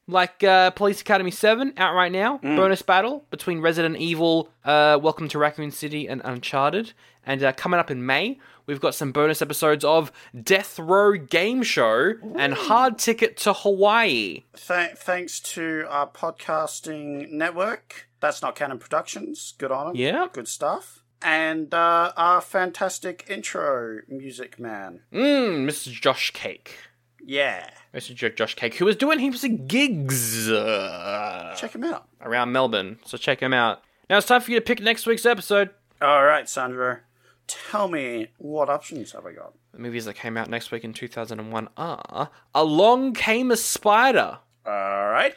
[SPEAKER 1] like uh, Police Academy 7 out right now, bonus battle between Resident Evil, uh, Welcome to Raccoon City, and Uncharted. And uh, coming up in May, we've got some bonus episodes of Death Row Game Show and Hard Ticket to Hawaii.
[SPEAKER 2] Th- thanks to our podcasting network. That's not Canon Productions. Good on 'em.
[SPEAKER 1] Yeah.
[SPEAKER 2] Good stuff. And uh, our fantastic intro music man.
[SPEAKER 1] Mmm, Mr. Josh Cake.
[SPEAKER 2] Yeah.
[SPEAKER 1] Mr. Jo- Josh Cake, who is doing heaps of gigs uh,
[SPEAKER 2] Check him out.
[SPEAKER 1] around Melbourne. So check him out. Now it's time for you to pick next week's episode.
[SPEAKER 2] All right, Sandra. Tell me what options have I got?
[SPEAKER 1] The movies that came out next week in 2001 are Along Came a Spider, All right.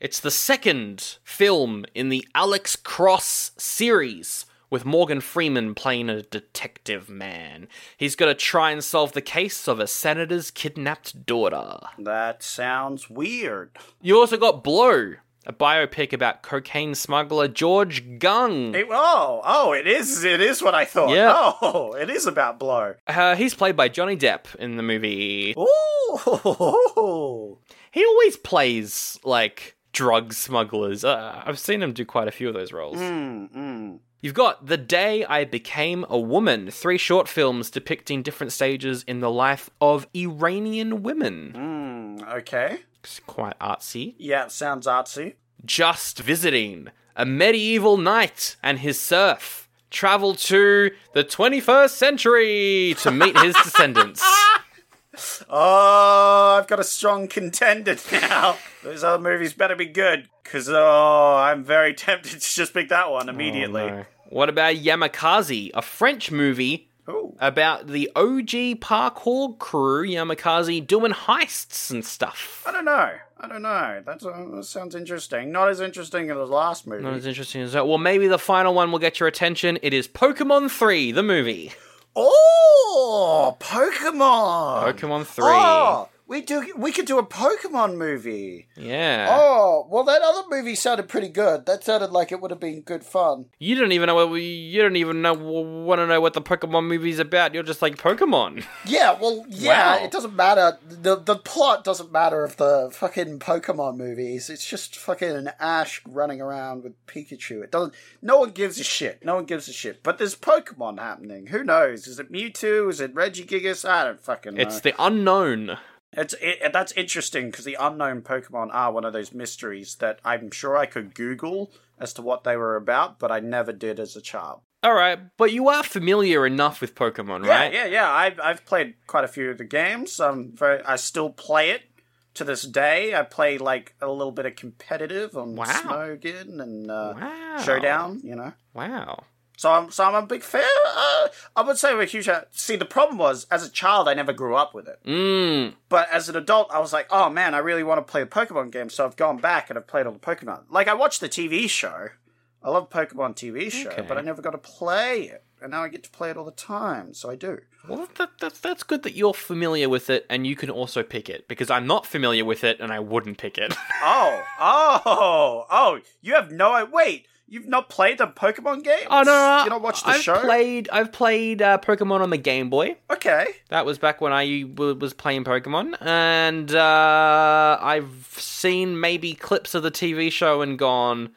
[SPEAKER 1] It's the second film in the Alex Cross series, with Morgan Freeman playing a detective man. He's got to try and solve the case of a senator's kidnapped daughter.
[SPEAKER 2] That sounds weird.
[SPEAKER 1] You also got Blow, a biopic about cocaine smuggler George Gung.
[SPEAKER 2] It- oh, oh, it is. It is what I thought.
[SPEAKER 1] Yeah.
[SPEAKER 2] Oh, it is about blow.
[SPEAKER 1] Uh, he's played by Johnny Depp in the movie.
[SPEAKER 2] Ooh.
[SPEAKER 1] He always plays like drug smugglers. Uh, I've seen him do quite a few of those roles.
[SPEAKER 2] Mm. Hmm,
[SPEAKER 1] You've got The Day I Became a Woman, three short films depicting different stages in the life of Iranian women.
[SPEAKER 2] okay.
[SPEAKER 1] It's quite artsy.
[SPEAKER 2] Yeah, it sounds artsy.
[SPEAKER 1] Just Visiting, a medieval knight and his serf travel to the 21st century to meet his descendants.
[SPEAKER 2] Oh, I've got a strong contender now. Those other movies better be good, because oh, I'm very tempted to just pick that
[SPEAKER 1] Oh,
[SPEAKER 2] one immediately.
[SPEAKER 1] What about Yamakaze, a French movie about the OG parkour crew Yamakaze doing heists and stuff?
[SPEAKER 2] I don't know. I don't know. That's, uh, that sounds interesting. Not as interesting as the last movie.
[SPEAKER 1] Not as interesting as that. Well, maybe the final one will get your attention. It is Pokemon 3, the movie.
[SPEAKER 2] Oh, Pokemon!
[SPEAKER 1] Pokemon 3.
[SPEAKER 2] Oh, we do. We could do a Pokemon movie.
[SPEAKER 1] Yeah.
[SPEAKER 13] Oh, well, that other movie sounded pretty good. That sounded like it would have been good fun.
[SPEAKER 1] You don't even know what we- you don't even know want to know what the Pokemon movie's about. You're just like Pokemon.
[SPEAKER 13] Yeah, well, yeah,
[SPEAKER 1] Wow.
[SPEAKER 13] it doesn't matter. The the plot doesn't matter of the fucking Pokemon movies. It's just fucking Ash running around with Pikachu. It doesn't no one gives a shit. No one gives a shit. But there's Pokemon happening. Who knows? Is it Mewtwo? Is it Regigigas? I don't fucking know.
[SPEAKER 1] It's the unknown.
[SPEAKER 2] It's it, that's interesting because the unknown Pokemon are one of those mysteries that I'm sure I could Google as to what they were about, but I never did as a child.
[SPEAKER 1] All right, but you are familiar enough with Pokemon, right?
[SPEAKER 2] Yeah, yeah, yeah. I've I've played quite a few of the games. I'm very. I still play it to this day. I play like a little bit of competitive on
[SPEAKER 1] Wow.
[SPEAKER 2] Smogon and uh, Showdown. You know.
[SPEAKER 1] Wow.
[SPEAKER 2] So I'm so I'm a big fan. Uh, I would say I'm a huge. See, the problem was as a child, I never grew up with it.
[SPEAKER 1] Mm.
[SPEAKER 2] But as an adult, I was like, oh man, I really want to play a Pokemon game. So I've gone back and I've played all the Pokemon. Like I watched the TV show. I love Pokemon TV show,
[SPEAKER 1] Okay.
[SPEAKER 2] but I never got to play it, and now I get to play it all the time. So I do.
[SPEAKER 1] Well, that, that, that's good that you're familiar with it and you can also pick it because I'm not familiar with it and I wouldn't pick it.
[SPEAKER 2] Oh, oh, oh! You have no wait. You've not played the Pokemon game?
[SPEAKER 1] oh no, no, no.
[SPEAKER 2] you not watched the
[SPEAKER 1] I've
[SPEAKER 2] show?
[SPEAKER 1] played. I've played uh, Pokemon on the Game Boy.
[SPEAKER 2] Okay.
[SPEAKER 1] That was back when I w- was playing Pokemon, and uh, I've seen maybe clips of the TV show and gone,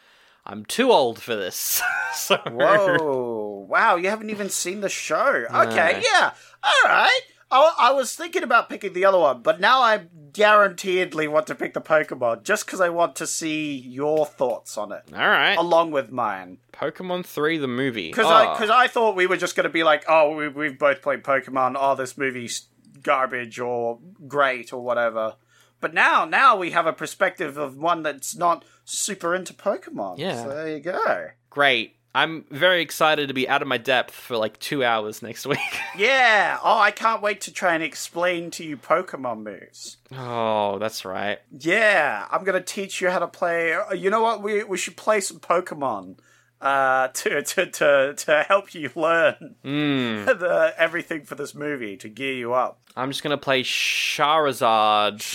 [SPEAKER 1] "I'm too old for this." so,
[SPEAKER 2] Whoa! Wow, you haven't even seen the show. Okay,
[SPEAKER 1] No.
[SPEAKER 2] yeah, all right. I, I was thinking about picking the other one, but now I guaranteedly want to pick the Pokemon just because I want to see your thoughts on it.
[SPEAKER 1] All right. Oh.
[SPEAKER 2] along with mine.
[SPEAKER 1] Pokemon Three, the movie. Ah,
[SPEAKER 2] Because I because I thought we were just going to be like, oh, we, we've both played Pokemon. Oh, this movie's garbage or great or whatever. But now, now we have a perspective of one that's not super into Pokemon.
[SPEAKER 1] Yeah.
[SPEAKER 2] So there you go.
[SPEAKER 1] great. I'm very excited to be out of my depth for like two hours next week.
[SPEAKER 2] Yeah. Oh, I can't wait to try and explain to you Pokemon moves.
[SPEAKER 1] oh, that's right.
[SPEAKER 2] Yeah, I'm gonna teach you how to play. uh, You know what? We we should play some Pokemon. Uh, to to to to help you learn
[SPEAKER 1] Mm.
[SPEAKER 2] the everything for this movie to gear you up.
[SPEAKER 1] I'm just gonna play Charizard, and just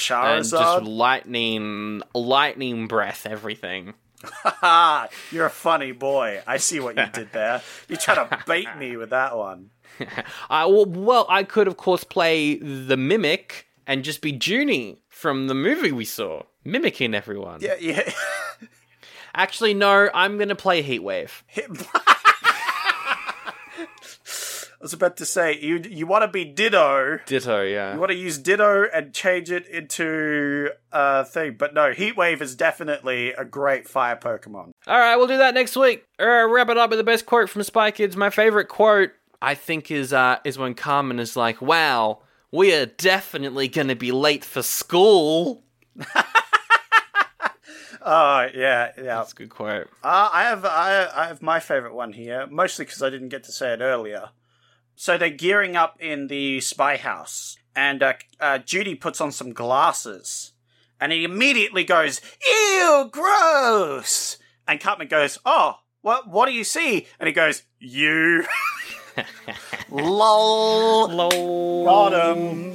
[SPEAKER 2] Charizard?
[SPEAKER 1] lightning, lightning breath, everything.
[SPEAKER 2] Ha! You're a funny boy. I see what you did there. You try to bait me with that one.
[SPEAKER 1] I well, well, I could of course play the mimic and just be Junie from the movie we saw, mimicking everyone.
[SPEAKER 2] Yeah, yeah.
[SPEAKER 1] Actually, no, I'm gonna play Heatwave.
[SPEAKER 2] I was about to say you you want to be Ditto.
[SPEAKER 1] Ditto, yeah.
[SPEAKER 2] You want to use Ditto and change it into a thing, but no, Heatwave is definitely a great fire Pokemon.
[SPEAKER 1] All right, we'll do that next week. All right, wrap it up with the best quote from Spy Kids. My favorite quote, I think, is uh, is when Carmen is like, "Wow, we are definitely gonna be late for school."
[SPEAKER 2] Oh yeah, yeah.
[SPEAKER 1] That's a good quote.
[SPEAKER 2] Uh, I have I, I have my favorite one here, mostly because I didn't get to say it earlier. So they're gearing up in the spy house, and uh, uh, Judy puts on some glasses, And he immediately goes, Ew, gross! And Cartman goes, Oh, what what do you see? And he goes, You Lol.
[SPEAKER 1] Lol.
[SPEAKER 2] Got him.